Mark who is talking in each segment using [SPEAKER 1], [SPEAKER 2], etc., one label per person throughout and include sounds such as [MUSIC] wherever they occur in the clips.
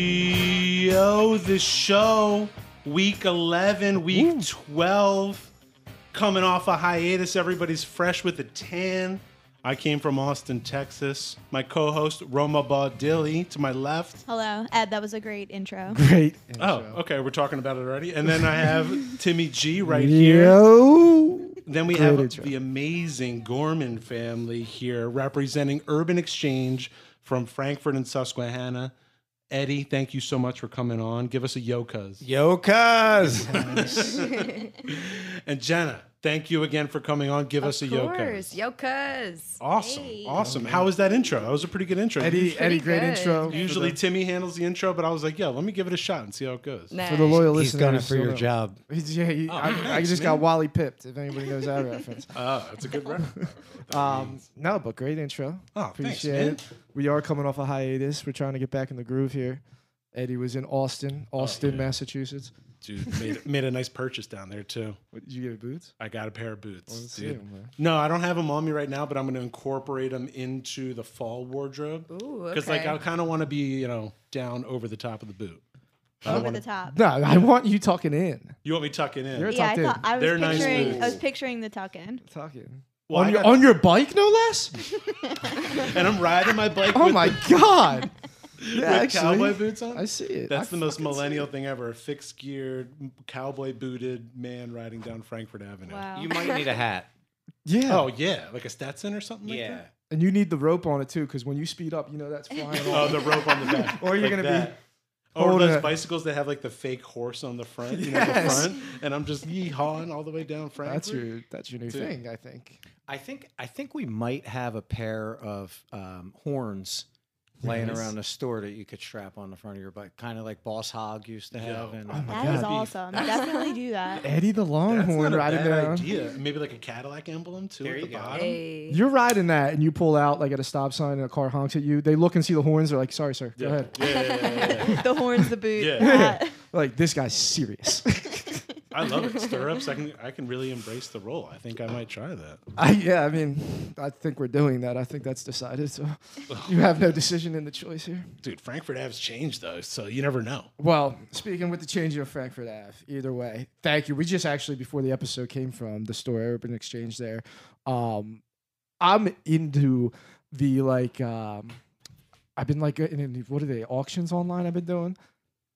[SPEAKER 1] Yo, the show, week 11, week 12, coming off a hiatus. Everybody's fresh with a tan. I came from Austin, Texas. My co host, Roma Baudili, to my left.
[SPEAKER 2] Hello, Ed. That was a great
[SPEAKER 3] [LAUGHS]
[SPEAKER 2] intro.
[SPEAKER 3] Great.
[SPEAKER 1] Oh, okay, we're talking about it already. And [LAUGHS] then I have Timmy G right here.
[SPEAKER 3] Yo.
[SPEAKER 1] Then we have
[SPEAKER 3] intro.
[SPEAKER 1] the amazing Gorman family here representing Urban Exchange from Frankfurt and Susquehanna. Eddie, thank you so much for coming on. Give us a yokas.
[SPEAKER 3] Yo, cuz.
[SPEAKER 1] [LAUGHS] And Jenna, thank you again for coming on. Give us a yoka.
[SPEAKER 4] Yokas.
[SPEAKER 1] Awesome. Awesome. How was that intro? That was a pretty good intro.
[SPEAKER 3] Eddie, Eddie, great
[SPEAKER 4] good.
[SPEAKER 3] intro.
[SPEAKER 1] Usually Timmy handles the intro, but I was like, yo, let me give it a shot and see how it goes.
[SPEAKER 4] Nice.
[SPEAKER 3] for the loyal
[SPEAKER 5] He's
[SPEAKER 3] listeners.
[SPEAKER 5] done it for your
[SPEAKER 3] so-
[SPEAKER 5] job.
[SPEAKER 3] He's- yeah,
[SPEAKER 1] Oh,
[SPEAKER 3] he- I, I just got Wally pipped. If anybody knows
[SPEAKER 1] [LAUGHS]
[SPEAKER 3] that reference.
[SPEAKER 1] Ah, that's a good reference.
[SPEAKER 3] Um, no, but great intro.
[SPEAKER 1] Oh, thanks,
[SPEAKER 3] Appreciate
[SPEAKER 1] man.
[SPEAKER 3] it. We are coming off a hiatus. We're trying to get back in the groove here. Eddie was in Austin,
[SPEAKER 1] Oh,
[SPEAKER 3] Austin, Massachusetts.
[SPEAKER 1] Dude, made, made a nice purchase down there, too.
[SPEAKER 3] What, did you get boots?
[SPEAKER 1] I got a pair of boots,
[SPEAKER 3] see
[SPEAKER 1] dude.
[SPEAKER 3] 'em, man.
[SPEAKER 1] No, I don't have them on me right now, but I'm going to incorporate them into the fall wardrobe.
[SPEAKER 4] Ooh,
[SPEAKER 1] Because, like,
[SPEAKER 4] okay.
[SPEAKER 1] I kind of want to be, you know, down over the top of the boot. I don't
[SPEAKER 2] Over
[SPEAKER 1] wanna-
[SPEAKER 2] the top.
[SPEAKER 3] No, I want you talking in.
[SPEAKER 1] you want me tucking in?
[SPEAKER 3] You're-
[SPEAKER 2] Yeah, I
[SPEAKER 3] Tucked in.
[SPEAKER 2] thought I was
[SPEAKER 1] They're nice
[SPEAKER 2] picturing. I
[SPEAKER 1] boots.
[SPEAKER 2] was picturing the tuck in.
[SPEAKER 3] Talking.
[SPEAKER 1] Well, I
[SPEAKER 3] on your
[SPEAKER 1] got-
[SPEAKER 3] on your bike, no less.
[SPEAKER 1] [LAUGHS] and I'm riding my bike
[SPEAKER 3] [LAUGHS] Oh
[SPEAKER 1] with,
[SPEAKER 3] my
[SPEAKER 1] [LAUGHS]
[SPEAKER 3] god.
[SPEAKER 1] with
[SPEAKER 3] Yeah, actually,
[SPEAKER 1] cowboy boots on.
[SPEAKER 3] I see it.
[SPEAKER 1] That's
[SPEAKER 3] I
[SPEAKER 1] the most
[SPEAKER 3] fucking see
[SPEAKER 1] millennial thing ever. A fixed geared, cowboy booted man riding down Frankfurt Avenue.
[SPEAKER 2] Wow.
[SPEAKER 5] You might need a hat.
[SPEAKER 3] it. Yeah.
[SPEAKER 1] Oh, yeah. Like a Stetson or something like that?
[SPEAKER 3] And you need the rope on it too, because when you speed up, you know
[SPEAKER 1] [LAUGHS]
[SPEAKER 3] that's flying
[SPEAKER 1] Oh,
[SPEAKER 3] off.
[SPEAKER 1] the rope on
[SPEAKER 3] [LAUGHS]
[SPEAKER 1] the back.
[SPEAKER 3] Or you're
[SPEAKER 1] Like
[SPEAKER 3] gonna be
[SPEAKER 1] that. Or
[SPEAKER 3] holding
[SPEAKER 1] those
[SPEAKER 3] a-
[SPEAKER 1] bicycles that have like the fake horse on the front, you
[SPEAKER 3] Yes.
[SPEAKER 1] know, the front, and I'm just yeehawing all the way down Frankfurt.
[SPEAKER 3] That's your that's your new thing, I think.
[SPEAKER 5] I think I think we might have a pair of um, horns laying around the store that you could strap on the front of your bike, kind of like Boss Hog used to have. And
[SPEAKER 2] That is awesome. Definitely do that.
[SPEAKER 3] [LAUGHS] Eddie the
[SPEAKER 1] That's
[SPEAKER 3] Longhorn
[SPEAKER 1] not a
[SPEAKER 3] riding
[SPEAKER 1] bad
[SPEAKER 3] down.
[SPEAKER 1] idea. Maybe like a Cadillac emblem too
[SPEAKER 5] There
[SPEAKER 1] at the
[SPEAKER 5] you go.
[SPEAKER 1] bottom.
[SPEAKER 4] Hey. [LAUGHS]
[SPEAKER 3] You're riding that and you pull out like at a stop sign and a car honks at you. They look and see the horns, they're like, sorry, sir, go ahead.
[SPEAKER 1] Yeah, yeah, yeah, yeah, yeah.
[SPEAKER 2] the horns, the boot.
[SPEAKER 1] Yeah.
[SPEAKER 3] [LAUGHS]
[SPEAKER 2] that.
[SPEAKER 3] Like this guy's serious. [LAUGHS]
[SPEAKER 1] I love it. Stirrups. I can I can really embrace the role. I think I might try that.
[SPEAKER 3] I, yeah, I mean, I think we're doing that. I think that's decided. So [LAUGHS] you have no decision in the choice here.
[SPEAKER 1] Dude, Frankfurt Ave's changed though, so you never know.
[SPEAKER 3] Well, speaking with the change of Frankfurt Ave, either way, thank you. We just actually before the episode came from the store Urban Exchange there. Um, I'm into the like. Um, I've been like in, in what are they auctions online? I've been doing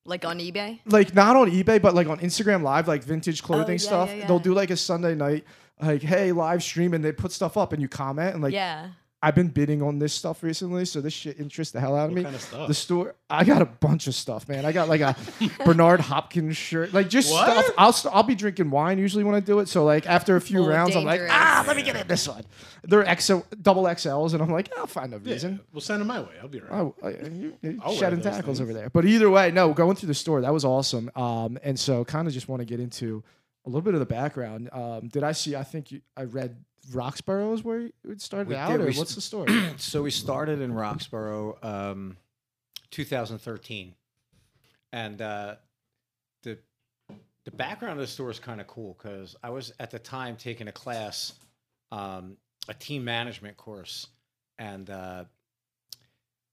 [SPEAKER 4] Like on eBay?
[SPEAKER 3] like not on eBay, but like on Instagram Live, like vintage clothing
[SPEAKER 4] Oh, yeah,
[SPEAKER 3] stuff.
[SPEAKER 4] yeah, yeah.
[SPEAKER 3] They'll do like a Sunday night, like hey live stream, and they put stuff up, and you comment, and like
[SPEAKER 4] yeah.
[SPEAKER 3] I've been bidding on this stuff recently, so this shit interests the hell out of
[SPEAKER 1] What
[SPEAKER 3] me.
[SPEAKER 1] kind of stuff?
[SPEAKER 3] The store, I got a bunch of stuff, man. I got
[SPEAKER 1] [LAUGHS]
[SPEAKER 3] like a Bernard Hopkins shirt, like just
[SPEAKER 1] What?
[SPEAKER 3] stuff. I'll st- I'll be drinking wine usually when I do it, so like after a few
[SPEAKER 4] Little
[SPEAKER 3] rounds, I'm like,
[SPEAKER 4] dangerous.
[SPEAKER 3] ah, let me get in this one. They're XO, double XLs, and I'm like, I'll find a
[SPEAKER 1] Yeah,
[SPEAKER 3] reason.
[SPEAKER 1] Well, send them my way. I'll be right.
[SPEAKER 3] I, I, you- you
[SPEAKER 1] I'll wear
[SPEAKER 3] shedding
[SPEAKER 1] those
[SPEAKER 3] tackles
[SPEAKER 1] things.
[SPEAKER 3] over there. But either way, no, going through the store, that was awesome. Um, and so kind of just want to get into a little bit of the background. Um, did I see, I think you, I read Roxborough is where it started
[SPEAKER 5] We
[SPEAKER 3] out,
[SPEAKER 5] did.
[SPEAKER 3] or
[SPEAKER 5] We s-
[SPEAKER 3] what's the
[SPEAKER 5] [COUGHS]
[SPEAKER 3] story?
[SPEAKER 5] [CLEARS THROAT] so we started in Roxborough, um, 2013, and uh, the the background of the store is kind of cool because I was at the time taking a class, um, a team management course, and uh,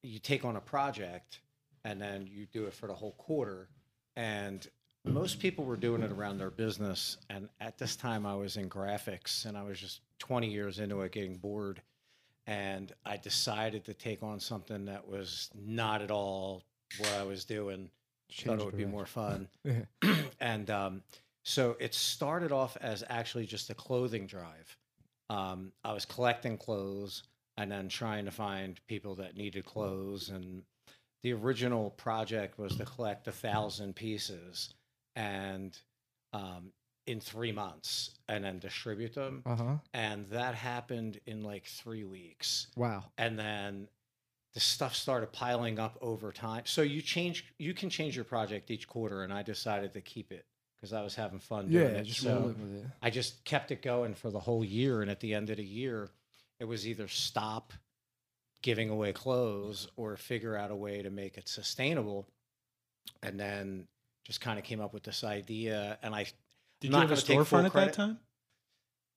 [SPEAKER 5] you take on a project and then you do it for the whole quarter, and most people were doing it around their business, and at this time I was in graphics and I was just 20 years into it, getting bored and I decided to take on something that was not at all what I was doing. Thought
[SPEAKER 3] Change
[SPEAKER 5] it would be
[SPEAKER 3] direction.
[SPEAKER 5] more fun,
[SPEAKER 3] Yeah.
[SPEAKER 5] [CLEARS THROAT] and um, so it started off as actually just a clothing drive. Um, I was collecting clothes and then trying to find people that needed clothes, and the original project was to collect a thousand pieces, and um, in three months, and then distribute them
[SPEAKER 3] Uh huh.
[SPEAKER 5] and that happened in like three weeks
[SPEAKER 3] Wow.
[SPEAKER 5] and then the stuff started piling up over time so you change you can change your project each quarter and i decided to keep it because i was having fun doing
[SPEAKER 3] Yeah,
[SPEAKER 5] it
[SPEAKER 3] just
[SPEAKER 5] so
[SPEAKER 3] rolling with it.
[SPEAKER 5] i just kept it going for the whole year and at the end of the year it was either stop giving away clothes or figure out a way to make it sustainable and then just kind of came up with this idea and i
[SPEAKER 1] Did
[SPEAKER 5] Not
[SPEAKER 1] you have a
[SPEAKER 5] gonna take full
[SPEAKER 1] storefront at that
[SPEAKER 5] credit.
[SPEAKER 1] time?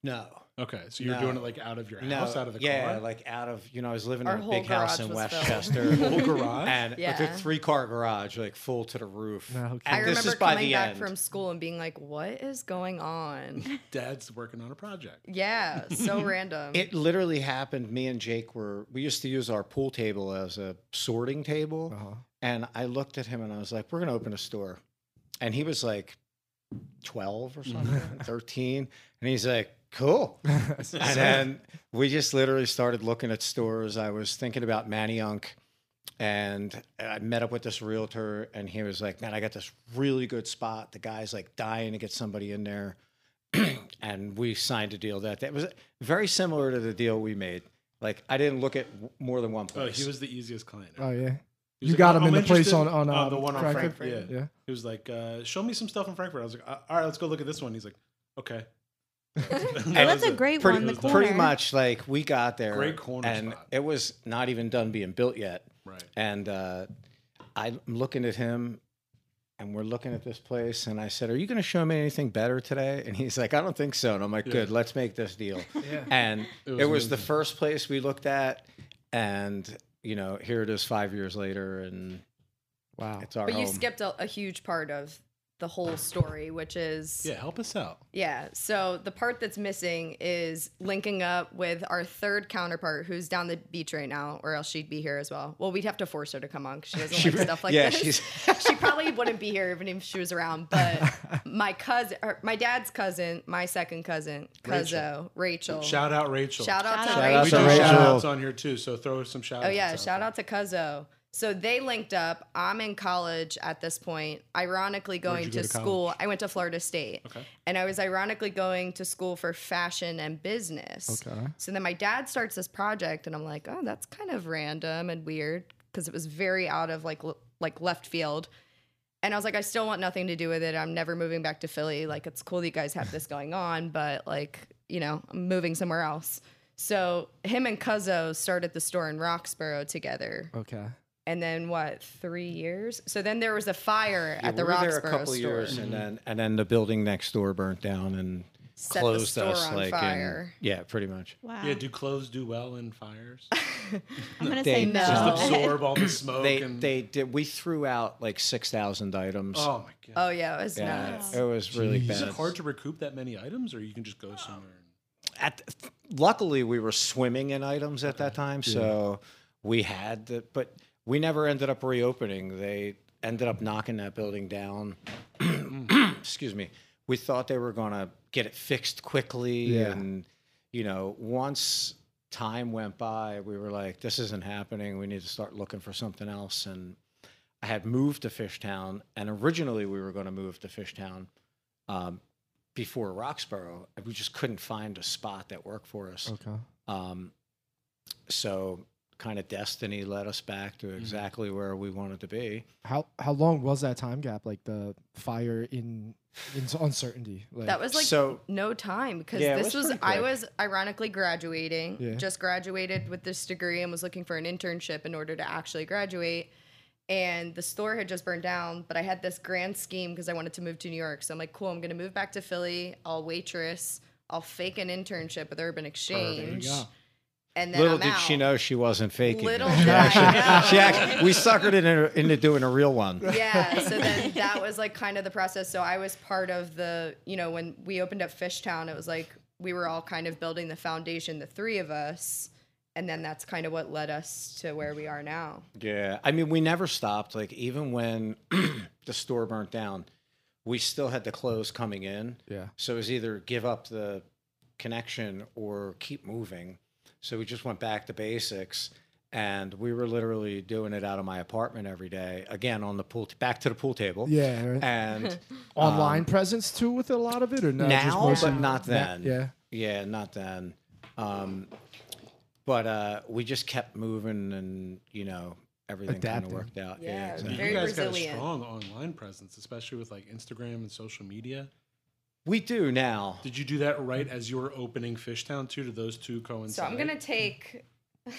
[SPEAKER 5] No.
[SPEAKER 1] Okay, so you're
[SPEAKER 5] No.
[SPEAKER 1] doing it like out of your
[SPEAKER 5] No.
[SPEAKER 1] house, out of the
[SPEAKER 5] yeah,
[SPEAKER 1] car.
[SPEAKER 5] like out of, you know, I was living
[SPEAKER 4] Our
[SPEAKER 5] in a
[SPEAKER 4] whole
[SPEAKER 5] big house
[SPEAKER 4] garage
[SPEAKER 5] in
[SPEAKER 4] was filled.
[SPEAKER 1] [LAUGHS]
[SPEAKER 4] [LAUGHS]
[SPEAKER 5] Westchester.
[SPEAKER 1] whole
[SPEAKER 5] [LAUGHS]
[SPEAKER 1] garage.
[SPEAKER 5] and with
[SPEAKER 4] Yeah.
[SPEAKER 5] a three car garage, like full to the roof.
[SPEAKER 3] No, who
[SPEAKER 5] And
[SPEAKER 4] I
[SPEAKER 3] cares?
[SPEAKER 5] this
[SPEAKER 4] remember
[SPEAKER 5] is by
[SPEAKER 4] coming
[SPEAKER 5] the
[SPEAKER 4] back
[SPEAKER 5] end.
[SPEAKER 4] from school and being like, "What is
[SPEAKER 3] [LAUGHS]
[SPEAKER 4] going on?"
[SPEAKER 1] Dad's working on a project.
[SPEAKER 4] yeah, so random.
[SPEAKER 5] [LAUGHS] It literally happened. Me and Jake were, we used to use our pool table as a sorting table.
[SPEAKER 3] Uh-huh.
[SPEAKER 5] And I looked at him and I was like, we're going to open a store. And he was like 12 or something,
[SPEAKER 3] Mm-hmm.
[SPEAKER 5] 13. And he's like, cool.
[SPEAKER 1] [LAUGHS]
[SPEAKER 5] [LAUGHS] And then we just literally started looking at stores. I was thinking about Maniunk and I met up with this realtor and he was like, man, I got this really good spot. The guy's like dying to get somebody in there. [CLEARS THROAT] and we signed a deal that that was very similar to the deal we made. Like I didn't look at w- more than one
[SPEAKER 1] Oh,
[SPEAKER 5] place.
[SPEAKER 1] he was the easiest client.
[SPEAKER 3] Oh yeah,
[SPEAKER 1] He was
[SPEAKER 3] you
[SPEAKER 1] like,
[SPEAKER 3] got
[SPEAKER 1] "I'm
[SPEAKER 3] him in the place
[SPEAKER 1] interested uh,
[SPEAKER 3] on on
[SPEAKER 6] Oh,
[SPEAKER 3] um,
[SPEAKER 6] the one on
[SPEAKER 3] Frankfurt?
[SPEAKER 6] Frankfurt.
[SPEAKER 1] Yeah.
[SPEAKER 3] Yeah.
[SPEAKER 1] He was like, uh, "Show me some stuff in Frankfurt." I was like, "Uh, "All right, let's go look at this one." He's like, "Okay." [LAUGHS]
[SPEAKER 2] Well, that's a great
[SPEAKER 5] pretty,
[SPEAKER 2] one. The
[SPEAKER 1] pretty
[SPEAKER 2] corner.
[SPEAKER 5] pretty much like we got there
[SPEAKER 1] Great corner
[SPEAKER 5] and
[SPEAKER 1] spot.
[SPEAKER 5] it was not even done being built yet
[SPEAKER 1] Right.
[SPEAKER 5] and uh, i'm looking at him and we're looking at this place and i said are you going to show me anything better today and he's like i don't think so and i'm like
[SPEAKER 1] Yeah.
[SPEAKER 5] good let's make this deal
[SPEAKER 3] Yeah.
[SPEAKER 5] and
[SPEAKER 1] It
[SPEAKER 5] it
[SPEAKER 1] was
[SPEAKER 5] was, the
[SPEAKER 1] amazing.
[SPEAKER 5] first place we looked at and you know here it is five years later and
[SPEAKER 3] Wow.
[SPEAKER 5] it's our
[SPEAKER 4] but you
[SPEAKER 5] home.
[SPEAKER 4] skipped a, a huge part of the whole story, which is
[SPEAKER 1] Yeah, help us out.
[SPEAKER 4] Yeah. So the part that's missing is linking up with our third counterpart who's down the beach right now, or else she'd be here as well. Well, we'd have to force her to come on because she doesn't like stuff like
[SPEAKER 5] yeah
[SPEAKER 4] this.
[SPEAKER 5] she's
[SPEAKER 4] [LAUGHS] she probably wouldn't be here even if she was around. But
[SPEAKER 5] [LAUGHS]
[SPEAKER 4] my cousin, or my dad's cousin, my second cousin, Cuzzo, Rachel.
[SPEAKER 6] Shout out Rachel.
[SPEAKER 4] Oh. Shout out to
[SPEAKER 2] Shout
[SPEAKER 5] out
[SPEAKER 6] we
[SPEAKER 5] to
[SPEAKER 6] do
[SPEAKER 5] Rachel.
[SPEAKER 6] shout outs on here too, so throw some shout outs.
[SPEAKER 4] Oh yeah, shout out to Cuzzo. So they linked up. I'm in college at this point. Ironically, going
[SPEAKER 6] you
[SPEAKER 4] to,
[SPEAKER 6] go to
[SPEAKER 4] school. I went to Florida State,
[SPEAKER 6] Okay.
[SPEAKER 4] and I was ironically going to school for fashion and business.
[SPEAKER 3] Okay.
[SPEAKER 4] So then my dad starts this project, and I'm like, oh, that's kind of random and weird because it was very out of like l- like left field. And I was like, I still want nothing to do with it. I'm never moving back to Philly. Like, it's cool that you guys have this going on, but like, you know, I'm moving somewhere else. So him and Cuzzo started the store in Roxborough together.
[SPEAKER 3] Okay.
[SPEAKER 4] And then what, three years? So then there was a fire
[SPEAKER 5] Yeah,
[SPEAKER 4] at the
[SPEAKER 5] we were there
[SPEAKER 4] Roxborough
[SPEAKER 5] a couple
[SPEAKER 4] store.
[SPEAKER 5] years and then and then the building next door burnt down and
[SPEAKER 4] Set the
[SPEAKER 5] closed
[SPEAKER 4] store
[SPEAKER 5] us
[SPEAKER 4] on
[SPEAKER 5] like in-
[SPEAKER 4] fire.
[SPEAKER 5] yeah pretty much
[SPEAKER 2] Wow.
[SPEAKER 6] Yeah, do clothes do well in fires?
[SPEAKER 2] I'm gonna
[SPEAKER 5] They
[SPEAKER 2] say
[SPEAKER 5] know.
[SPEAKER 2] no.
[SPEAKER 6] Just
[SPEAKER 4] Oh.
[SPEAKER 6] absorb all the smoke
[SPEAKER 5] they
[SPEAKER 6] and
[SPEAKER 5] they did we threw out like 6000 items
[SPEAKER 6] Oh my god.
[SPEAKER 4] Oh, yeah, it was
[SPEAKER 5] yeah
[SPEAKER 4] nuts.
[SPEAKER 5] it was really
[SPEAKER 1] Jeez.
[SPEAKER 6] Is
[SPEAKER 5] bad
[SPEAKER 6] it hard to recoup that many items, or you can just go somewhere?
[SPEAKER 5] at luckily we were swimming in items at that time so we had the but we never ended up reopening they ended up knocking that building down [CLEARS THROAT] excuse me we thought they were going to get it fixed quickly
[SPEAKER 3] Yeah.
[SPEAKER 5] and you know once time went by we were like this isn't happening we need to start looking for something else and i had moved to fishtown and originally we were going to move to fishtown um, before Roxborough, and we just couldn't find a spot that worked for us.
[SPEAKER 3] Okay.
[SPEAKER 5] Um, so kind of destiny led us back to exactly where we wanted to be.
[SPEAKER 3] How how long was that time gap? Like the fire in in uncertainty. Like,
[SPEAKER 4] That was like
[SPEAKER 5] so
[SPEAKER 4] no time because
[SPEAKER 5] Yeah, it
[SPEAKER 4] this was,
[SPEAKER 5] was pretty
[SPEAKER 4] I
[SPEAKER 5] quick.
[SPEAKER 4] was ironically graduating,
[SPEAKER 3] Yeah.
[SPEAKER 4] just graduated with this degree and was looking for an internship in order to actually graduate. And the store had just burned down, but I had this grand scheme because I wanted to move to New York. So I'm like, cool, I'm gonna move back to Philly. I'll waitress. I'll fake an internship with
[SPEAKER 5] Oh,
[SPEAKER 4] Urban Exchange. And then
[SPEAKER 5] little
[SPEAKER 4] I'm
[SPEAKER 5] did
[SPEAKER 4] out.
[SPEAKER 5] she know [LAUGHS] she wasn't faking.
[SPEAKER 4] Little
[SPEAKER 5] it.
[SPEAKER 4] did I know.
[SPEAKER 5] she actually, we suckered it into, into doing a real one.
[SPEAKER 4] yeah so then that was like kind of the process so i was part of the you know when we opened up fishtown it was like we were all kind of building the foundation the three of us and then that's kind of what led us to where we are now
[SPEAKER 5] Yeah. I mean, we never stopped. Like, even when [CLEARS THROAT] the store burnt down, we still had the clothes coming in.
[SPEAKER 3] Yeah.
[SPEAKER 5] So it was either give up the connection or keep moving. So we just went back to basics and we were literally doing it out of my apartment every day. Again, on the pool, t- back to the pool table.
[SPEAKER 3] Yeah. right.
[SPEAKER 4] [LAUGHS]
[SPEAKER 5] And
[SPEAKER 3] Online presence too with a lot of it or no? just
[SPEAKER 5] now,
[SPEAKER 3] mostly-
[SPEAKER 5] but not then.
[SPEAKER 3] yeah.
[SPEAKER 5] Yeah, not then. Um, but uh, we just kept moving and, you know, everything kind of
[SPEAKER 3] Adapting.
[SPEAKER 5] worked out.
[SPEAKER 4] Yeah,
[SPEAKER 5] exactly.
[SPEAKER 4] Very
[SPEAKER 6] you guys
[SPEAKER 4] resilient.
[SPEAKER 6] got a strong online presence, especially with like Instagram and social media.
[SPEAKER 5] We do now.
[SPEAKER 6] Did you do that right as you were opening Fishtown too? Did those two coincide?
[SPEAKER 4] so i'm gonna take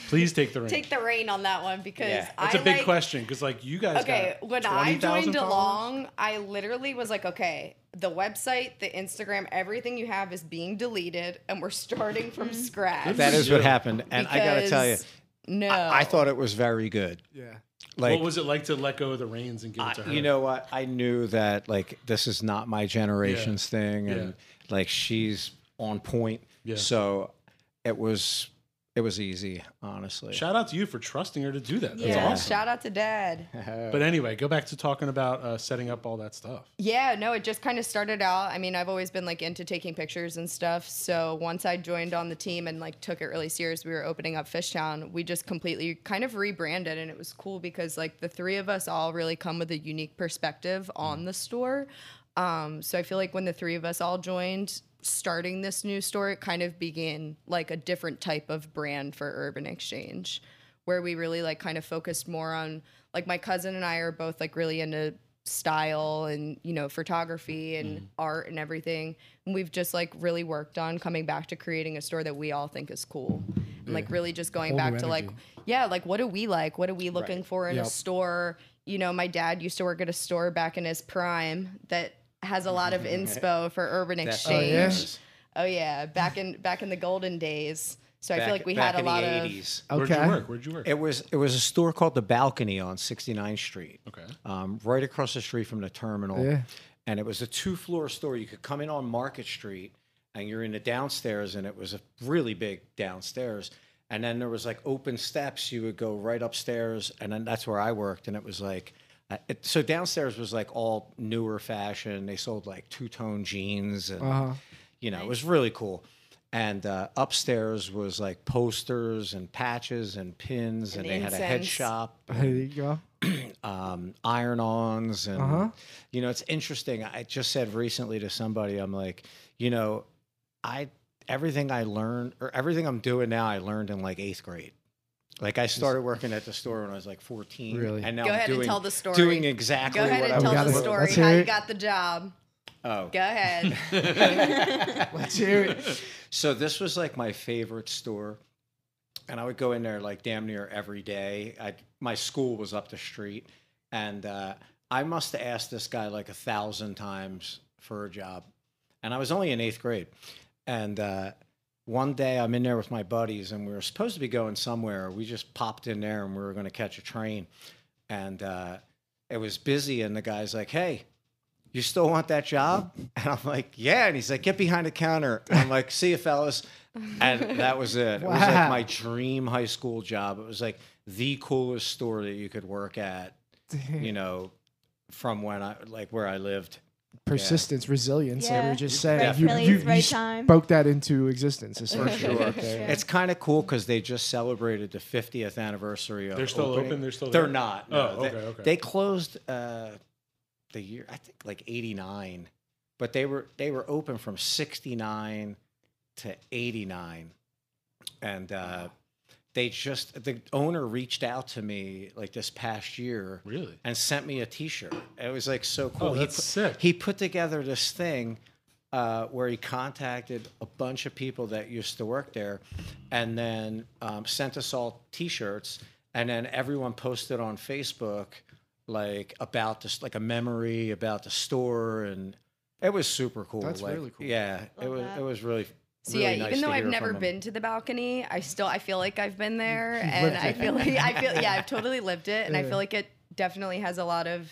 [SPEAKER 6] Please take the ring.
[SPEAKER 4] Take the reign on that one because
[SPEAKER 5] Yeah.
[SPEAKER 4] I
[SPEAKER 6] That's a big
[SPEAKER 4] like-
[SPEAKER 6] question because like you guys.
[SPEAKER 4] Okay,
[SPEAKER 6] got
[SPEAKER 4] when I
[SPEAKER 6] 20,000
[SPEAKER 4] joined
[SPEAKER 6] followers?
[SPEAKER 4] along, I literally was like, okay, the website, the Instagram, everything you have is being deleted, and we're starting from scratch.
[SPEAKER 5] That is what happened, and I gotta tell you,
[SPEAKER 4] Because- no,
[SPEAKER 5] I, I thought it was very good.
[SPEAKER 3] Yeah.
[SPEAKER 5] Like
[SPEAKER 6] what was it like to let go of the reins and give it to
[SPEAKER 5] I-
[SPEAKER 6] her?
[SPEAKER 5] you know what? I knew that like this is not my generation's thing, and like she's on point.
[SPEAKER 6] Yeah.
[SPEAKER 5] So it was it was easy, honestly.
[SPEAKER 6] shout out to you for trusting her to do that. That's
[SPEAKER 4] yeah,
[SPEAKER 6] awesome.
[SPEAKER 4] shout out to
[SPEAKER 6] [LAUGHS]
[SPEAKER 4] Dad.
[SPEAKER 6] But anyway, go back to talking about uh, setting up all that stuff.
[SPEAKER 4] Yeah, no, it just kind of started out. I mean, I've always been like into taking pictures and stuff. So once I joined on the team and like took it really serious, we were opening up Fishtown. We just completely kind of rebranded, and it was cool because like the three of us all really come with a unique perspective
[SPEAKER 6] Mm.
[SPEAKER 4] on the store. Um, so I feel like when the three of us all joined, starting this new store, it kind of began like a different type of brand for Urban Exchange, where we really like kind of focused more on like my cousin and I are both like really into style and you know photography and
[SPEAKER 3] Mm.
[SPEAKER 4] art and everything and we've just like really worked on coming back to creating a store that we all think is cool and like really just going
[SPEAKER 3] Whole new
[SPEAKER 4] back to like
[SPEAKER 3] energy.
[SPEAKER 4] yeah like what do we like what are we looking for in a
[SPEAKER 3] Yep.
[SPEAKER 4] store you know my dad used to work at a store back in his prime that has a lot
[SPEAKER 5] [LAUGHS]
[SPEAKER 4] of inspo for urban
[SPEAKER 3] Oh,
[SPEAKER 4] exchange
[SPEAKER 3] yeah?
[SPEAKER 4] Oh yeah, back in back in the golden days. So I feel like we
[SPEAKER 5] back
[SPEAKER 4] had a
[SPEAKER 5] in the
[SPEAKER 4] lot of
[SPEAKER 5] 80s.
[SPEAKER 6] Where'd
[SPEAKER 3] Okay.
[SPEAKER 6] you work? Where'd you work?
[SPEAKER 5] It was it was a store called the Balcony on 69th Street.
[SPEAKER 6] okay.
[SPEAKER 5] um, right across the street from the terminal.
[SPEAKER 3] Yeah.
[SPEAKER 5] And it was a two floor store. You could come in on Market Street and you're in the downstairs, and it was a really big downstairs. And then there was like open steps. You would go right upstairs, and then that's where I worked. And it was like, uh, it, so downstairs was like all newer fashion. They sold like two tone jeans, and
[SPEAKER 3] Uh huh.
[SPEAKER 5] you know, it was really cool. And uh, upstairs was like posters and patches and pins, and,
[SPEAKER 4] And
[SPEAKER 5] they had a head
[SPEAKER 4] incense.
[SPEAKER 5] shop
[SPEAKER 3] There you go.
[SPEAKER 5] um, iron ons. And,
[SPEAKER 3] Uh-huh.
[SPEAKER 5] you know, it's interesting. I just said recently to somebody, I'm like, you know, I, everything I learned or everything I'm doing now, I learned in like eighth grade. Like I started working at the store when I was like 14.
[SPEAKER 3] Really?
[SPEAKER 5] And now
[SPEAKER 4] Go
[SPEAKER 5] I'm
[SPEAKER 4] ahead and
[SPEAKER 5] doing,
[SPEAKER 4] tell the story.
[SPEAKER 5] Doing exactly
[SPEAKER 4] Go ahead
[SPEAKER 5] what
[SPEAKER 4] and
[SPEAKER 5] I
[SPEAKER 4] tell
[SPEAKER 3] gotta-
[SPEAKER 4] the
[SPEAKER 5] was
[SPEAKER 3] story.
[SPEAKER 4] story
[SPEAKER 3] let's hear
[SPEAKER 4] how
[SPEAKER 3] it.
[SPEAKER 4] you got the job.
[SPEAKER 5] Oh,
[SPEAKER 4] Go
[SPEAKER 5] [LAUGHS]
[SPEAKER 4] ahead.
[SPEAKER 3] Let's hear it.
[SPEAKER 5] So this was like my favorite store. And I would go in there like damn near every day. I, my school was up the street. And uh, I must have asked this guy like a thousand times for a job. And I was only in eighth grade. And uh, one day I'm in there with my buddies and we were supposed to be going somewhere. We just popped in there and we were going to catch a train. And uh, it was busy. And the guy's like, hey, you still want that job? And I'm like, yeah. And he's like, get behind the counter. And I'm like, see you, fellas. And that was it. It was
[SPEAKER 3] Wow.
[SPEAKER 5] like my dream high school job. It was like the coolest store that you could work at, you know, from when I, like where I lived.
[SPEAKER 3] Persistence, resilience. Like we
[SPEAKER 2] Yeah.
[SPEAKER 3] were just
[SPEAKER 2] [LAUGHS]
[SPEAKER 3] saying,
[SPEAKER 2] Right
[SPEAKER 3] you,
[SPEAKER 2] place,
[SPEAKER 3] you,
[SPEAKER 2] right
[SPEAKER 3] you
[SPEAKER 2] time.
[SPEAKER 3] [LAUGHS] spoke that into existence. essentially.
[SPEAKER 5] sure.
[SPEAKER 3] Right there.
[SPEAKER 5] It's kind of cool because they just celebrated the 50th anniversary of
[SPEAKER 6] They're still
[SPEAKER 5] opening.
[SPEAKER 6] open? They're still
[SPEAKER 5] They're
[SPEAKER 6] there?
[SPEAKER 5] not.
[SPEAKER 6] Oh,
[SPEAKER 5] no. They-
[SPEAKER 6] okay, okay.
[SPEAKER 5] They closed uh, the year I think like 89, but they were they were open from 69 to 89. And uh, they just the owner reached out to me like this past year
[SPEAKER 6] Really?
[SPEAKER 5] and sent me a T-shirt. It was like so cool.
[SPEAKER 6] Oh,
[SPEAKER 5] He
[SPEAKER 6] that's
[SPEAKER 5] put-
[SPEAKER 6] sick.
[SPEAKER 5] He put together this thing uh, where he contacted a bunch of people that used to work there, and then um, sent us all T-shirts, and then everyone posted on Facebook like about this, like a memory about the store, and it was super cool.
[SPEAKER 3] That's
[SPEAKER 5] like,
[SPEAKER 3] really cool.
[SPEAKER 5] Yeah, it
[SPEAKER 2] Love
[SPEAKER 5] was.
[SPEAKER 2] that.
[SPEAKER 5] It was really.
[SPEAKER 4] So
[SPEAKER 5] really
[SPEAKER 4] Oh, yeah,
[SPEAKER 5] nice
[SPEAKER 4] even though
[SPEAKER 5] to
[SPEAKER 4] I've
[SPEAKER 5] hear
[SPEAKER 4] never
[SPEAKER 5] from him.
[SPEAKER 4] been to the balcony, I still I feel like I've been there, and I feel like I feel yeah, I've totally lived it, and I
[SPEAKER 3] Yeah.
[SPEAKER 4] feel like it definitely has a lot of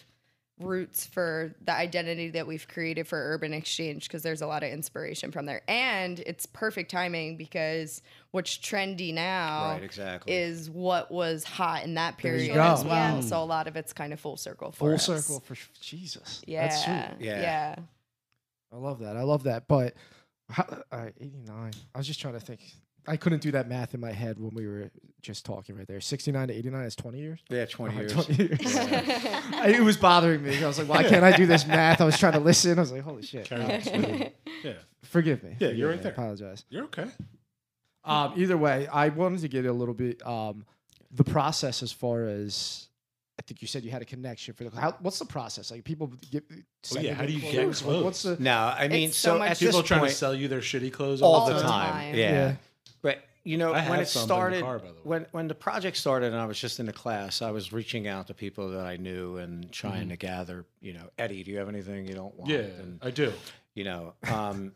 [SPEAKER 4] roots for the identity that we've created for Urban Exchange because there's a lot of inspiration from there, and it's perfect timing because what's trendy now
[SPEAKER 5] Right, exactly.
[SPEAKER 4] is what was hot in that
[SPEAKER 3] There you
[SPEAKER 4] period as
[SPEAKER 3] go.
[SPEAKER 4] well. So a lot of it's kind of full circle. For
[SPEAKER 3] Full
[SPEAKER 4] us.
[SPEAKER 3] circle for sh- Jesus.
[SPEAKER 4] Yeah.
[SPEAKER 3] That's sweet.
[SPEAKER 5] Yeah.
[SPEAKER 4] Yeah. [LAUGHS]
[SPEAKER 3] I love that. I love that. But how, uh, 89. I was just trying to think. I couldn't do that math in my head when we were just talking right there. 69 to 89 is 20 years.
[SPEAKER 5] Yeah,
[SPEAKER 3] [LAUGHS]
[SPEAKER 5] twenty years.
[SPEAKER 3] 20 years.
[SPEAKER 4] [LAUGHS]
[SPEAKER 3] I- it was bothering me. I was like, why can't I do
[SPEAKER 6] [LAUGHS]
[SPEAKER 3] this math? I was trying to listen. I was like, holy shit.
[SPEAKER 6] Carry
[SPEAKER 3] Uh,
[SPEAKER 6] on,
[SPEAKER 5] [LAUGHS]
[SPEAKER 6] sweetie. yeah,
[SPEAKER 3] forgive me.
[SPEAKER 6] Yeah, you're
[SPEAKER 3] Forgive
[SPEAKER 6] right
[SPEAKER 3] me.
[SPEAKER 6] there.
[SPEAKER 3] I apologize.
[SPEAKER 6] you're okay.
[SPEAKER 3] Um, either way, I wanted to get a little bit um, the process as far as I think you said you had a connection for the. How, what's the process? Like people get.
[SPEAKER 6] Well, Oh, yeah, how do you get
[SPEAKER 3] clothes? Like,
[SPEAKER 6] clothes?
[SPEAKER 3] What's the?
[SPEAKER 5] No, I mean,
[SPEAKER 4] It's
[SPEAKER 5] so,
[SPEAKER 4] so much-
[SPEAKER 5] at
[SPEAKER 6] People
[SPEAKER 5] this
[SPEAKER 6] trying
[SPEAKER 5] point,
[SPEAKER 6] to sell you their shitty clothes
[SPEAKER 5] all
[SPEAKER 4] all
[SPEAKER 5] the
[SPEAKER 4] the
[SPEAKER 5] time.
[SPEAKER 4] time.
[SPEAKER 5] Yeah.
[SPEAKER 3] Yeah.
[SPEAKER 5] But you know
[SPEAKER 1] I have
[SPEAKER 5] when it
[SPEAKER 1] some in the
[SPEAKER 5] started
[SPEAKER 1] car, by the way.
[SPEAKER 5] when when the project started and I was just in the class, I was reaching out to people that I knew and trying to gather. You know, Eddie, do you have anything you don't want?
[SPEAKER 1] Mm-hmm. Yeah,
[SPEAKER 5] And,
[SPEAKER 1] I do.
[SPEAKER 5] you know, um,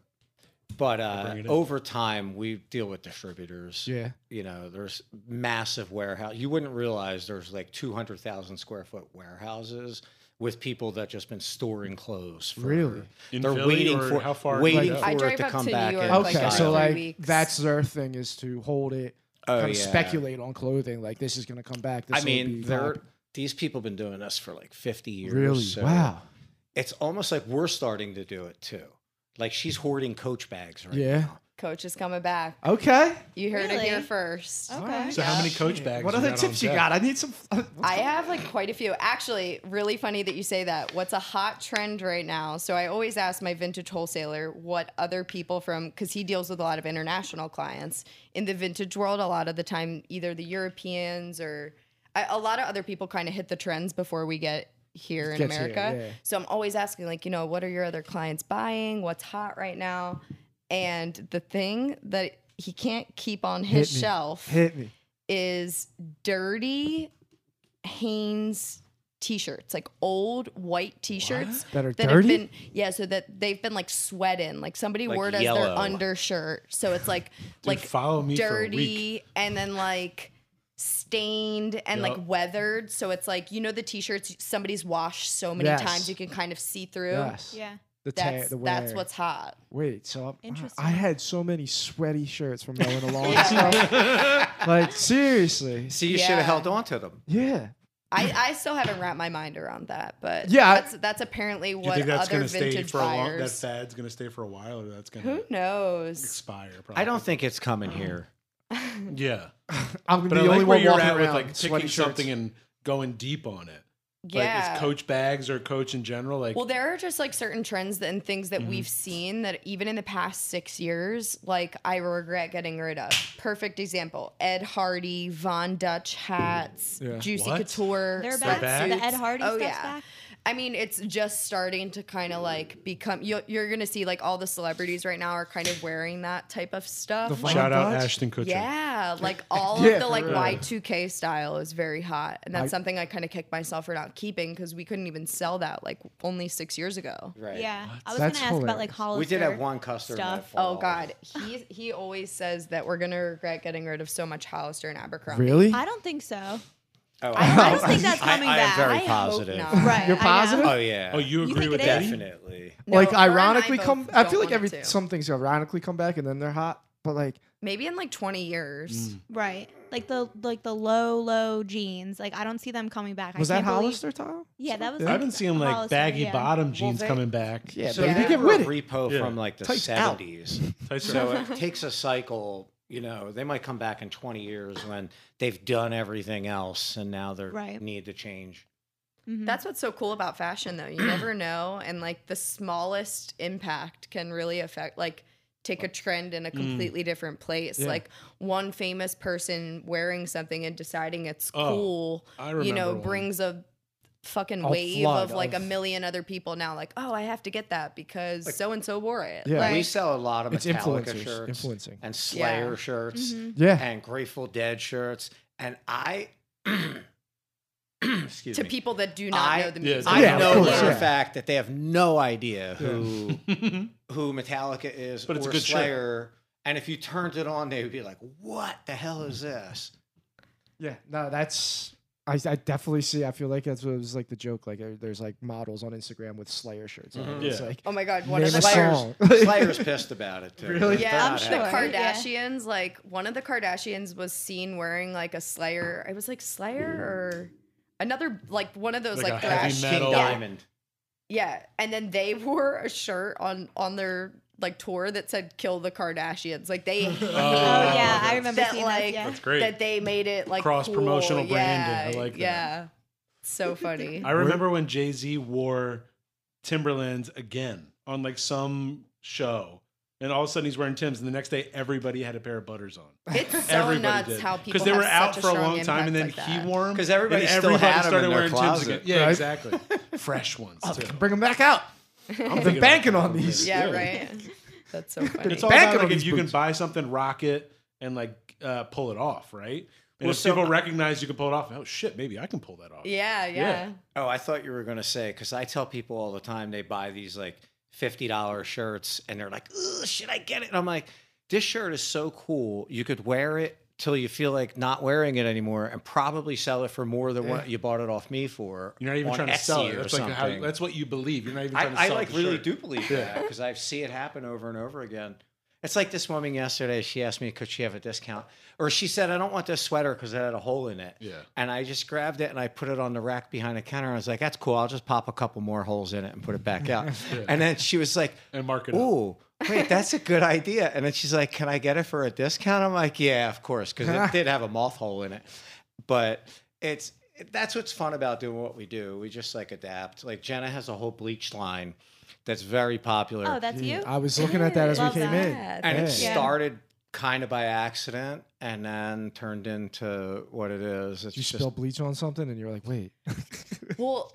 [SPEAKER 5] but uh,
[SPEAKER 1] bring it in.
[SPEAKER 5] over time we deal with distributors.
[SPEAKER 3] Yeah.
[SPEAKER 5] You know, there's massive warehouse. You wouldn't realize there's like two hundred thousand square foot warehouses with people that just been storing clothes. For,
[SPEAKER 3] Really?
[SPEAKER 1] In
[SPEAKER 5] they're
[SPEAKER 1] Philly
[SPEAKER 5] waiting
[SPEAKER 1] or
[SPEAKER 5] for
[SPEAKER 1] how far?
[SPEAKER 5] waiting
[SPEAKER 3] Like-
[SPEAKER 5] for
[SPEAKER 4] I
[SPEAKER 5] it
[SPEAKER 4] drive
[SPEAKER 5] to
[SPEAKER 4] up
[SPEAKER 5] come
[SPEAKER 4] to New
[SPEAKER 5] back.
[SPEAKER 4] York,
[SPEAKER 5] in.
[SPEAKER 4] like,
[SPEAKER 3] Okay,
[SPEAKER 4] every
[SPEAKER 3] so
[SPEAKER 4] three
[SPEAKER 3] like
[SPEAKER 4] weeks.
[SPEAKER 3] that's their thing is to hold it,
[SPEAKER 5] Oh,
[SPEAKER 3] kind of
[SPEAKER 5] yeah.
[SPEAKER 3] speculate on clothing like this is going to come back. This
[SPEAKER 5] I mean,
[SPEAKER 3] they're
[SPEAKER 5] they're these people been doing this for like fifty years.
[SPEAKER 3] really
[SPEAKER 5] so
[SPEAKER 3] wow.
[SPEAKER 5] It's almost like we're starting to do it too. Like she's hoarding coach bags right
[SPEAKER 3] Yeah.
[SPEAKER 5] now.
[SPEAKER 4] Coach is coming back.
[SPEAKER 3] Okay.
[SPEAKER 4] You heard it here
[SPEAKER 2] Really?
[SPEAKER 4] first.
[SPEAKER 2] Okay.
[SPEAKER 1] So how many coach bags?
[SPEAKER 3] What
[SPEAKER 1] you
[SPEAKER 3] other
[SPEAKER 1] got
[SPEAKER 3] tips
[SPEAKER 1] on
[SPEAKER 3] you
[SPEAKER 1] deck?
[SPEAKER 3] got? I need some.
[SPEAKER 4] [LAUGHS] I have like quite a few. Actually, really funny that you say that. What's a hot trend right now? So I always ask my vintage wholesaler what other people from because he deals with a lot of international clients in the vintage world. A lot of the time, either the Europeans or I, a lot of other people kind of hit the trends before we get here in
[SPEAKER 3] Gets here,
[SPEAKER 4] America.
[SPEAKER 3] yeah.
[SPEAKER 4] So I'm always asking, like, you know, what are your other clients buying? What's hot right now? And the thing that he can't keep on his
[SPEAKER 3] Hit me.
[SPEAKER 4] shelf
[SPEAKER 3] Hit me.
[SPEAKER 4] is dirty Hanes t-shirts, like old white t-shirts
[SPEAKER 3] That are
[SPEAKER 4] that
[SPEAKER 3] dirty?
[SPEAKER 4] have been yeah, so that they've been like sweat in. Like somebody
[SPEAKER 5] Like
[SPEAKER 4] wore it as their
[SPEAKER 5] yellow.
[SPEAKER 4] undershirt. So
[SPEAKER 1] [LAUGHS]
[SPEAKER 4] it's like like
[SPEAKER 1] follow me for a
[SPEAKER 4] dirty and then like stained and
[SPEAKER 1] Yup.
[SPEAKER 4] like weathered. So it's like you know the t-shirts somebody's washed so many
[SPEAKER 3] Yes.
[SPEAKER 4] times you can kind of see through.
[SPEAKER 3] Yes.
[SPEAKER 2] Yeah.
[SPEAKER 3] The ta-
[SPEAKER 4] That's
[SPEAKER 3] the wear.
[SPEAKER 4] that's what's hot.
[SPEAKER 3] Wait, so I'm, I-
[SPEAKER 2] Interesting.
[SPEAKER 3] I had so many sweaty shirts from mowing the
[SPEAKER 4] [LAUGHS]
[SPEAKER 3] lawn.
[SPEAKER 2] [LAUGHS]
[SPEAKER 3] and stuff.
[SPEAKER 5] [LAUGHS]
[SPEAKER 3] like seriously,
[SPEAKER 5] See, you should have
[SPEAKER 4] Yeah.
[SPEAKER 5] held on to them.
[SPEAKER 3] yeah.
[SPEAKER 4] I, I still haven't wrapped my mind around that, but
[SPEAKER 3] Yeah, I-
[SPEAKER 4] that's that's apparently
[SPEAKER 1] You
[SPEAKER 4] what
[SPEAKER 1] think that's
[SPEAKER 4] other
[SPEAKER 1] gonna stay
[SPEAKER 4] vintage
[SPEAKER 1] for a long? That
[SPEAKER 4] buyers.
[SPEAKER 1] fad's gonna stay for a while, or that's gonna
[SPEAKER 4] Who knows? [LAUGHS]
[SPEAKER 1] expire? Probably.
[SPEAKER 5] I don't think it's coming here.
[SPEAKER 1] Yeah,
[SPEAKER 3] I'm
[SPEAKER 1] but
[SPEAKER 3] the
[SPEAKER 1] I like where
[SPEAKER 3] only one
[SPEAKER 1] you're
[SPEAKER 3] walking
[SPEAKER 1] at
[SPEAKER 3] around
[SPEAKER 1] with like picking
[SPEAKER 3] sweaty shirts.
[SPEAKER 1] something and going deep on it.
[SPEAKER 4] Yeah.
[SPEAKER 1] Like, is coach bags or coach in general? Like,
[SPEAKER 4] well, there are just like certain trends and things that we've seen that even in the past six years, like I regret getting rid of. Perfect example Ed Hardy, Von Dutch hats, Juicy
[SPEAKER 1] What?
[SPEAKER 4] Couture.
[SPEAKER 2] They're back.
[SPEAKER 1] back?
[SPEAKER 2] The Ed Hardy
[SPEAKER 4] Oh,
[SPEAKER 2] stuff's
[SPEAKER 4] yeah.
[SPEAKER 2] back.
[SPEAKER 4] I mean, it's just starting to kind of like become. You're, you're gonna see like all the celebrities right now are kind of wearing that type of stuff.
[SPEAKER 3] The
[SPEAKER 4] like,
[SPEAKER 3] Shout out Dutch?
[SPEAKER 1] Ashton Kutcher.
[SPEAKER 4] Yeah, like all
[SPEAKER 3] Yeah,
[SPEAKER 4] of the
[SPEAKER 3] for
[SPEAKER 4] like
[SPEAKER 3] real.
[SPEAKER 4] Y2K style is very hot, and that's
[SPEAKER 3] I-
[SPEAKER 4] something I kind of kicked myself for not keeping because we couldn't even sell that like only six years ago.
[SPEAKER 5] Right.
[SPEAKER 2] Yeah. I was
[SPEAKER 3] That's
[SPEAKER 2] gonna ask about like
[SPEAKER 3] hilarious.
[SPEAKER 2] Hollister.
[SPEAKER 5] We did have one customer. that
[SPEAKER 2] stuff.
[SPEAKER 4] Oh
[SPEAKER 5] followed.
[SPEAKER 4] God, he he always says that we're gonna regret getting rid of so much Hollister and Abercrombie.
[SPEAKER 3] Really?
[SPEAKER 2] I don't think so.
[SPEAKER 5] Oh,
[SPEAKER 2] I don't think that's
[SPEAKER 5] [LAUGHS] I-
[SPEAKER 2] coming
[SPEAKER 5] I am
[SPEAKER 2] back.
[SPEAKER 5] very
[SPEAKER 4] I hope
[SPEAKER 5] positive.
[SPEAKER 4] not.
[SPEAKER 2] Right.
[SPEAKER 3] You're
[SPEAKER 2] I know.
[SPEAKER 3] positive?
[SPEAKER 5] Oh yeah.
[SPEAKER 1] Oh, you
[SPEAKER 2] You
[SPEAKER 1] agree
[SPEAKER 2] think
[SPEAKER 1] with
[SPEAKER 2] it
[SPEAKER 1] that?
[SPEAKER 2] is?
[SPEAKER 5] definitely.
[SPEAKER 4] No,
[SPEAKER 3] like
[SPEAKER 4] her and I
[SPEAKER 3] ironically
[SPEAKER 4] both
[SPEAKER 3] come. I
[SPEAKER 4] don't
[SPEAKER 3] feel like
[SPEAKER 4] want
[SPEAKER 3] every
[SPEAKER 4] to.
[SPEAKER 3] some things ironically come back and then they're hot, but like
[SPEAKER 4] maybe in like twenty years.
[SPEAKER 2] Right. Like the like the low low jeans. Like I don't see them coming back.
[SPEAKER 3] was
[SPEAKER 2] I
[SPEAKER 3] that
[SPEAKER 2] can't believe-
[SPEAKER 3] Hollister Tom?
[SPEAKER 2] Yeah, that was.
[SPEAKER 3] Yeah.
[SPEAKER 1] I
[SPEAKER 2] Like
[SPEAKER 1] haven't seen like
[SPEAKER 2] Hollister,
[SPEAKER 1] baggy
[SPEAKER 2] yeah.
[SPEAKER 1] bottom jeans
[SPEAKER 5] they-
[SPEAKER 1] coming back.
[SPEAKER 3] Yeah,
[SPEAKER 5] So
[SPEAKER 3] but
[SPEAKER 5] they
[SPEAKER 3] they get
[SPEAKER 5] were
[SPEAKER 3] rid
[SPEAKER 5] a
[SPEAKER 3] of it.
[SPEAKER 5] repo
[SPEAKER 1] Yeah.
[SPEAKER 5] from like the
[SPEAKER 3] Tights out.
[SPEAKER 5] seventies.
[SPEAKER 1] Tyson-
[SPEAKER 5] So it takes a cycle. You know, they might come back in twenty years when they've done everything else, and now they
[SPEAKER 2] Right.
[SPEAKER 5] need to change.
[SPEAKER 2] Mhm.
[SPEAKER 4] That's what's so cool about fashion, though. You never know, and like the smallest impact can really affect, like, take a trend in a completely different place.
[SPEAKER 3] Yeah.
[SPEAKER 4] Like one famous person wearing something and deciding it's
[SPEAKER 1] Oh,
[SPEAKER 4] cool,
[SPEAKER 1] I
[SPEAKER 4] you know,
[SPEAKER 1] remember one.
[SPEAKER 4] brings a fucking
[SPEAKER 3] A
[SPEAKER 4] wave
[SPEAKER 3] flood
[SPEAKER 4] of like
[SPEAKER 3] of-
[SPEAKER 4] a million other people now. Like, oh, I have to get that because so and so wore it.
[SPEAKER 3] Yeah.
[SPEAKER 4] Like,
[SPEAKER 5] We sell a lot of
[SPEAKER 3] It's
[SPEAKER 5] Metallica
[SPEAKER 3] influencers,
[SPEAKER 5] shirts,
[SPEAKER 3] influencing.
[SPEAKER 5] and Slayer shirts,
[SPEAKER 2] Mhm.
[SPEAKER 3] Yeah.
[SPEAKER 5] and Grateful Dead shirts, and I. [CLEARS THROAT] excuse
[SPEAKER 4] to
[SPEAKER 5] me.
[SPEAKER 4] people that do not
[SPEAKER 5] I-
[SPEAKER 4] know the
[SPEAKER 1] Yeah,
[SPEAKER 4] music.
[SPEAKER 5] I
[SPEAKER 3] Yeah, of
[SPEAKER 5] know
[SPEAKER 3] course,
[SPEAKER 5] for a
[SPEAKER 3] yeah.
[SPEAKER 5] fact that they have no idea
[SPEAKER 3] [LAUGHS]
[SPEAKER 5] who who Metallica is
[SPEAKER 1] But it's a
[SPEAKER 5] or
[SPEAKER 1] good shirt.
[SPEAKER 5] Slayer. And if you turned it on, they would be like, "What the hell
[SPEAKER 3] [LAUGHS]
[SPEAKER 5] is this?"
[SPEAKER 3] Yeah, no, that's I, I definitely see. I feel like that's what was like the joke. Like uh, there's like models on Instagram with Slayer shirts. On.
[SPEAKER 5] Mhm.
[SPEAKER 3] It's
[SPEAKER 1] Yeah.
[SPEAKER 3] like
[SPEAKER 4] Oh my god, one
[SPEAKER 3] name
[SPEAKER 4] of
[SPEAKER 3] a
[SPEAKER 4] the
[SPEAKER 3] song. [LAUGHS]
[SPEAKER 5] [LAUGHS] Slayer's pissed about it too.
[SPEAKER 3] Really?
[SPEAKER 5] They're
[SPEAKER 4] Yeah,
[SPEAKER 5] not
[SPEAKER 4] the
[SPEAKER 5] happy.
[SPEAKER 2] sure. Yeah.
[SPEAKER 4] Kardashians, like one of the Kardashians was seen wearing like a Slayer. It was like Slayer or another like one of those
[SPEAKER 1] Like
[SPEAKER 4] like,
[SPEAKER 1] a heavy
[SPEAKER 4] thrash.
[SPEAKER 1] metal-
[SPEAKER 5] King
[SPEAKER 1] Yeah.
[SPEAKER 5] Diamond.
[SPEAKER 4] Yeah, and then they [LAUGHS] wore a shirt on on their like tour that said "Kill the Kardashians."
[SPEAKER 1] [LAUGHS]
[SPEAKER 4] Like they hated
[SPEAKER 2] Oh yeah, I remember
[SPEAKER 4] that
[SPEAKER 2] seeing
[SPEAKER 4] like
[SPEAKER 2] that.
[SPEAKER 1] [LAUGHS]
[SPEAKER 2] Yeah.
[SPEAKER 1] That's great.
[SPEAKER 4] that they made it like
[SPEAKER 1] Cross
[SPEAKER 4] cool.
[SPEAKER 1] promotional
[SPEAKER 4] yeah,
[SPEAKER 1] branding. I like that.
[SPEAKER 4] Yeah,
[SPEAKER 1] [LAUGHS]
[SPEAKER 4] so funny.
[SPEAKER 1] I remember when Jay Z wore Timberlands again on like some show, and all of a sudden he's wearing Tim's, and the next day everybody had a pair of butters on.
[SPEAKER 4] It's so
[SPEAKER 1] Everybody
[SPEAKER 4] nuts
[SPEAKER 1] did.
[SPEAKER 4] how people
[SPEAKER 1] they
[SPEAKER 4] have
[SPEAKER 1] were out
[SPEAKER 4] such
[SPEAKER 1] for a
[SPEAKER 4] strong
[SPEAKER 1] long time, and then
[SPEAKER 4] impact like
[SPEAKER 1] he
[SPEAKER 4] that.
[SPEAKER 1] wore them
[SPEAKER 5] 'cause everybody
[SPEAKER 1] and
[SPEAKER 5] still
[SPEAKER 1] everybody
[SPEAKER 5] had 'em
[SPEAKER 1] started
[SPEAKER 5] in their
[SPEAKER 1] wearing Tim's
[SPEAKER 5] closet. Oh,
[SPEAKER 1] again. Yeah,
[SPEAKER 3] Right?
[SPEAKER 1] exactly.
[SPEAKER 5] [LAUGHS]
[SPEAKER 1] Fresh ones too.
[SPEAKER 3] Bring them back out.
[SPEAKER 1] I'm
[SPEAKER 3] They're
[SPEAKER 1] thinking
[SPEAKER 3] banking
[SPEAKER 1] about
[SPEAKER 3] on
[SPEAKER 1] it. [LAUGHS]
[SPEAKER 3] these.
[SPEAKER 4] Yeah, right. That's so funny.
[SPEAKER 1] It's all
[SPEAKER 3] Back
[SPEAKER 1] about
[SPEAKER 3] on
[SPEAKER 1] like if
[SPEAKER 3] these
[SPEAKER 1] you can
[SPEAKER 3] boots.
[SPEAKER 1] buy something, rock it, and like uh, pull it off, right? And
[SPEAKER 5] Well,
[SPEAKER 1] if
[SPEAKER 5] so-
[SPEAKER 1] people recognize you can pull it off, oh shit, maybe I can pull that off.
[SPEAKER 4] Yeah, yeah.
[SPEAKER 5] Oh, I thought you were going to say because I tell people all the time they buy these like fifty dollars shirts and they're like, "Ugh, should I get it?" And I'm like, this shirt is so cool. You could wear it till you feel like not wearing it anymore, and probably sell it for more than what you bought it off me for.
[SPEAKER 1] You're not even
[SPEAKER 5] on
[SPEAKER 1] trying to sell
[SPEAKER 5] Etsy
[SPEAKER 1] it.
[SPEAKER 5] or
[SPEAKER 1] That's like how,
[SPEAKER 5] something.
[SPEAKER 1] that's what you believe. You're not even trying to
[SPEAKER 5] I, I
[SPEAKER 1] sell
[SPEAKER 5] like
[SPEAKER 1] the
[SPEAKER 5] really
[SPEAKER 1] shirt. [LAUGHS]
[SPEAKER 5] do believe that because I see it happen over and over again. It's like this woman yesterday. She asked me, could she have a discount? Or she said, I don't want this sweater because it had a hole in it.
[SPEAKER 1] Yeah.
[SPEAKER 5] And I just grabbed it and I put it on the rack behind the counter. I was like, that's cool. I'll just pop a couple more holes in it and put it
[SPEAKER 1] [LAUGHS]
[SPEAKER 5] back out. And then she was like,
[SPEAKER 1] and market. it.
[SPEAKER 5] ooh, wait, that's a good idea. And then she's like, can I get it for a discount? I'm like, yeah, of course, because it did have a moth hole in it. But it's that's what's fun about doing what we do. We just like adapt. Like Jenna has a whole bleach line that's very popular.
[SPEAKER 2] Oh, that's you. [LAUGHS]
[SPEAKER 3] I was looking at that as we
[SPEAKER 2] Love
[SPEAKER 3] came in.
[SPEAKER 2] that.
[SPEAKER 4] Yeah.
[SPEAKER 3] [LAUGHS]
[SPEAKER 5] and it
[SPEAKER 3] Yeah.
[SPEAKER 5] started kind of by accident and then turned into what it is. It's
[SPEAKER 3] You
[SPEAKER 5] just
[SPEAKER 3] spill bleach on something, and you're like,
[SPEAKER 5] [LAUGHS]
[SPEAKER 3] wait. [LAUGHS]
[SPEAKER 4] Well,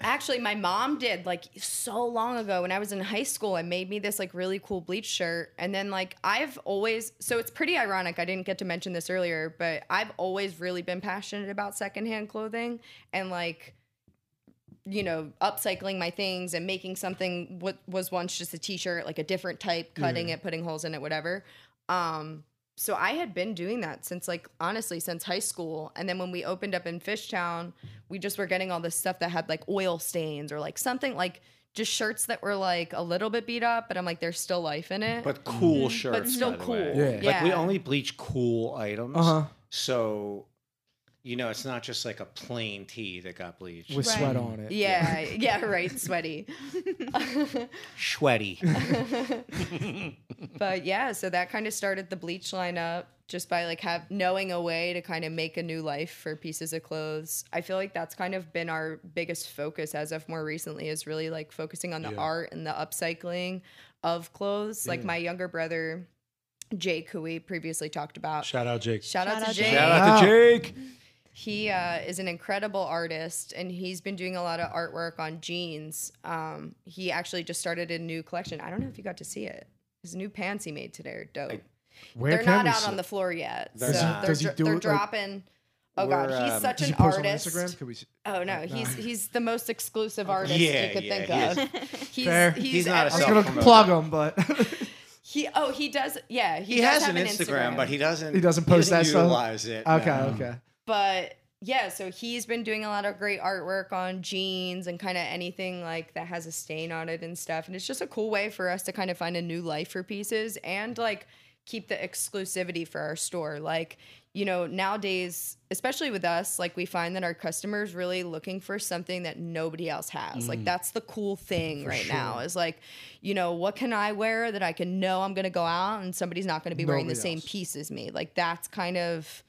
[SPEAKER 4] actually, my mom did like so long ago when I was in high school and made me this like really cool bleach shirt. And then, like, I've always, so it's pretty ironic. I didn't get to mention this earlier, but I've always really been passionate about secondhand clothing and like, you know, upcycling my things and making something what was once just a t shirt, like a different type,
[SPEAKER 3] Mm.
[SPEAKER 4] cutting it, putting holes in it, whatever. Um, so I had been doing that since like honestly since high school. And then when we opened up in Fishtown, we just were getting all this stuff that had like oil stains or like something like just shirts that were like a little bit beat up, but I'm like there's still life in it.
[SPEAKER 5] but cool shirts.
[SPEAKER 4] still
[SPEAKER 5] by the
[SPEAKER 4] cool.
[SPEAKER 5] way.
[SPEAKER 3] Yeah.
[SPEAKER 5] Like we
[SPEAKER 4] Yeah.
[SPEAKER 5] only bleach cool items.
[SPEAKER 3] Uh huh.
[SPEAKER 5] So, you know, it's not just like a plain tee that got bleached.
[SPEAKER 3] With
[SPEAKER 2] Right.
[SPEAKER 3] sweat on it.
[SPEAKER 4] yeah, yeah, right, sweaty. [LAUGHS]
[SPEAKER 5] Sweaty.
[SPEAKER 4] but yeah, so that kind of started the bleach lineup just by like have knowing a way to kind of make a new life for pieces of clothes. I feel like that's kind of been our biggest focus as of more recently is really like focusing on the art and the upcycling of clothes. Like my younger brother Jake, who we previously talked about.
[SPEAKER 1] [LAUGHS] Shout
[SPEAKER 4] Shout,
[SPEAKER 1] out Jake.
[SPEAKER 4] out,
[SPEAKER 2] Shout
[SPEAKER 4] to
[SPEAKER 2] out to
[SPEAKER 4] Jake.
[SPEAKER 5] Shout out to
[SPEAKER 3] Wow.
[SPEAKER 5] Jake.
[SPEAKER 4] He uh, is an incredible artist, and he's been doing a lot of artwork on jeans. Um, he actually just started a new collection. I don't know if you got to see it. His new pants he made today are dope.
[SPEAKER 3] Where
[SPEAKER 4] they're
[SPEAKER 3] can
[SPEAKER 4] not
[SPEAKER 3] we
[SPEAKER 4] out
[SPEAKER 3] see-
[SPEAKER 4] on the floor yet.
[SPEAKER 5] They're
[SPEAKER 4] so
[SPEAKER 5] not.
[SPEAKER 4] they're,
[SPEAKER 3] Does he
[SPEAKER 4] dr-
[SPEAKER 3] do
[SPEAKER 4] they're
[SPEAKER 3] it, like-
[SPEAKER 4] dropping. Oh god,
[SPEAKER 5] We're, um,
[SPEAKER 4] he's such
[SPEAKER 3] Does
[SPEAKER 4] an
[SPEAKER 3] he post
[SPEAKER 4] artist.
[SPEAKER 3] on Instagram? Could we see?
[SPEAKER 4] Oh no, he's he's the most exclusive artist
[SPEAKER 5] Yeah,
[SPEAKER 4] you could
[SPEAKER 5] yeah, he
[SPEAKER 4] think of. [LAUGHS] He's,
[SPEAKER 3] Fair.
[SPEAKER 4] He's,
[SPEAKER 5] He's not a
[SPEAKER 4] at-
[SPEAKER 3] I was
[SPEAKER 5] So
[SPEAKER 3] gonna
[SPEAKER 5] promoted.
[SPEAKER 3] plug him, but [LAUGHS]
[SPEAKER 4] He oh he does yeah he,
[SPEAKER 5] He
[SPEAKER 4] does
[SPEAKER 5] has
[SPEAKER 4] have
[SPEAKER 5] an Instagram, but he doesn't.
[SPEAKER 3] He doesn't post that stuff?
[SPEAKER 5] Utilize it.
[SPEAKER 3] okay,
[SPEAKER 5] no.
[SPEAKER 3] okay.
[SPEAKER 4] but yeah, so he's been doing a lot of great artwork on jeans and kind of anything like that has a stain on it and stuff. And it's just a cool way for us to kind of find a new life for pieces and like keep the exclusivity for our store. Like, you know, nowadays, especially with us, like we find that our customers really looking for something that nobody else has. Like that's the cool thing right now is like, you know, what can I wear that I can know I'm going to go out and somebody's not going to be wearing the
[SPEAKER 3] Nobody
[SPEAKER 4] same
[SPEAKER 3] else.
[SPEAKER 4] piece as me. Like that's kind of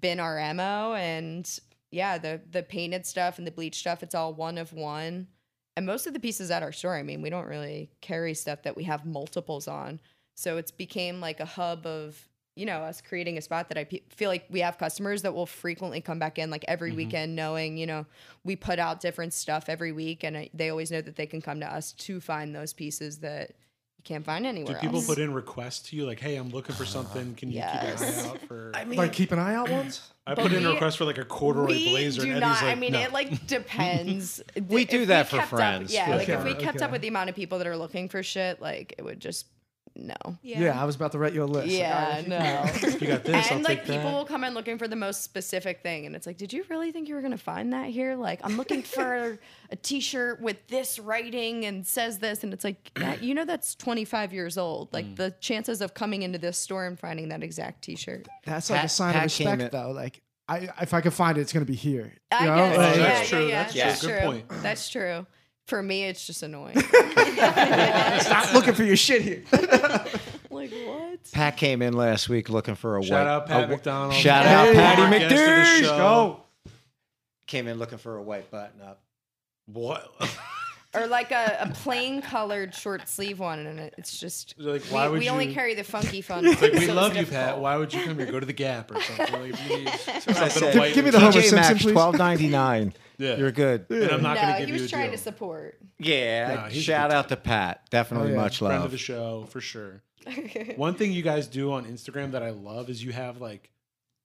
[SPEAKER 4] been our mo and yeah the the painted stuff and the bleach stuff it's all one of one and most of the pieces at our store i mean we don't really carry stuff that we have multiples on so it's became like a hub of you know us creating a spot that i pe- feel like we have customers that will frequently come back in like every
[SPEAKER 1] Mm-hmm.
[SPEAKER 4] weekend knowing you know we put out different stuff every week and I, they always know that they can come to us to find those pieces that you can't find
[SPEAKER 1] Do
[SPEAKER 4] anywhere
[SPEAKER 1] people
[SPEAKER 4] else
[SPEAKER 1] put in requests to you like, "Hey, I'm looking for something. Can you keep an
[SPEAKER 4] Uh, Yes.
[SPEAKER 1] eye out for?"
[SPEAKER 5] I mean,
[SPEAKER 3] Like keep an eye out ones.
[SPEAKER 1] I
[SPEAKER 4] But
[SPEAKER 1] put in a
[SPEAKER 4] we-
[SPEAKER 1] request for like a corduroy
[SPEAKER 4] we
[SPEAKER 1] blazer,
[SPEAKER 4] do
[SPEAKER 1] and
[SPEAKER 4] not.
[SPEAKER 1] Eddie's like,
[SPEAKER 4] I mean,
[SPEAKER 1] no. [LAUGHS]
[SPEAKER 4] it like depends.
[SPEAKER 5] We
[SPEAKER 4] If
[SPEAKER 5] do that for
[SPEAKER 4] kept up-
[SPEAKER 5] friends.
[SPEAKER 4] yeah, like if
[SPEAKER 3] Okay,
[SPEAKER 4] we kept
[SPEAKER 3] okay.
[SPEAKER 4] up with the amount of people that are looking for shit, like it would just no.
[SPEAKER 3] Yeah. I was about to write you a list. Like, all right,
[SPEAKER 4] Yeah,
[SPEAKER 3] if you-
[SPEAKER 4] no.
[SPEAKER 1] you got this. I'll
[SPEAKER 4] [LAUGHS] And like
[SPEAKER 1] take
[SPEAKER 4] people
[SPEAKER 1] that.
[SPEAKER 4] will come in looking for the most specific thing, and it's like, did you really think you were gonna find that here? Like,
[SPEAKER 1] [LAUGHS]
[SPEAKER 4] I'm looking for a T-shirt with this writing and says this, and it's
[SPEAKER 1] [CLEARS THROAT]
[SPEAKER 4] like, that, you know, that's 25 years old. Like
[SPEAKER 1] Mm.
[SPEAKER 4] the chances of coming into this store and finding that exact T-shirt.
[SPEAKER 3] [LAUGHS] That's like a
[SPEAKER 5] Pat-
[SPEAKER 3] sign of
[SPEAKER 5] Pat came
[SPEAKER 3] respect,
[SPEAKER 5] in-
[SPEAKER 3] though. Like, I if I could find it, it's gonna be here.
[SPEAKER 4] I
[SPEAKER 3] You know?
[SPEAKER 4] guess.
[SPEAKER 3] Like,
[SPEAKER 1] Oh,
[SPEAKER 4] yeah,
[SPEAKER 1] that's
[SPEAKER 4] yeah,
[SPEAKER 1] true,
[SPEAKER 4] yeah,
[SPEAKER 1] that's
[SPEAKER 4] That's
[SPEAKER 1] true.
[SPEAKER 4] true.
[SPEAKER 1] Good point.
[SPEAKER 4] That's true. For me, it's
[SPEAKER 1] [LAUGHS]
[SPEAKER 4] just annoying. [LAUGHS]
[SPEAKER 3] [LAUGHS] Stop looking for your shit here.
[SPEAKER 4] like what?
[SPEAKER 5] Pat came in last week looking for a
[SPEAKER 1] Shout
[SPEAKER 5] white.
[SPEAKER 1] out Pat
[SPEAKER 5] a wh-
[SPEAKER 1] McDonald.
[SPEAKER 5] Shout out
[SPEAKER 3] Hey,
[SPEAKER 5] Patty
[SPEAKER 3] our
[SPEAKER 1] guest of the
[SPEAKER 5] McDouche.
[SPEAKER 1] show.
[SPEAKER 5] Came in looking for a white button up.
[SPEAKER 1] What? [LAUGHS]
[SPEAKER 4] or like a, a plain colored short sleeve one, and it- it's just
[SPEAKER 1] They're like,
[SPEAKER 4] we-
[SPEAKER 1] why
[SPEAKER 4] we,
[SPEAKER 1] would
[SPEAKER 4] only
[SPEAKER 1] you-
[SPEAKER 4] carry the funky fun.
[SPEAKER 1] [LAUGHS]
[SPEAKER 4] ones,
[SPEAKER 1] Like, we
[SPEAKER 4] so it's
[SPEAKER 1] love you,
[SPEAKER 4] difficult.
[SPEAKER 1] Pat. Why would you come here? Go to the Gap or something. Like,
[SPEAKER 4] [LAUGHS]
[SPEAKER 1] if you need
[SPEAKER 5] I
[SPEAKER 1] something
[SPEAKER 5] said-
[SPEAKER 1] to white
[SPEAKER 3] Give me the
[SPEAKER 1] with.
[SPEAKER 3] Homer
[SPEAKER 5] TJ
[SPEAKER 3] Simpson,
[SPEAKER 5] Maxx,
[SPEAKER 3] please.
[SPEAKER 5] twelve ninety nine.
[SPEAKER 1] Yeah.
[SPEAKER 5] You're good.
[SPEAKER 1] And I'm not
[SPEAKER 4] No,
[SPEAKER 1] going to give
[SPEAKER 4] he
[SPEAKER 1] you
[SPEAKER 4] was
[SPEAKER 1] a
[SPEAKER 4] trying
[SPEAKER 1] deal.
[SPEAKER 4] to support. [LAUGHS]
[SPEAKER 5] Yeah.
[SPEAKER 1] No, he's a
[SPEAKER 5] shout
[SPEAKER 1] good
[SPEAKER 5] out to Pat.
[SPEAKER 3] Oh,
[SPEAKER 5] Definitely
[SPEAKER 3] yeah.
[SPEAKER 5] much
[SPEAKER 1] friend of
[SPEAKER 5] love.
[SPEAKER 1] the show for sure. One thing you guys do on Instagram that I love is you have like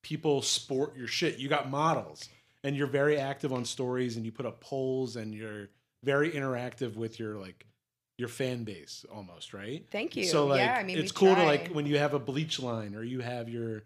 [SPEAKER 1] people sport your shit. You got models and you're very active on stories and you put up polls and you're very interactive with your like your fan base almost, right?
[SPEAKER 4] Thank you.
[SPEAKER 1] So like
[SPEAKER 4] yeah, I mean,
[SPEAKER 1] it's
[SPEAKER 4] we
[SPEAKER 1] cool
[SPEAKER 4] try.
[SPEAKER 1] to like when you have a bleach line or you have your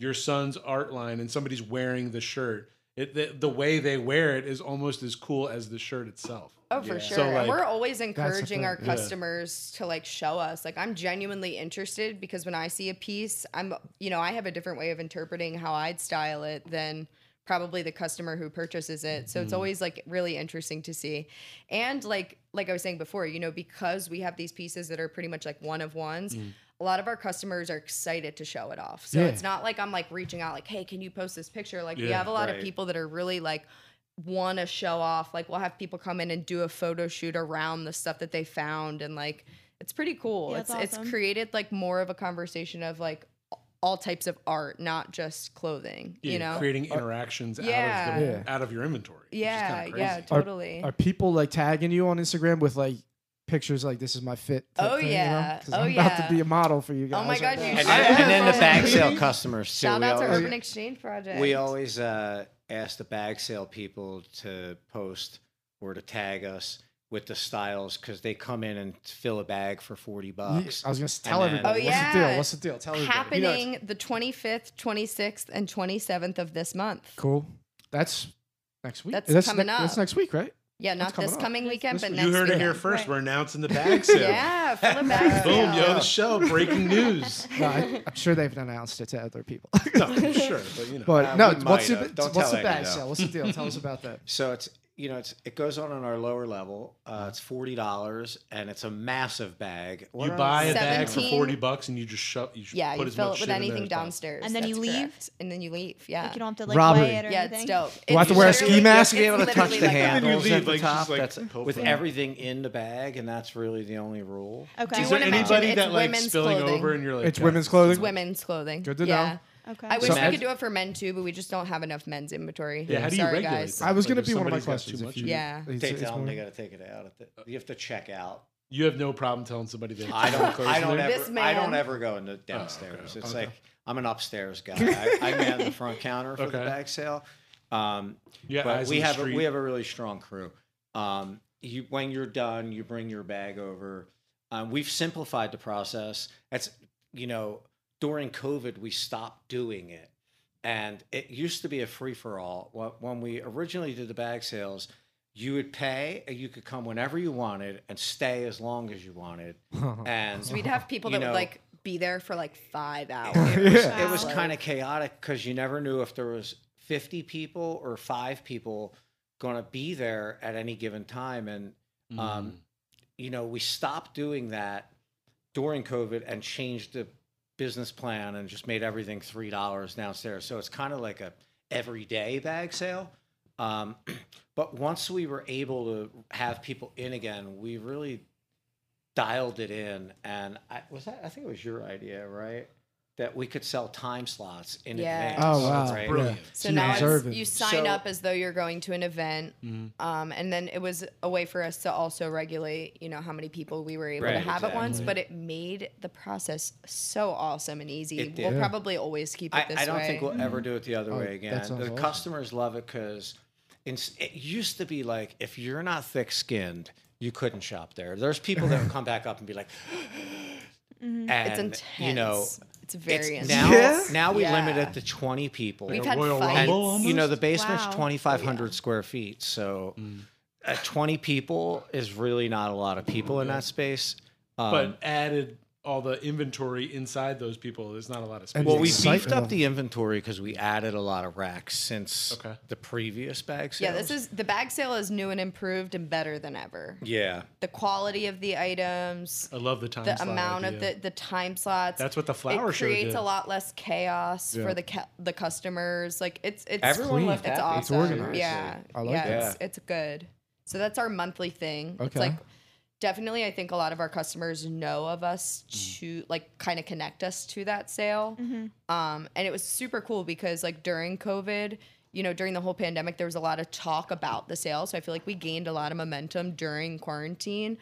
[SPEAKER 1] your son's art line and somebody's wearing the shirt. It, the, the way they wear it is almost as cool as the shirt itself.
[SPEAKER 4] Oh, for
[SPEAKER 5] Yeah.
[SPEAKER 4] sure.
[SPEAKER 1] So,
[SPEAKER 4] And
[SPEAKER 1] like-
[SPEAKER 4] we're always encouraging our
[SPEAKER 3] thing,
[SPEAKER 1] yeah.
[SPEAKER 4] customers to like show us. Like, I'm genuinely interested because when I see a piece, I'm, you know, I have a different way of interpreting how I'd style it than probably the customer who purchases it. So it's always like really interesting to see. And like, like I was saying before, you know, because we have these pieces that are pretty much like one of ones. A lot of our customers are excited to show it off. So
[SPEAKER 3] Yeah.
[SPEAKER 4] it's not like I'm like reaching out, like, hey, can you post this picture? Like, we
[SPEAKER 1] Yeah,
[SPEAKER 4] have a lot
[SPEAKER 5] right.
[SPEAKER 4] of people that are really like, want to show off. Like we'll have people come in and do a photo shoot around the stuff that they found, and like it's pretty cool.
[SPEAKER 2] Yeah,
[SPEAKER 4] it's
[SPEAKER 2] that's
[SPEAKER 4] it's
[SPEAKER 2] awesome.
[SPEAKER 4] created like more of a conversation of like all types of art, not just clothing.
[SPEAKER 1] Yeah,
[SPEAKER 4] you know?
[SPEAKER 1] creating interactions out of the,
[SPEAKER 3] Yeah.
[SPEAKER 1] out of your inventory. which is
[SPEAKER 4] yeah,
[SPEAKER 1] kinda
[SPEAKER 4] yeah,
[SPEAKER 1] crazy.
[SPEAKER 3] Are-
[SPEAKER 4] totally.
[SPEAKER 3] Are people like tagging you on Instagram with like pictures like this is my fit? type
[SPEAKER 4] Oh,
[SPEAKER 3] thing, you know?
[SPEAKER 4] yeah.
[SPEAKER 3] 'Cause
[SPEAKER 4] Oh,
[SPEAKER 3] I'm about
[SPEAKER 4] yeah.
[SPEAKER 3] to be a model for you guys.
[SPEAKER 4] Oh my
[SPEAKER 3] right
[SPEAKER 4] God,
[SPEAKER 3] now.
[SPEAKER 4] you
[SPEAKER 5] And
[SPEAKER 4] I-
[SPEAKER 5] then, and then the
[SPEAKER 4] I-
[SPEAKER 5] bag sale customers too.
[SPEAKER 4] Shout
[SPEAKER 5] We
[SPEAKER 4] out to
[SPEAKER 5] always-
[SPEAKER 4] Urban Exchange Project.
[SPEAKER 5] We always uh, ask the bag sale people to post or to tag us with the styles because they come in and fill a bag for 40
[SPEAKER 3] Ye-
[SPEAKER 5] bucks.
[SPEAKER 1] um
[SPEAKER 3] I was gonna s- tell
[SPEAKER 5] And then-
[SPEAKER 3] everybody.
[SPEAKER 4] Oh,
[SPEAKER 3] What's the
[SPEAKER 4] yeah.
[SPEAKER 3] deal? What's the deal? Tell everybody. You know, it's
[SPEAKER 4] happening the 25th, 26th, and 27th of this month.
[SPEAKER 3] cool. That's next week.
[SPEAKER 4] That's
[SPEAKER 3] that's
[SPEAKER 4] coming
[SPEAKER 3] ne- That's
[SPEAKER 4] up.
[SPEAKER 3] next week, right?
[SPEAKER 4] Yeah, not
[SPEAKER 3] coming
[SPEAKER 4] this
[SPEAKER 3] up.
[SPEAKER 4] coming weekend, but
[SPEAKER 3] You
[SPEAKER 4] next
[SPEAKER 1] you heard it here
[SPEAKER 4] weekend.
[SPEAKER 1] first.
[SPEAKER 2] Right.
[SPEAKER 1] We're announcing the bag sale.
[SPEAKER 4] Yeah, fill the bag.
[SPEAKER 1] [LAUGHS] Boom,
[SPEAKER 4] sale.
[SPEAKER 1] yo, the show. Breaking news.
[SPEAKER 3] No,
[SPEAKER 4] [LAUGHS]
[SPEAKER 3] I, I'm sure they've announced it to other
[SPEAKER 5] [LAUGHS]
[SPEAKER 3] people.
[SPEAKER 1] No, I'm sure, but you know.
[SPEAKER 3] but
[SPEAKER 5] Uh,
[SPEAKER 3] no,
[SPEAKER 5] we
[SPEAKER 3] what's
[SPEAKER 5] might
[SPEAKER 3] the,
[SPEAKER 5] have. Don't
[SPEAKER 3] what's
[SPEAKER 5] tell
[SPEAKER 3] the bag
[SPEAKER 5] Agnew.
[SPEAKER 3] sale? What's the deal? Tell us about
[SPEAKER 5] [LAUGHS]
[SPEAKER 3] that.
[SPEAKER 5] So it's you know it's it goes on on our lower level. Uh,
[SPEAKER 1] Uh-huh.
[SPEAKER 5] it's forty dollars and it's a massive bag. What
[SPEAKER 1] you
[SPEAKER 5] are
[SPEAKER 1] buy a
[SPEAKER 5] the-
[SPEAKER 1] bag for
[SPEAKER 4] 17.
[SPEAKER 1] forty bucks and you just shove. You
[SPEAKER 4] Yeah,
[SPEAKER 1] put
[SPEAKER 4] you
[SPEAKER 1] as
[SPEAKER 4] fill
[SPEAKER 1] much
[SPEAKER 4] it with
[SPEAKER 1] shit in there
[SPEAKER 4] anything
[SPEAKER 1] as possible.
[SPEAKER 4] downstairs.
[SPEAKER 2] And then
[SPEAKER 4] That's
[SPEAKER 2] you leave?
[SPEAKER 4] correct. And then you leave. Yeah.
[SPEAKER 2] Like you don't have to like
[SPEAKER 3] Robbery.
[SPEAKER 2] weigh it or
[SPEAKER 4] yeah,
[SPEAKER 2] anything.
[SPEAKER 4] it's dope.
[SPEAKER 3] Do I have to wear a
[SPEAKER 4] literally-
[SPEAKER 3] ski mask?
[SPEAKER 4] it's
[SPEAKER 5] Be able to touch
[SPEAKER 4] literally
[SPEAKER 5] the
[SPEAKER 4] like a-
[SPEAKER 1] hand.
[SPEAKER 5] handles
[SPEAKER 1] leave,
[SPEAKER 5] at the
[SPEAKER 1] like,
[SPEAKER 5] top.
[SPEAKER 1] just, like,
[SPEAKER 5] that's
[SPEAKER 1] poke
[SPEAKER 5] with
[SPEAKER 1] them.
[SPEAKER 5] everything in the bag, and that's really the only rule.
[SPEAKER 2] Okay.
[SPEAKER 4] Do
[SPEAKER 1] Is there
[SPEAKER 4] you wanna mention
[SPEAKER 1] anybody
[SPEAKER 4] it's
[SPEAKER 1] that like
[SPEAKER 4] women's
[SPEAKER 1] spilling
[SPEAKER 4] clothing?
[SPEAKER 1] over and you're like,
[SPEAKER 3] It's
[SPEAKER 1] "God,
[SPEAKER 3] women's
[SPEAKER 4] It's
[SPEAKER 3] clothing.
[SPEAKER 4] women's clothing.
[SPEAKER 3] Good to
[SPEAKER 4] yeah.
[SPEAKER 3] know.
[SPEAKER 2] okay.
[SPEAKER 4] I wish
[SPEAKER 3] So-
[SPEAKER 4] we could do it for men too, but we just don't have enough men's inventory.
[SPEAKER 1] Yeah, how do you
[SPEAKER 4] Sorry,
[SPEAKER 1] regulate
[SPEAKER 4] guys.
[SPEAKER 1] that?
[SPEAKER 3] I was
[SPEAKER 1] Like,
[SPEAKER 3] gonna
[SPEAKER 1] if
[SPEAKER 3] be one of my
[SPEAKER 1] somebody's got too
[SPEAKER 3] questions.
[SPEAKER 1] much
[SPEAKER 3] if you,
[SPEAKER 1] of it.
[SPEAKER 4] Yeah.
[SPEAKER 3] it's-
[SPEAKER 5] They
[SPEAKER 3] it's
[SPEAKER 5] tell them
[SPEAKER 3] more-
[SPEAKER 5] they got to take it out. At the, you have to check out.
[SPEAKER 1] You have no problem telling somebody that.
[SPEAKER 5] I don't.
[SPEAKER 1] clothes
[SPEAKER 5] I
[SPEAKER 1] in
[SPEAKER 5] don't
[SPEAKER 1] there?
[SPEAKER 5] ever.
[SPEAKER 4] This
[SPEAKER 5] I don't
[SPEAKER 4] man.
[SPEAKER 5] ever go into downstairs.
[SPEAKER 1] Oh, okay,
[SPEAKER 5] It's
[SPEAKER 1] okay.
[SPEAKER 5] like I'm an upstairs guy. I, I man the front counter for the
[SPEAKER 1] Okay.
[SPEAKER 5] bag sale. Um,
[SPEAKER 1] Yeah,
[SPEAKER 5] but
[SPEAKER 1] eyes
[SPEAKER 5] we
[SPEAKER 1] on the
[SPEAKER 5] have a,
[SPEAKER 1] street.
[SPEAKER 5] we have a really strong crew. Um, you when you're done, you bring your bag over. Um, we've simplified the process. That's you know during COVID we stopped doing it, and it used to be a free for all. When we originally did the bag sales, you would pay and you could come whenever you wanted and stay as long as you wanted. And
[SPEAKER 4] So we'd have people
[SPEAKER 5] You
[SPEAKER 4] that
[SPEAKER 5] know-
[SPEAKER 4] would like be there for like five hours.
[SPEAKER 5] it was,
[SPEAKER 3] Yeah.
[SPEAKER 5] it was
[SPEAKER 4] Wow.
[SPEAKER 5] kind of chaotic because you never knew if there was 50 people or five people going to be there at any given time and um, you know we stopped doing that during covid and changed the business plan and just made everything three dollars downstairs so it's kind of like a everyday bag sale um, [CLEARS THROAT] but once we were able to have people in again we really dialed it in and I was that I think it was your idea, right? That we could sell time slots in
[SPEAKER 4] Yeah.
[SPEAKER 5] advance.
[SPEAKER 3] Oh wow!
[SPEAKER 5] right?
[SPEAKER 1] brilliant.
[SPEAKER 4] So
[SPEAKER 3] She's
[SPEAKER 4] now it's,
[SPEAKER 3] observant.
[SPEAKER 4] you sign
[SPEAKER 5] So- Mm-hmm.
[SPEAKER 4] up as though you're going to an event, um, and then it was a way for us to also regulate, you know, how many people we were able to
[SPEAKER 5] Right,
[SPEAKER 4] have at once.
[SPEAKER 5] exactly.
[SPEAKER 4] But it made the process so awesome and easy.
[SPEAKER 5] It did.
[SPEAKER 4] We'll
[SPEAKER 5] Yeah.
[SPEAKER 4] probably always keep it
[SPEAKER 5] I,
[SPEAKER 4] this
[SPEAKER 5] I don't
[SPEAKER 4] way.
[SPEAKER 5] think we'll ever do it the other
[SPEAKER 3] Oh,
[SPEAKER 5] way
[SPEAKER 3] that
[SPEAKER 5] again. The
[SPEAKER 3] sounds awesome.
[SPEAKER 5] customers love it because it used to be like if you're not thick skinned, you couldn't shop there. There's people that would come back up and be like, [GASPS] and,
[SPEAKER 4] Mm-hmm. it's intense.
[SPEAKER 5] You know,
[SPEAKER 4] it's very intense.
[SPEAKER 5] it's now
[SPEAKER 3] Yeah?
[SPEAKER 5] now we
[SPEAKER 4] Yeah.
[SPEAKER 5] limit it to 20 people.
[SPEAKER 4] We've had
[SPEAKER 1] Royal
[SPEAKER 4] fights.
[SPEAKER 5] And,
[SPEAKER 1] Rumble
[SPEAKER 5] you know, the
[SPEAKER 1] almost?
[SPEAKER 5] basement's
[SPEAKER 2] Wow.
[SPEAKER 5] 2,500 square feet. So
[SPEAKER 3] Mm.
[SPEAKER 5] uh, 20 people is really not a lot of people in that space. Um,
[SPEAKER 1] But added all the inventory inside those people. There's not a lot of space.
[SPEAKER 3] And
[SPEAKER 5] well, we
[SPEAKER 3] Excitement.
[SPEAKER 5] beefed up the inventory because we added a lot of racks since
[SPEAKER 1] Okay.
[SPEAKER 5] the previous bag sales.
[SPEAKER 4] Yeah, this is the bag sale is new and improved and better than ever.
[SPEAKER 5] Yeah.
[SPEAKER 4] The quality of the items,
[SPEAKER 1] I love the time.
[SPEAKER 4] the
[SPEAKER 1] slot
[SPEAKER 4] amount of
[SPEAKER 1] idea.
[SPEAKER 4] the, the time slots.
[SPEAKER 1] That's what the flower
[SPEAKER 4] it
[SPEAKER 1] show
[SPEAKER 4] creates
[SPEAKER 1] did.
[SPEAKER 4] a lot less chaos
[SPEAKER 3] Yeah.
[SPEAKER 4] for the ca- the customers. Like it's it's
[SPEAKER 5] Everyone left
[SPEAKER 4] it's
[SPEAKER 5] happy.
[SPEAKER 4] awesome.
[SPEAKER 5] It's organized.
[SPEAKER 4] Yeah,
[SPEAKER 3] I like
[SPEAKER 4] yeah,
[SPEAKER 5] that.
[SPEAKER 4] It's, it's good. So that's our monthly thing. It's
[SPEAKER 3] Okay.
[SPEAKER 4] like definitely I think a lot of our customers know of us
[SPEAKER 1] Mm.
[SPEAKER 4] to like kind of connect us to that sale. Um, and it was super cool because like during COVID, you know, during the whole pandemic, there was a lot of talk about the sale. So I feel like we gained a lot of momentum during quarantine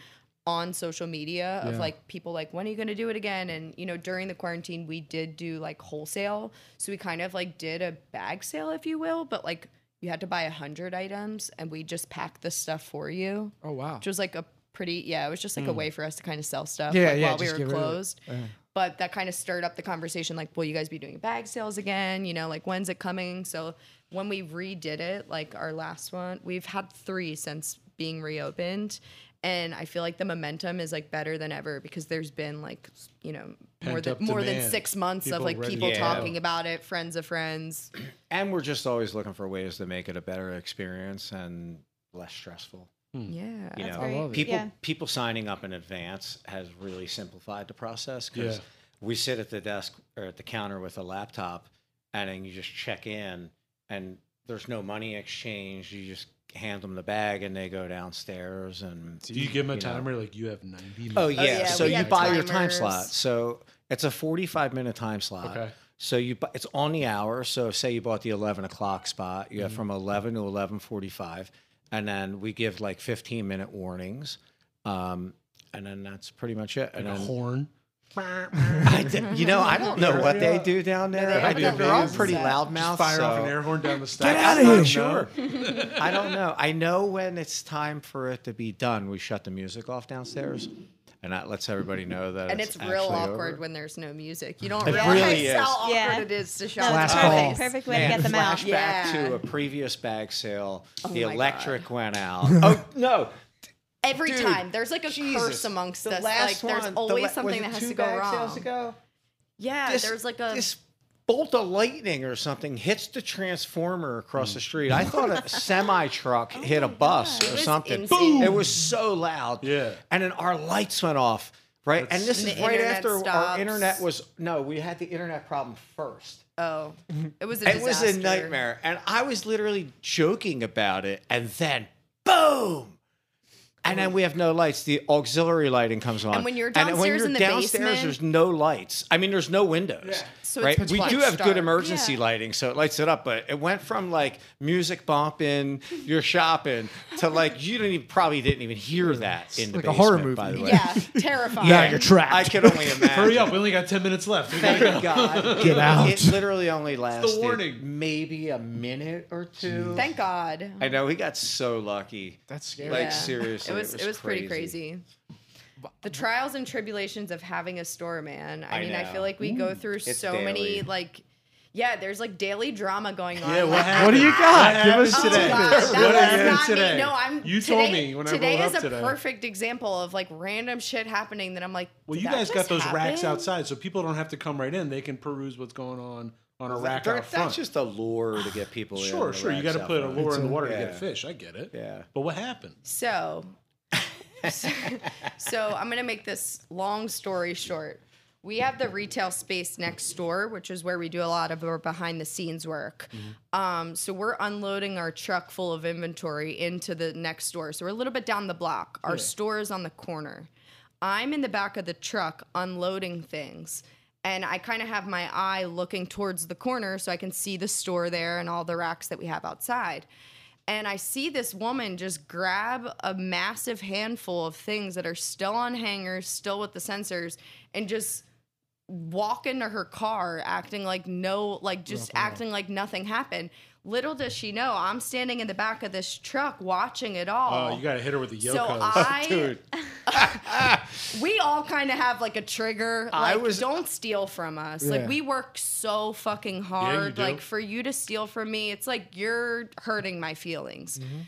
[SPEAKER 4] on social media of
[SPEAKER 3] Yeah.
[SPEAKER 4] like people like when are you going to do it again and you know during the quarantine we did do like wholesale so we kind of like did a bag sale if you will but like you had to buy a hundred items and we just packed the stuff for you
[SPEAKER 3] [LAUGHS] Oh
[SPEAKER 5] [LAUGHS]
[SPEAKER 3] wow.
[SPEAKER 4] which was like a pretty yeah it was just like a way for us to kind of sell stuff
[SPEAKER 3] Hmm. Yeah,
[SPEAKER 4] like,
[SPEAKER 3] yeah,
[SPEAKER 4] while we
[SPEAKER 3] just
[SPEAKER 4] were
[SPEAKER 3] get rid of it. Uh-huh.
[SPEAKER 4] closed but that kind of stirred up the conversation like will you guys be doing bag sales again you know like when's it coming so when we redid it like our last one we've had three since being reopened and i feel like the momentum is like better than ever because there's been like s- you know more than
[SPEAKER 6] Pent-up
[SPEAKER 4] more than
[SPEAKER 6] demand.
[SPEAKER 4] six months of
[SPEAKER 6] People
[SPEAKER 4] like
[SPEAKER 6] ready to
[SPEAKER 4] people
[SPEAKER 5] go.
[SPEAKER 4] talking about it friends of
[SPEAKER 3] [CLEARS THROAT]
[SPEAKER 4] friends
[SPEAKER 5] And we're just always looking for ways to make it a better experience and less stressful.
[SPEAKER 4] yeah
[SPEAKER 5] You know,
[SPEAKER 2] great.
[SPEAKER 3] I love it.
[SPEAKER 5] people
[SPEAKER 2] Yeah.
[SPEAKER 5] people signing up in advance has really simplified the process because
[SPEAKER 6] Yeah.
[SPEAKER 5] we sit at the desk or at the counter with a laptop, and then you just check in, and there's no money exchange. You just hand them the bag, and they go downstairs and
[SPEAKER 6] Do you give them a
[SPEAKER 5] you know.
[SPEAKER 6] timer like you have 90 minutes?
[SPEAKER 5] Oh yeah.
[SPEAKER 4] yeah,
[SPEAKER 5] so
[SPEAKER 4] we
[SPEAKER 5] you
[SPEAKER 4] have
[SPEAKER 5] buy your time
[SPEAKER 4] timers.
[SPEAKER 5] slot. So it's a forty-five minute time slot.
[SPEAKER 6] Okay.
[SPEAKER 5] So you bu- it's on the hour. So say you bought the eleven o'clock spot. You have
[SPEAKER 6] Mm-hmm.
[SPEAKER 5] from eleven to eleven forty-five, and then we give like fifteen minute warnings, um, and then that's pretty much it. And
[SPEAKER 6] a
[SPEAKER 5] then,
[SPEAKER 6] horn.
[SPEAKER 5] [LAUGHS] I d- you know, I don't
[SPEAKER 6] [LAUGHS]
[SPEAKER 5] know what they
[SPEAKER 6] Yeah.
[SPEAKER 5] do down there.
[SPEAKER 4] they
[SPEAKER 5] I
[SPEAKER 4] have
[SPEAKER 5] think
[SPEAKER 4] their
[SPEAKER 5] they're all
[SPEAKER 4] own
[SPEAKER 5] pretty
[SPEAKER 4] set.
[SPEAKER 5] loud
[SPEAKER 6] Just
[SPEAKER 5] mouths.
[SPEAKER 6] fire off an
[SPEAKER 5] so-
[SPEAKER 6] air horn down the stack.
[SPEAKER 5] Get out
[SPEAKER 6] I'm
[SPEAKER 5] of
[SPEAKER 6] not
[SPEAKER 5] here! Sure. [LAUGHS] I don't know. I know when it's time for it to be done. We shut the music off downstairs, and that lets everybody know that.
[SPEAKER 4] and
[SPEAKER 5] it's,
[SPEAKER 4] it's, real
[SPEAKER 5] actually
[SPEAKER 4] awkward
[SPEAKER 5] over.
[SPEAKER 4] when there's no music. You don't
[SPEAKER 5] It
[SPEAKER 4] realize
[SPEAKER 5] really is.
[SPEAKER 4] how awkward
[SPEAKER 2] Yeah.
[SPEAKER 4] it is to
[SPEAKER 2] No,
[SPEAKER 4] shop.
[SPEAKER 2] it's
[SPEAKER 5] Last call.
[SPEAKER 2] perfect. Perfect way to
[SPEAKER 5] Man,
[SPEAKER 2] get them out.
[SPEAKER 5] flashback
[SPEAKER 4] Yeah. Oh
[SPEAKER 5] to a previous bag sale. the
[SPEAKER 4] my
[SPEAKER 5] electric
[SPEAKER 4] [LAUGHS]
[SPEAKER 5] went out. Oh no!
[SPEAKER 4] Every
[SPEAKER 5] Dude,
[SPEAKER 4] time there's like a curse amongst us. Like there's always something that has to go wrong. Yeah,
[SPEAKER 5] This-
[SPEAKER 4] there's like a
[SPEAKER 5] this bolt of lightning or something hits the transformer across the street. I
[SPEAKER 4] [LAUGHS]
[SPEAKER 5] thought a semi truck hit a bus
[SPEAKER 2] God.
[SPEAKER 5] or
[SPEAKER 4] Oh It was
[SPEAKER 5] something.
[SPEAKER 4] insane. Boom.
[SPEAKER 5] It was so loud.
[SPEAKER 6] Yeah.
[SPEAKER 5] And then our lights went off. Right. and this
[SPEAKER 4] And
[SPEAKER 5] is
[SPEAKER 4] the
[SPEAKER 5] right
[SPEAKER 4] internet
[SPEAKER 5] after our
[SPEAKER 4] stops.
[SPEAKER 5] internet was no, we had the internet problem first.
[SPEAKER 4] oh, it was a
[SPEAKER 5] It was a
[SPEAKER 4] disaster.
[SPEAKER 5] nightmare. And I was literally joking about it. And then boom. And then we have no lights. The auxiliary lighting comes on.
[SPEAKER 4] when you're
[SPEAKER 5] And when
[SPEAKER 4] downstairs
[SPEAKER 5] you're
[SPEAKER 4] in the
[SPEAKER 5] downstairs,
[SPEAKER 4] basement-
[SPEAKER 5] there's no lights. I mean, there's no windows.
[SPEAKER 4] So
[SPEAKER 5] right?
[SPEAKER 4] it's
[SPEAKER 5] we
[SPEAKER 4] pitch
[SPEAKER 5] do
[SPEAKER 4] black
[SPEAKER 5] have
[SPEAKER 4] dark.
[SPEAKER 5] good emergency
[SPEAKER 2] Yeah.
[SPEAKER 5] lighting, so it lights it up. But it went from like music bumping, you're shopping, to like you didn't even, probably didn't even hear that in the
[SPEAKER 3] like a
[SPEAKER 5] basement,
[SPEAKER 3] horror
[SPEAKER 5] By
[SPEAKER 3] movie.
[SPEAKER 5] the way, [LAUGHS]
[SPEAKER 4] Yeah, terrifying.
[SPEAKER 3] Now you're trapped.
[SPEAKER 5] I can only imagine.
[SPEAKER 6] Hurry up. We only got 10 minutes left. We gotta
[SPEAKER 3] [LAUGHS]
[SPEAKER 5] Thank God.
[SPEAKER 3] Get out.
[SPEAKER 5] It literally only lasted
[SPEAKER 6] warning.
[SPEAKER 5] maybe a minute or two.
[SPEAKER 4] Thank God.
[SPEAKER 5] I know we got so lucky.
[SPEAKER 3] That's scary.
[SPEAKER 5] Like, [LAUGHS] seriously,
[SPEAKER 4] it
[SPEAKER 5] it
[SPEAKER 4] was
[SPEAKER 5] was
[SPEAKER 4] it was pretty
[SPEAKER 5] crazy.
[SPEAKER 4] crazy. The trials and tribulations of having a store, man. I,
[SPEAKER 5] I
[SPEAKER 4] mean, I
[SPEAKER 5] know.
[SPEAKER 4] feel like we go through
[SPEAKER 5] It's
[SPEAKER 4] so
[SPEAKER 5] daily.
[SPEAKER 4] many like, yeah, there's like daily drama going on.
[SPEAKER 6] Yeah,
[SPEAKER 4] like,
[SPEAKER 6] what
[SPEAKER 3] What do you got? Give us
[SPEAKER 6] happened
[SPEAKER 4] Oh,
[SPEAKER 6] today?
[SPEAKER 4] God,
[SPEAKER 6] What
[SPEAKER 4] that was
[SPEAKER 6] happened
[SPEAKER 4] not me.
[SPEAKER 6] today?
[SPEAKER 4] No, I'm.
[SPEAKER 6] You
[SPEAKER 4] today,
[SPEAKER 6] told me when I
[SPEAKER 4] today
[SPEAKER 6] rolled
[SPEAKER 4] is
[SPEAKER 6] up
[SPEAKER 4] a
[SPEAKER 6] today.
[SPEAKER 4] perfect example of like random shit happening that I'm like.
[SPEAKER 6] Well,
[SPEAKER 4] "Did
[SPEAKER 6] you
[SPEAKER 4] that
[SPEAKER 6] guys got
[SPEAKER 4] just
[SPEAKER 6] those racks
[SPEAKER 4] happen?"
[SPEAKER 6] outside, so people don't have to come right in. They can peruse what's going on on a rack
[SPEAKER 5] There-
[SPEAKER 6] out front.
[SPEAKER 5] that's just a lure to get people in.
[SPEAKER 6] sure,
[SPEAKER 5] the
[SPEAKER 6] sure. You got
[SPEAKER 5] racks
[SPEAKER 6] to
[SPEAKER 5] out
[SPEAKER 6] put a
[SPEAKER 5] front.
[SPEAKER 6] lure in the water to get
[SPEAKER 5] Yeah.
[SPEAKER 6] a fish. I get it.
[SPEAKER 5] Yeah.
[SPEAKER 6] But what happened?
[SPEAKER 4] So, [LAUGHS] so I'm gonna make this long story short. We have the retail space next door, which is where we do a lot of our behind the scenes work.
[SPEAKER 6] Mm-hmm.
[SPEAKER 4] Um, so we're unloading our truck full of inventory into the next door. So we're a little bit down the block. Our store is on the corner. I'm in the back of the truck unloading things. And I kind of have my eye looking towards the corner so I can see the store there and all the racks that we have outside. And I see this woman just grab a massive handful of things that are still on hangers, still with the sensors, and just walk into her car acting like no, like just acting like nothing happened. Little does she know, I'm standing in the back of this truck watching it all.
[SPEAKER 1] Uh,
[SPEAKER 6] Oh, you got to hit her with a yoko.
[SPEAKER 4] so I, we all kind of have like a trigger. Like,
[SPEAKER 5] I was-
[SPEAKER 4] don't steal from us.
[SPEAKER 3] Yeah.
[SPEAKER 4] Like we work so fucking hard.
[SPEAKER 6] do.
[SPEAKER 4] like for you to steal from me, it's like you're hurting my feelings.
[SPEAKER 5] Mm-hmm.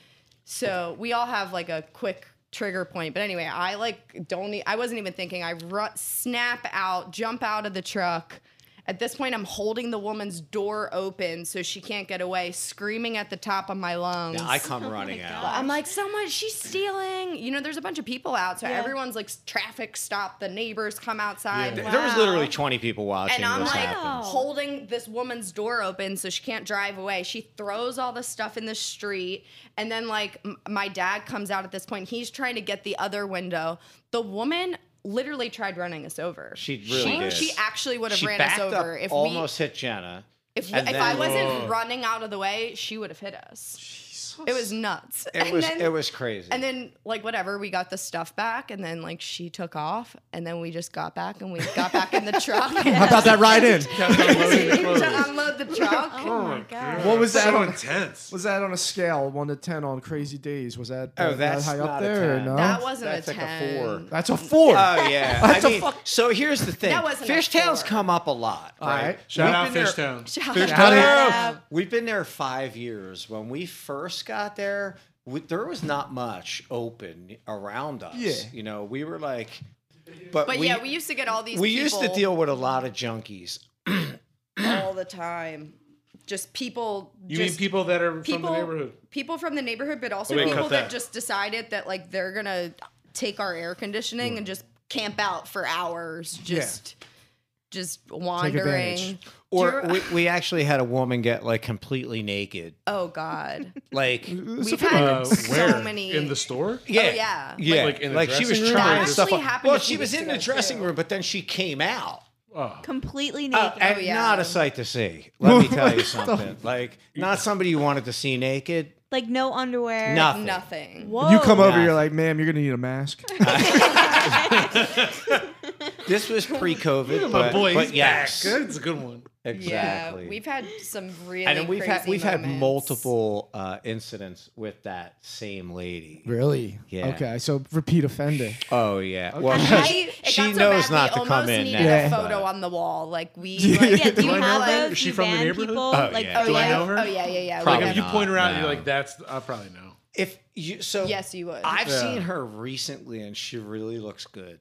[SPEAKER 4] So we all have like a quick trigger point. But anyway, I like don't. e- I wasn't even thinking. I ru- snap out, jump out of the truck. At this point, I'm holding the woman's door open so she can't get away, screaming at the top of my lungs.
[SPEAKER 5] Now I
[SPEAKER 6] [LAUGHS]
[SPEAKER 5] come
[SPEAKER 6] Oh
[SPEAKER 5] running out.
[SPEAKER 4] I'm like, someone, she's stealing. You know, there's a bunch of people out, so
[SPEAKER 2] Yeah.
[SPEAKER 4] everyone's like, s- traffic stop. The neighbors come outside.
[SPEAKER 5] Th- There was literally
[SPEAKER 2] Wow.
[SPEAKER 5] 20 people watching
[SPEAKER 4] And I'm
[SPEAKER 5] this
[SPEAKER 4] like
[SPEAKER 5] happen.
[SPEAKER 4] holding this woman's door open so she can't drive away. She throws all the stuff in the street. And then, like, m- my dad comes out at this point. He's trying to get the other window. The woman literally tried running us over.
[SPEAKER 5] She really did.
[SPEAKER 4] She actually would have
[SPEAKER 5] she
[SPEAKER 4] ran us
[SPEAKER 5] backed
[SPEAKER 4] over
[SPEAKER 5] up,
[SPEAKER 4] if
[SPEAKER 5] almost hit Jenna.
[SPEAKER 4] we if,
[SPEAKER 5] and
[SPEAKER 4] if
[SPEAKER 5] then- Oh.
[SPEAKER 4] I wasn't
[SPEAKER 1] Whoa.
[SPEAKER 4] running out of the way, she would have hit us. It was nuts. [LAUGHS]
[SPEAKER 5] It
[SPEAKER 4] And
[SPEAKER 5] was
[SPEAKER 4] then-
[SPEAKER 5] it was crazy.
[SPEAKER 4] and then, like, whatever, we got the stuff back, and then, like, she took off, and then we just got back, and we got back
[SPEAKER 5] [LAUGHS]
[SPEAKER 4] in the truck.
[SPEAKER 3] How about that ride in?
[SPEAKER 4] [LAUGHS] to unload the truck.
[SPEAKER 2] Oh my god.
[SPEAKER 3] What was that
[SPEAKER 1] so
[SPEAKER 3] on?
[SPEAKER 1] intense.
[SPEAKER 3] Was that on a scale of one to ten on crazy days? Was that uh,
[SPEAKER 5] Oh,
[SPEAKER 3] that
[SPEAKER 5] that's
[SPEAKER 3] high up
[SPEAKER 5] not a
[SPEAKER 3] there? Or
[SPEAKER 5] 10.
[SPEAKER 3] no,
[SPEAKER 4] That wasn't
[SPEAKER 5] That's
[SPEAKER 4] a
[SPEAKER 5] like a
[SPEAKER 4] 10.
[SPEAKER 5] four.
[SPEAKER 3] that's a four.
[SPEAKER 5] Oh
[SPEAKER 3] [LAUGHS]
[SPEAKER 5] yeah.
[SPEAKER 3] That's a
[SPEAKER 5] I mean,
[SPEAKER 3] fuck-
[SPEAKER 5] so here's the thing.
[SPEAKER 4] That wasn't a
[SPEAKER 5] Fishtails
[SPEAKER 4] four.
[SPEAKER 5] come up a lot.
[SPEAKER 3] All right.
[SPEAKER 1] Shout
[SPEAKER 5] We've
[SPEAKER 1] out
[SPEAKER 5] been there-
[SPEAKER 1] Fishtown.
[SPEAKER 4] Shout
[SPEAKER 5] Shout
[SPEAKER 2] out.
[SPEAKER 5] out. We've been there five years. When we first got there, we, there was not much open around us.
[SPEAKER 3] Yeah.
[SPEAKER 5] You know, we were like, but,
[SPEAKER 4] But
[SPEAKER 5] we,
[SPEAKER 4] yeah, we used to get all these.
[SPEAKER 5] we used to
[SPEAKER 4] people
[SPEAKER 5] deal with a lot of junkies.
[SPEAKER 4] all the time. Just people.
[SPEAKER 1] You mean
[SPEAKER 4] just
[SPEAKER 1] people that are from
[SPEAKER 4] people
[SPEAKER 1] the neighborhood?
[SPEAKER 4] People from the neighborhood, but also
[SPEAKER 1] Wait, cut
[SPEAKER 4] people that.
[SPEAKER 1] that.
[SPEAKER 4] just decided that like they're gonna take our air conditioning and just camp out for hours, just just wandering.
[SPEAKER 3] advantage.
[SPEAKER 5] Or
[SPEAKER 4] Do
[SPEAKER 5] we, we actually had a woman get like completely naked.
[SPEAKER 4] Oh God,
[SPEAKER 5] Like,
[SPEAKER 4] we've had
[SPEAKER 1] Uh,
[SPEAKER 4] so
[SPEAKER 1] where?
[SPEAKER 4] many
[SPEAKER 1] In the store?
[SPEAKER 5] yeah.
[SPEAKER 4] yeah.
[SPEAKER 5] Yeah.
[SPEAKER 1] Like in the
[SPEAKER 5] she was
[SPEAKER 1] dressing room or
[SPEAKER 5] trying
[SPEAKER 1] just-
[SPEAKER 5] stuff
[SPEAKER 4] That
[SPEAKER 5] on.
[SPEAKER 4] actually happened
[SPEAKER 5] Well,
[SPEAKER 4] a
[SPEAKER 5] she
[SPEAKER 4] few
[SPEAKER 5] was
[SPEAKER 4] weeks
[SPEAKER 5] in the
[SPEAKER 4] ago,
[SPEAKER 5] dressing
[SPEAKER 4] too.
[SPEAKER 5] room, but then she came out.
[SPEAKER 1] Oh.
[SPEAKER 2] Completely
[SPEAKER 5] Uh,
[SPEAKER 2] naked.
[SPEAKER 5] and
[SPEAKER 4] Oh, yeah.
[SPEAKER 5] not a sight to see.
[SPEAKER 1] [LAUGHS]
[SPEAKER 5] Let me tell you something. Like, not somebody you wanted to see naked.
[SPEAKER 2] like no underwear.
[SPEAKER 5] [LAUGHS] Nothing.
[SPEAKER 4] nothing.
[SPEAKER 2] Whoa.
[SPEAKER 3] you
[SPEAKER 2] [LAUGHS]
[SPEAKER 3] come over,
[SPEAKER 5] Nah.
[SPEAKER 3] you're like, ma'am, you're gonna need a
[SPEAKER 4] [LAUGHS]
[SPEAKER 3] mask.
[SPEAKER 5] This [LAUGHS] was
[SPEAKER 1] My
[SPEAKER 5] pre-COVID, but,
[SPEAKER 1] boy,
[SPEAKER 5] but
[SPEAKER 1] he's
[SPEAKER 5] yes,
[SPEAKER 1] back. That's a good one.
[SPEAKER 5] exactly.
[SPEAKER 4] Yeah, we've had some really
[SPEAKER 5] and then we've had
[SPEAKER 4] crazy
[SPEAKER 5] we've had
[SPEAKER 4] moments.
[SPEAKER 5] multiple uh, incidents with that same lady.
[SPEAKER 3] really?
[SPEAKER 5] Yeah.
[SPEAKER 3] Okay, so repeat offender.
[SPEAKER 5] Oh yeah. [LAUGHS] Well,
[SPEAKER 4] I-
[SPEAKER 5] she,
[SPEAKER 4] it
[SPEAKER 5] she
[SPEAKER 4] got so
[SPEAKER 5] knows
[SPEAKER 4] bad,
[SPEAKER 5] not
[SPEAKER 4] we
[SPEAKER 5] to come
[SPEAKER 4] almost
[SPEAKER 5] in
[SPEAKER 4] needed
[SPEAKER 5] now.
[SPEAKER 3] Yeah.
[SPEAKER 4] a photo
[SPEAKER 5] but-
[SPEAKER 4] on the wall. Like
[SPEAKER 5] [LAUGHS]
[SPEAKER 4] we,
[SPEAKER 3] Yeah.
[SPEAKER 4] like,
[SPEAKER 2] Yeah, do you
[SPEAKER 4] we
[SPEAKER 2] have
[SPEAKER 4] like-
[SPEAKER 2] those?
[SPEAKER 1] Is
[SPEAKER 2] Do
[SPEAKER 1] she
[SPEAKER 2] you
[SPEAKER 1] from the
[SPEAKER 2] van
[SPEAKER 1] neighborhood?
[SPEAKER 2] people?
[SPEAKER 5] Oh,
[SPEAKER 2] like
[SPEAKER 5] yeah.
[SPEAKER 2] the
[SPEAKER 1] Do I
[SPEAKER 4] Oh, yeah.
[SPEAKER 1] know her?
[SPEAKER 4] Oh yeah, yeah, yeah.
[SPEAKER 5] Probably
[SPEAKER 1] Like,
[SPEAKER 4] we
[SPEAKER 1] if you
[SPEAKER 4] have-
[SPEAKER 5] not,
[SPEAKER 1] point her out, you're
[SPEAKER 5] no.
[SPEAKER 1] like, that's, I probably know.
[SPEAKER 5] If you so,
[SPEAKER 4] Yes, you would.
[SPEAKER 5] I've
[SPEAKER 1] Yeah.
[SPEAKER 5] seen her recently, and she really looks good.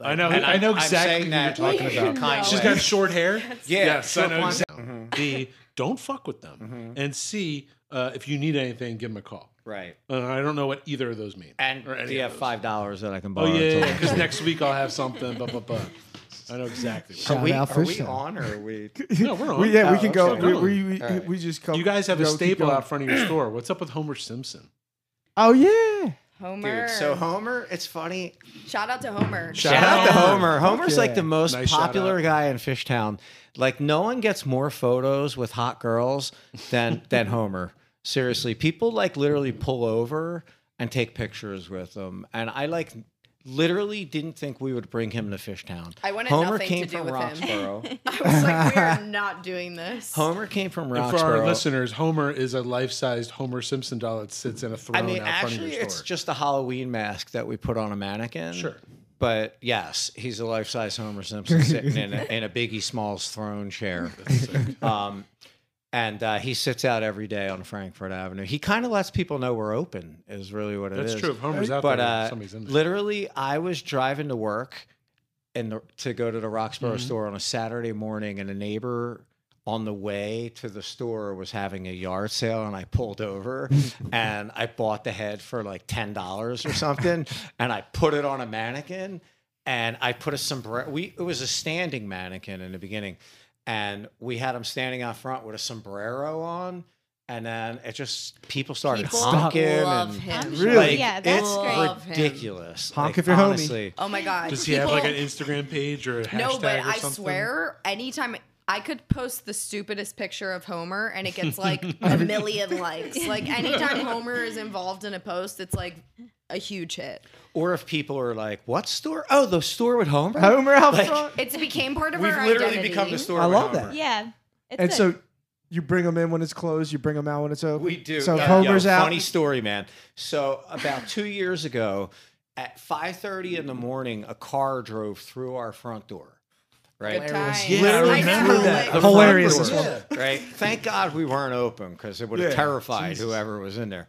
[SPEAKER 1] I know-
[SPEAKER 5] and
[SPEAKER 1] I know exactly
[SPEAKER 5] I'm
[SPEAKER 1] who
[SPEAKER 5] saying
[SPEAKER 1] you're
[SPEAKER 5] that
[SPEAKER 1] talking
[SPEAKER 5] in a
[SPEAKER 1] about.
[SPEAKER 5] kind
[SPEAKER 4] No.
[SPEAKER 1] She's
[SPEAKER 5] way.
[SPEAKER 1] got short hair.
[SPEAKER 5] [LAUGHS] yeah.
[SPEAKER 1] yes, I
[SPEAKER 5] so
[SPEAKER 1] know
[SPEAKER 5] one-
[SPEAKER 1] exactly. B, don't fuck with them. And C, uh, if you need anything, give them a call.
[SPEAKER 5] Right.
[SPEAKER 1] Uh, I don't know what either of those mean.
[SPEAKER 5] And
[SPEAKER 1] or any
[SPEAKER 5] do you
[SPEAKER 1] of
[SPEAKER 5] have
[SPEAKER 1] those.
[SPEAKER 5] five dollars that I can
[SPEAKER 1] Oh,
[SPEAKER 5] borrow?
[SPEAKER 1] yeah,
[SPEAKER 5] until-
[SPEAKER 1] because next week I'll have something, blah, blah, blah. I know exactly.
[SPEAKER 5] [LAUGHS]
[SPEAKER 1] what-
[SPEAKER 5] Are we,
[SPEAKER 3] Shout out
[SPEAKER 5] are we
[SPEAKER 3] Fishtown.
[SPEAKER 5] on or are we?
[SPEAKER 1] No, we're on.
[SPEAKER 3] We, yeah, we
[SPEAKER 5] Oh,
[SPEAKER 3] can go.
[SPEAKER 5] okay.
[SPEAKER 3] We,
[SPEAKER 1] Go.
[SPEAKER 3] we, we,
[SPEAKER 5] All right.
[SPEAKER 3] we just come.
[SPEAKER 1] You guys have a
[SPEAKER 3] go, keep
[SPEAKER 1] staple
[SPEAKER 3] going.
[SPEAKER 1] out front of your store. What's up with Homer Simpson?
[SPEAKER 3] Oh yeah.
[SPEAKER 4] Homer.
[SPEAKER 5] Dude, so Homer, it's funny.
[SPEAKER 4] shout out to Homer.
[SPEAKER 1] Shout-
[SPEAKER 5] [LAUGHS] Shout out to
[SPEAKER 1] out.
[SPEAKER 5] Homer. Homer's
[SPEAKER 3] yeah.
[SPEAKER 5] like the most
[SPEAKER 1] Nice shout
[SPEAKER 5] popular guy in Fishtown. Like no one gets more photos with hot girls
[SPEAKER 1] [LAUGHS]
[SPEAKER 5] than than Homer. Seriously, people like literally pull over and take pictures with him. And I like literally didn't think we would bring him to Fishtown.
[SPEAKER 4] I wanted
[SPEAKER 5] Homer
[SPEAKER 4] nothing
[SPEAKER 5] came
[SPEAKER 4] to do
[SPEAKER 5] from
[SPEAKER 4] with him.
[SPEAKER 5] Roxborough.
[SPEAKER 4] [LAUGHS] I was like,
[SPEAKER 1] [LAUGHS]
[SPEAKER 4] we are not doing this.
[SPEAKER 5] Homer came from
[SPEAKER 1] And for our
[SPEAKER 5] Roxborough.
[SPEAKER 1] listeners, Homer is a life-sized Homer Simpson doll that sits in a throne
[SPEAKER 5] I mean,
[SPEAKER 1] out front of
[SPEAKER 5] actually,
[SPEAKER 1] your
[SPEAKER 5] it's
[SPEAKER 1] store.
[SPEAKER 5] just a Halloween mask that we put on a mannequin.
[SPEAKER 1] [LAUGHS] Sure.
[SPEAKER 5] But yes, he's a life-size Homer Simpson sitting in a, in a Biggie Smalls throne
[SPEAKER 1] [LAUGHS]
[SPEAKER 5] chair. [LAUGHS] um, and uh, he sits out every day on Frankfurt Avenue. He kind of lets people know we're open. Is really what it is.
[SPEAKER 1] That's true. If Homer's out
[SPEAKER 5] But
[SPEAKER 1] there,
[SPEAKER 5] uh,
[SPEAKER 1] somebody's in there.
[SPEAKER 5] literally, I was driving to work and the, to go to the Roxborough store on a Saturday morning, and a neighbor on the way to the store was having a yard sale, and I pulled over and I bought the head for like ten dollars or something, and I put it on a mannequin, and I put a sombrero. We it was a standing mannequin in the beginning, and we had him standing out front with a sombrero on. And then it just people started
[SPEAKER 4] People
[SPEAKER 5] honking.
[SPEAKER 4] love
[SPEAKER 5] and-
[SPEAKER 4] him.
[SPEAKER 2] Really?
[SPEAKER 5] like,
[SPEAKER 2] Yeah, that's
[SPEAKER 5] it's
[SPEAKER 2] great.
[SPEAKER 4] Love him.
[SPEAKER 5] ridiculous.
[SPEAKER 3] Honk
[SPEAKER 5] Like,
[SPEAKER 3] if you're homie.
[SPEAKER 5] honestly.
[SPEAKER 4] Oh my god.
[SPEAKER 1] Does he have like an
[SPEAKER 4] People-
[SPEAKER 1] Instagram page or a hashtag
[SPEAKER 4] No, but
[SPEAKER 1] or
[SPEAKER 4] I
[SPEAKER 1] something?
[SPEAKER 4] swear, anytime I could post the stupidest picture of Homer and it gets like a million likes. Like anytime Homer is involved in a post, it's like a huge hit.
[SPEAKER 5] Or if people are like, "What store? Oh, the store with Homer."
[SPEAKER 3] Homer out
[SPEAKER 5] Like,
[SPEAKER 3] front.
[SPEAKER 4] It's became part of
[SPEAKER 5] We've
[SPEAKER 4] our
[SPEAKER 5] literally
[SPEAKER 4] identity.
[SPEAKER 5] become the store.
[SPEAKER 3] I
[SPEAKER 5] with
[SPEAKER 3] love
[SPEAKER 5] Homer.
[SPEAKER 3] that.
[SPEAKER 2] Yeah. It's
[SPEAKER 3] And
[SPEAKER 2] a-
[SPEAKER 3] so you bring them in when it's closed. You bring them out when it's open.
[SPEAKER 5] We do.
[SPEAKER 3] So if
[SPEAKER 5] Yeah.
[SPEAKER 3] Homer's
[SPEAKER 5] Yo,
[SPEAKER 3] out. [LAUGHS]
[SPEAKER 5] [LAUGHS] Funny story, man. So about two years ago, at five thirty in the morning, a car drove through our front door. Right.
[SPEAKER 4] Good times.
[SPEAKER 3] Yeah, I
[SPEAKER 4] Like,
[SPEAKER 3] remember
[SPEAKER 4] like,
[SPEAKER 3] that.
[SPEAKER 5] The
[SPEAKER 3] Hilarious
[SPEAKER 5] front
[SPEAKER 3] as [LAUGHS]
[SPEAKER 5] door, Right. Thank God we weren't open because it would have
[SPEAKER 3] Yeah,
[SPEAKER 5] terrified whoever was in there.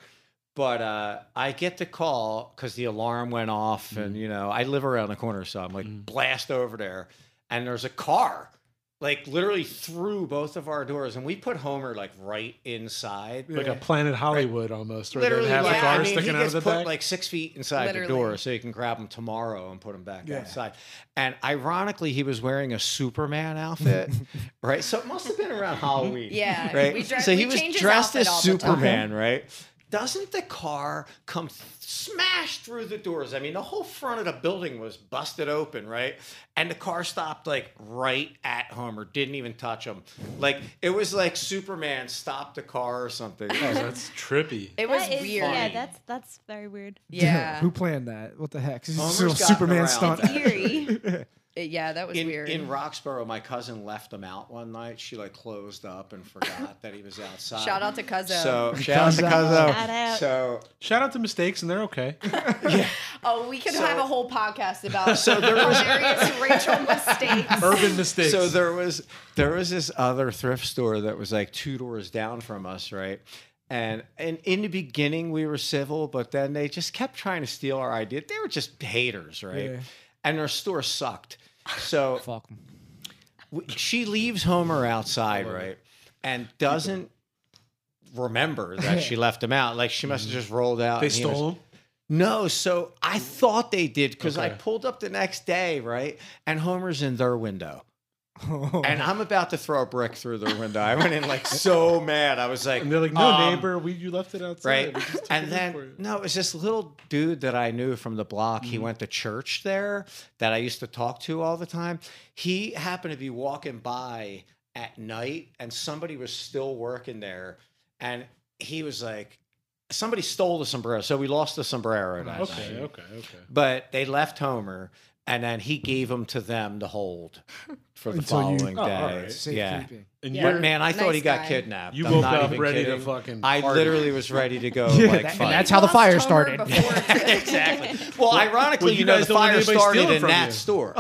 [SPEAKER 5] But uh, I get the call because the alarm went
[SPEAKER 3] Mm-hmm.
[SPEAKER 5] off, and you know I live around the corner, so I'm like blast over there, and there's a car like literally through both of our doors, and we put Homer like right inside.
[SPEAKER 1] like a Planet Hollywood almost, right?
[SPEAKER 5] Literally,
[SPEAKER 1] half
[SPEAKER 5] yeah,
[SPEAKER 1] the car
[SPEAKER 5] I mean,
[SPEAKER 1] sticking
[SPEAKER 5] he
[SPEAKER 1] out of
[SPEAKER 5] gets
[SPEAKER 1] the
[SPEAKER 5] put
[SPEAKER 1] back.
[SPEAKER 5] like six feet inside
[SPEAKER 4] Literally.
[SPEAKER 5] the door, so you can grab him tomorrow and put him back
[SPEAKER 3] Yeah.
[SPEAKER 5] outside. And ironically, he was wearing a
[SPEAKER 1] [LAUGHS]
[SPEAKER 5] Superman outfit, right? So it must have been around Halloween,
[SPEAKER 4] Yeah,
[SPEAKER 5] right?
[SPEAKER 4] we dress-
[SPEAKER 5] so
[SPEAKER 4] we
[SPEAKER 5] he was
[SPEAKER 4] change his
[SPEAKER 5] dressed
[SPEAKER 4] outfit
[SPEAKER 5] as
[SPEAKER 4] all the time. Uh-huh.
[SPEAKER 5] Superman, right? Doesn't the car come th- smash through the doors? I mean, the whole front of the building was busted open, right? And the car stopped like right at Homer, didn't even touch him. Like it was like Superman stopped the car or
[SPEAKER 1] Oh,
[SPEAKER 5] something. I was like,
[SPEAKER 1] That's trippy.
[SPEAKER 4] It was
[SPEAKER 2] That is,
[SPEAKER 4] weird.
[SPEAKER 2] yeah, that's that's very weird.
[SPEAKER 3] [LAUGHS]
[SPEAKER 4] yeah.
[SPEAKER 3] Who planned that? What the heck? [LAUGHS] This is
[SPEAKER 5] Homer's
[SPEAKER 3] a little
[SPEAKER 5] gotten
[SPEAKER 3] Superman
[SPEAKER 4] [LAUGHS]
[SPEAKER 5] around
[SPEAKER 3] stunt.
[SPEAKER 5] that.
[SPEAKER 4] Eerie. yeah, that was
[SPEAKER 5] in,
[SPEAKER 4] weird.
[SPEAKER 5] in Roxborough, my cousin left him out one night. She like closed up and forgot that he was outside.
[SPEAKER 4] Shout out to Cuzzo.
[SPEAKER 5] So shout out to
[SPEAKER 3] Cuzzo.
[SPEAKER 5] Cuzzo.
[SPEAKER 2] Shout out.
[SPEAKER 5] So
[SPEAKER 1] Shout out to mistakes, and they're
[SPEAKER 5] [LAUGHS]
[SPEAKER 1] okay.
[SPEAKER 4] oh, we could
[SPEAKER 5] So-
[SPEAKER 4] have a whole podcast about
[SPEAKER 5] So there was-
[SPEAKER 4] hilarious racial mistakes.
[SPEAKER 1] Urban mistakes.
[SPEAKER 5] so there was there was this other thrift store that was like two doors down from us, right? And and in the beginning we were civil, but then they just kept trying to steal our idea. They were just haters, right?
[SPEAKER 3] [LAUGHS] Yeah.
[SPEAKER 5] And their store sucked. So
[SPEAKER 3] Fuck. [LAUGHS]
[SPEAKER 5] w- she leaves Homer outside, right? And doesn't
[SPEAKER 1] [LAUGHS]
[SPEAKER 5] remember that she left him out. Like she must have just rolled out.
[SPEAKER 1] they
[SPEAKER 5] and he was-
[SPEAKER 1] stole them.
[SPEAKER 5] No, so I thought they did because I
[SPEAKER 1] Okay.
[SPEAKER 5] pulled up the next day, right? And Homer's in their window.
[SPEAKER 3] Oh.
[SPEAKER 5] And I'm about to throw a brick through their window. I went in like so mad. I was like,
[SPEAKER 1] And they're like, no,
[SPEAKER 5] um,
[SPEAKER 1] neighbor, we you left it outside.
[SPEAKER 5] Right.
[SPEAKER 1] We just took it
[SPEAKER 5] And
[SPEAKER 1] in for
[SPEAKER 5] then, [LAUGHS]
[SPEAKER 1] you." Mm-hmm.
[SPEAKER 5] no, it was this little dude that I knew from the block. He went to church there that I used to talk to all the time. He happened to be walking by at night and somebody was still working there. And he was like, somebody stole the sombrero. So we lost the sombrero. That
[SPEAKER 1] Okay,
[SPEAKER 5] night.
[SPEAKER 1] okay, okay.
[SPEAKER 5] But they left Homer, and then he gave them to them to hold for the
[SPEAKER 3] Until you-
[SPEAKER 5] following
[SPEAKER 1] Oh, all
[SPEAKER 5] day.
[SPEAKER 1] right.
[SPEAKER 5] Yeah.
[SPEAKER 3] Safekeeping.
[SPEAKER 1] And
[SPEAKER 4] Yeah.
[SPEAKER 5] [LAUGHS] But man, I thought
[SPEAKER 4] Nice
[SPEAKER 5] he got
[SPEAKER 4] guy.
[SPEAKER 5] kidnapped.
[SPEAKER 1] you, you
[SPEAKER 5] I'm
[SPEAKER 1] woke
[SPEAKER 5] not
[SPEAKER 1] up
[SPEAKER 5] even
[SPEAKER 1] ready
[SPEAKER 5] kidding.
[SPEAKER 1] to fucking.
[SPEAKER 5] I
[SPEAKER 1] party.
[SPEAKER 5] literally was ready to go. [LAUGHS]
[SPEAKER 3] Yeah,
[SPEAKER 5] like,
[SPEAKER 3] that- and
[SPEAKER 5] fight.
[SPEAKER 3] that's how the
[SPEAKER 4] Lost
[SPEAKER 3] fire
[SPEAKER 4] Homer
[SPEAKER 3] started.
[SPEAKER 4] before-
[SPEAKER 5] exactly. Well, ironically,
[SPEAKER 1] well, you
[SPEAKER 5] you, know,
[SPEAKER 1] guys
[SPEAKER 5] the
[SPEAKER 1] don't want
[SPEAKER 5] fire
[SPEAKER 1] anybody
[SPEAKER 5] started
[SPEAKER 1] stealing
[SPEAKER 5] in
[SPEAKER 1] from
[SPEAKER 5] that
[SPEAKER 1] you.
[SPEAKER 5] store.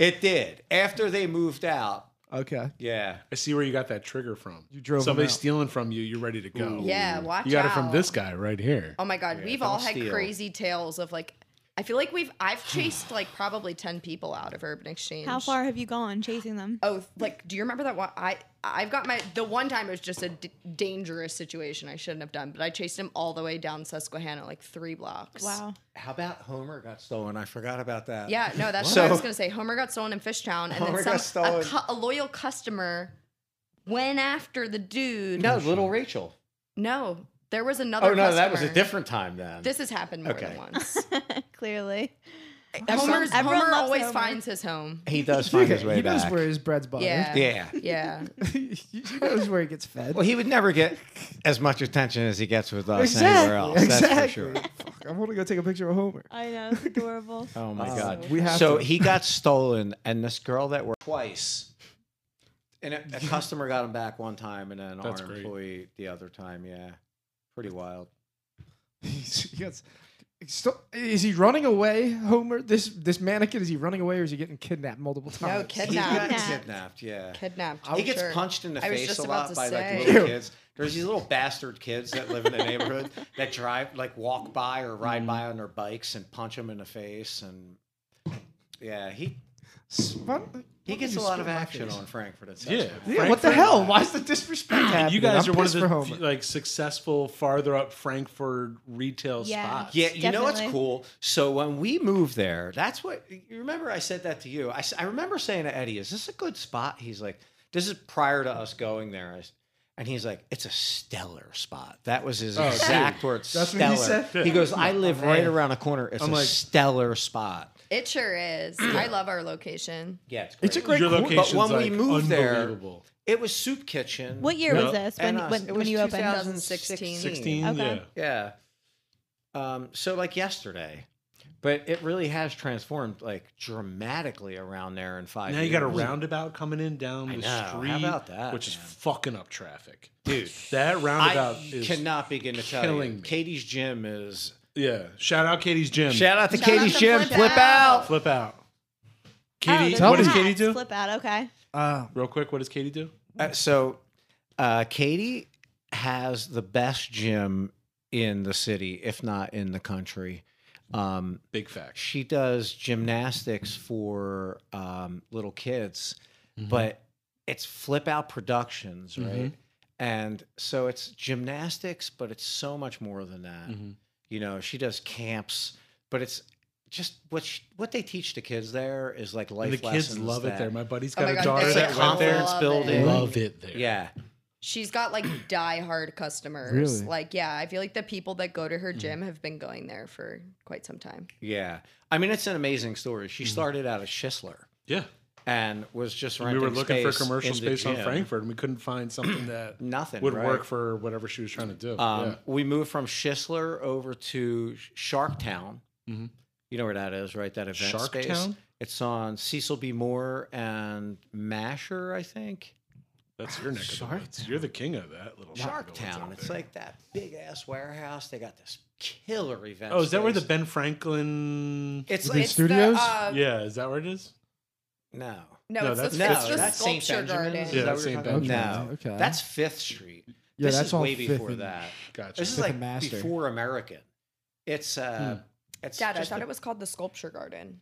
[SPEAKER 5] It did. After they moved out.
[SPEAKER 3] Okay.
[SPEAKER 5] Yeah.
[SPEAKER 1] I see where you got that trigger from. You
[SPEAKER 3] drove 'em
[SPEAKER 1] somebody
[SPEAKER 3] out.
[SPEAKER 1] stealing from you. You're ready to go.
[SPEAKER 4] Yeah, watch
[SPEAKER 1] You got it from
[SPEAKER 4] out.
[SPEAKER 1] this guy right here.
[SPEAKER 4] Oh my god, we've all
[SPEAKER 5] don't
[SPEAKER 4] had
[SPEAKER 5] steal.
[SPEAKER 4] crazy tales of like I feel like we've I've chased like probably 10 people out of Urban Exchange.
[SPEAKER 2] How far have you gone chasing them?
[SPEAKER 4] Oh, like do you remember that one I I've got my the one time it was just a d- dangerous situation I shouldn't have done, but I chased him all the way down Susquehanna like 3 blocks.
[SPEAKER 2] Wow.
[SPEAKER 5] How about Homer got stolen? I forgot about that.
[SPEAKER 4] Yeah, no, that's
[SPEAKER 5] So-
[SPEAKER 4] what I was gonna say. Homer got stolen in Fishtown, and then
[SPEAKER 5] Homer got
[SPEAKER 4] some a,
[SPEAKER 5] stolen.
[SPEAKER 4] cu- a loyal customer went after the dude.
[SPEAKER 5] No, little Rachel.
[SPEAKER 4] no, there was another.
[SPEAKER 5] Oh no, that was a
[SPEAKER 4] customer.
[SPEAKER 5] different time then.
[SPEAKER 4] This has happened more
[SPEAKER 5] Okay.
[SPEAKER 2] [LAUGHS]
[SPEAKER 4] than once. [LAUGHS]
[SPEAKER 2] Clearly.
[SPEAKER 4] Homer's,
[SPEAKER 2] Everyone
[SPEAKER 4] Homer
[SPEAKER 2] loves
[SPEAKER 4] always
[SPEAKER 2] Homer.
[SPEAKER 4] finns his home.
[SPEAKER 3] [LAUGHS]
[SPEAKER 5] he does find his
[SPEAKER 3] Yeah,
[SPEAKER 5] way
[SPEAKER 3] he
[SPEAKER 5] back.
[SPEAKER 3] knows where his bread's buttered.
[SPEAKER 4] Yeah.
[SPEAKER 5] yeah.
[SPEAKER 4] Yeah,
[SPEAKER 3] [LAUGHS] he [LAUGHS] knows where he gets fed.
[SPEAKER 5] Well, he would never get as much attention as he gets with us
[SPEAKER 3] exactly.
[SPEAKER 5] anywhere else.
[SPEAKER 3] Exactly.
[SPEAKER 5] That's for sure.
[SPEAKER 3] Fuck, I want to go take a picture of Homer.
[SPEAKER 2] I
[SPEAKER 4] [LAUGHS]
[SPEAKER 2] know. It's adorable.
[SPEAKER 5] Oh my
[SPEAKER 3] Uh,
[SPEAKER 5] god.
[SPEAKER 3] we have
[SPEAKER 5] so
[SPEAKER 3] to-
[SPEAKER 5] he got stolen, and this girl that worked twice, and a, a customer got him back one time, and then
[SPEAKER 1] That's
[SPEAKER 5] our
[SPEAKER 1] great.
[SPEAKER 5] employee the other time. Yeah, pretty wild.
[SPEAKER 3] [LAUGHS] He's- he gets- sto- is he running away, Homer? This this mannequin is he running away or is he getting kidnapped multiple times?
[SPEAKER 5] He
[SPEAKER 4] kidnapped.
[SPEAKER 5] got
[SPEAKER 2] Kidnapped.
[SPEAKER 5] kidnapped. Yeah.
[SPEAKER 4] kidnapped.
[SPEAKER 5] He
[SPEAKER 4] I'm
[SPEAKER 5] gets
[SPEAKER 4] sure.
[SPEAKER 5] punched in the
[SPEAKER 4] I was
[SPEAKER 5] face
[SPEAKER 4] just
[SPEAKER 5] a
[SPEAKER 4] about
[SPEAKER 5] lot
[SPEAKER 4] to
[SPEAKER 5] by like
[SPEAKER 4] say.
[SPEAKER 5] little kids. There's these little bastard kids that live in
[SPEAKER 4] [LAUGHS]
[SPEAKER 5] the neighborhood that drive, like walk by or ride by on their bikes and punch him in the face. And yeah, he
[SPEAKER 3] Spun-
[SPEAKER 5] he
[SPEAKER 3] what
[SPEAKER 5] gets
[SPEAKER 3] did
[SPEAKER 5] a
[SPEAKER 3] you
[SPEAKER 5] lot
[SPEAKER 3] spit in
[SPEAKER 5] of
[SPEAKER 3] my
[SPEAKER 5] action
[SPEAKER 3] face?
[SPEAKER 5] on Frankfurt. It's
[SPEAKER 1] Yeah.
[SPEAKER 5] actually-
[SPEAKER 3] Yeah,
[SPEAKER 1] Frank-
[SPEAKER 3] what the hell? Why is the disrespect happening?
[SPEAKER 1] you guys
[SPEAKER 3] I'm
[SPEAKER 1] are one of
[SPEAKER 3] pissed for
[SPEAKER 1] the
[SPEAKER 3] Homer.
[SPEAKER 1] few, like successful farther up Frankfurt retail
[SPEAKER 2] Yeah.
[SPEAKER 1] spots.
[SPEAKER 5] Yeah, you know what's
[SPEAKER 2] Definitely.
[SPEAKER 5] cool? So when we moved there, that's what you remember. I said that to you. I, s- I remember saying to Eddie, "Is this a good spot?" He's like, "This is prior to us going there," I s- and he's like, "It's a stellar spot." That was his
[SPEAKER 1] dude.
[SPEAKER 5] exact words.
[SPEAKER 3] That's what
[SPEAKER 5] stellar.
[SPEAKER 3] he said?
[SPEAKER 5] He Oh, goes, [LAUGHS] "I live right
[SPEAKER 3] man.
[SPEAKER 5] around the corner. It's
[SPEAKER 1] I'm
[SPEAKER 5] a
[SPEAKER 1] like-
[SPEAKER 5] stellar spot."
[SPEAKER 4] It sure is. I love our location.
[SPEAKER 5] Yeah, it's,
[SPEAKER 3] It's a great
[SPEAKER 1] Your
[SPEAKER 3] cool-
[SPEAKER 1] location's
[SPEAKER 5] But when we
[SPEAKER 1] like
[SPEAKER 5] moved there-
[SPEAKER 1] unbelievable.
[SPEAKER 5] It was soup kitchen.
[SPEAKER 2] What year
[SPEAKER 1] No.
[SPEAKER 2] was this when
[SPEAKER 5] and us.
[SPEAKER 2] when,
[SPEAKER 5] It
[SPEAKER 2] when
[SPEAKER 5] was
[SPEAKER 2] you opened?
[SPEAKER 4] 2016.
[SPEAKER 1] 16,
[SPEAKER 2] Okay.
[SPEAKER 1] yeah.
[SPEAKER 5] Yeah. Um, so like yesterday. But it really has transformed like dramatically around there in five
[SPEAKER 1] Now you got a
[SPEAKER 5] years.
[SPEAKER 1] roundabout coming in down
[SPEAKER 5] I
[SPEAKER 1] the
[SPEAKER 5] know. How
[SPEAKER 1] street,
[SPEAKER 5] about that,
[SPEAKER 1] which is
[SPEAKER 5] man?
[SPEAKER 1] fucking up traffic.
[SPEAKER 5] dude.
[SPEAKER 1] That roundabout
[SPEAKER 5] I
[SPEAKER 1] is
[SPEAKER 5] cannot begin to tell
[SPEAKER 1] killing
[SPEAKER 5] you.
[SPEAKER 1] me.
[SPEAKER 5] Katie's gym is.
[SPEAKER 1] yeah. Shout out Katie's gym.
[SPEAKER 5] Shout out to
[SPEAKER 4] Shout
[SPEAKER 5] Katie's
[SPEAKER 4] out to
[SPEAKER 5] gym.
[SPEAKER 4] Flip
[SPEAKER 5] Flip out.
[SPEAKER 4] Out.
[SPEAKER 1] Flip out.
[SPEAKER 2] Oh,
[SPEAKER 1] Katie,
[SPEAKER 2] there's
[SPEAKER 1] what does
[SPEAKER 2] hats.
[SPEAKER 1] Katie do?
[SPEAKER 2] Flip out. Okay.
[SPEAKER 3] Uh,
[SPEAKER 1] Real quick, what does Katie do?
[SPEAKER 5] Uh, so, uh, Katie has the best gym in the city, if not in the country. Um,
[SPEAKER 1] Big fact. Mm-hmm.
[SPEAKER 5] she does gymnastics for um, little kids, but it's Flip Out Productions, right? And so it's gymnastics, but it's so much more than that.
[SPEAKER 1] Mhm.
[SPEAKER 5] You know, she does camps, but it's just what she, what they teach the kids there is like life
[SPEAKER 1] And the
[SPEAKER 5] lessons.
[SPEAKER 1] kids love it
[SPEAKER 5] that-
[SPEAKER 1] there. My buddy's
[SPEAKER 4] Oh
[SPEAKER 1] got
[SPEAKER 4] my
[SPEAKER 1] a
[SPEAKER 4] God,
[SPEAKER 1] daughter
[SPEAKER 4] they
[SPEAKER 1] that went there.
[SPEAKER 5] confidence
[SPEAKER 4] love
[SPEAKER 5] building.
[SPEAKER 4] it.
[SPEAKER 1] Love it there.
[SPEAKER 5] Yeah,
[SPEAKER 4] She's got like [CLEARS THROAT] diehard customers.
[SPEAKER 3] Really?
[SPEAKER 4] Like, yeah, I feel like the people that go to her
[SPEAKER 5] Hmm.
[SPEAKER 4] gym have been going there for quite some time.
[SPEAKER 5] yeah. I mean, it's an amazing story.
[SPEAKER 1] Mm-hmm.
[SPEAKER 5] She started out at Schistler
[SPEAKER 1] Yeah.
[SPEAKER 5] and was just
[SPEAKER 1] We
[SPEAKER 5] renting
[SPEAKER 1] were looking for
[SPEAKER 5] space
[SPEAKER 1] commercial
[SPEAKER 5] in the
[SPEAKER 1] space on
[SPEAKER 5] gym.
[SPEAKER 1] Frankfurt, and we couldn't find
[SPEAKER 5] [CLEARS THROAT]
[SPEAKER 1] something that
[SPEAKER 5] Nothing
[SPEAKER 1] would
[SPEAKER 5] right?
[SPEAKER 1] work for whatever she was trying to do.
[SPEAKER 5] Um,
[SPEAKER 1] yeah.
[SPEAKER 5] We moved from Schistler over to Sh- Shark Town.
[SPEAKER 1] Mhm.
[SPEAKER 5] You know where that is, right? That event
[SPEAKER 1] Shark
[SPEAKER 5] space.
[SPEAKER 1] Town?
[SPEAKER 5] It's on Cecil B. Moore and Masher, I think.
[SPEAKER 1] That's your neck of the
[SPEAKER 5] Shark
[SPEAKER 1] woods. You're the king of that little
[SPEAKER 5] Shark
[SPEAKER 1] neck of the woods
[SPEAKER 5] Town.
[SPEAKER 1] out
[SPEAKER 5] It's
[SPEAKER 1] there.
[SPEAKER 5] like that big ass warehouse. They got this killer event.
[SPEAKER 1] oh, is that where the
[SPEAKER 5] space.
[SPEAKER 1] Ben Franklin?
[SPEAKER 5] It's
[SPEAKER 3] The
[SPEAKER 5] like
[SPEAKER 3] big studios?
[SPEAKER 4] uh,
[SPEAKER 1] yeah, is that where it is?
[SPEAKER 5] no.
[SPEAKER 4] No,
[SPEAKER 1] No,
[SPEAKER 4] it's,
[SPEAKER 1] that's-
[SPEAKER 4] the,
[SPEAKER 5] No,
[SPEAKER 4] it's the
[SPEAKER 5] that's St.
[SPEAKER 4] sculpture
[SPEAKER 5] Benjamin's.
[SPEAKER 4] garden.
[SPEAKER 5] Is
[SPEAKER 1] Yeah,
[SPEAKER 5] that what
[SPEAKER 1] St.
[SPEAKER 5] you're talking about?
[SPEAKER 3] Benjamin's.
[SPEAKER 5] No,
[SPEAKER 3] Okay.
[SPEAKER 5] that's Fifth Street.
[SPEAKER 3] Yeah,
[SPEAKER 5] this
[SPEAKER 3] that's
[SPEAKER 5] is
[SPEAKER 3] all
[SPEAKER 5] way
[SPEAKER 3] Fifth
[SPEAKER 5] before
[SPEAKER 3] and-
[SPEAKER 5] that.
[SPEAKER 1] Gotcha.
[SPEAKER 5] This
[SPEAKER 1] [LAUGHS]
[SPEAKER 5] is
[SPEAKER 3] Fifth
[SPEAKER 5] like
[SPEAKER 3] and Master.
[SPEAKER 5] before American. It's uh, it's
[SPEAKER 4] Dad, I
[SPEAKER 5] just
[SPEAKER 4] thought
[SPEAKER 5] a
[SPEAKER 4] it was called the sculpture garden.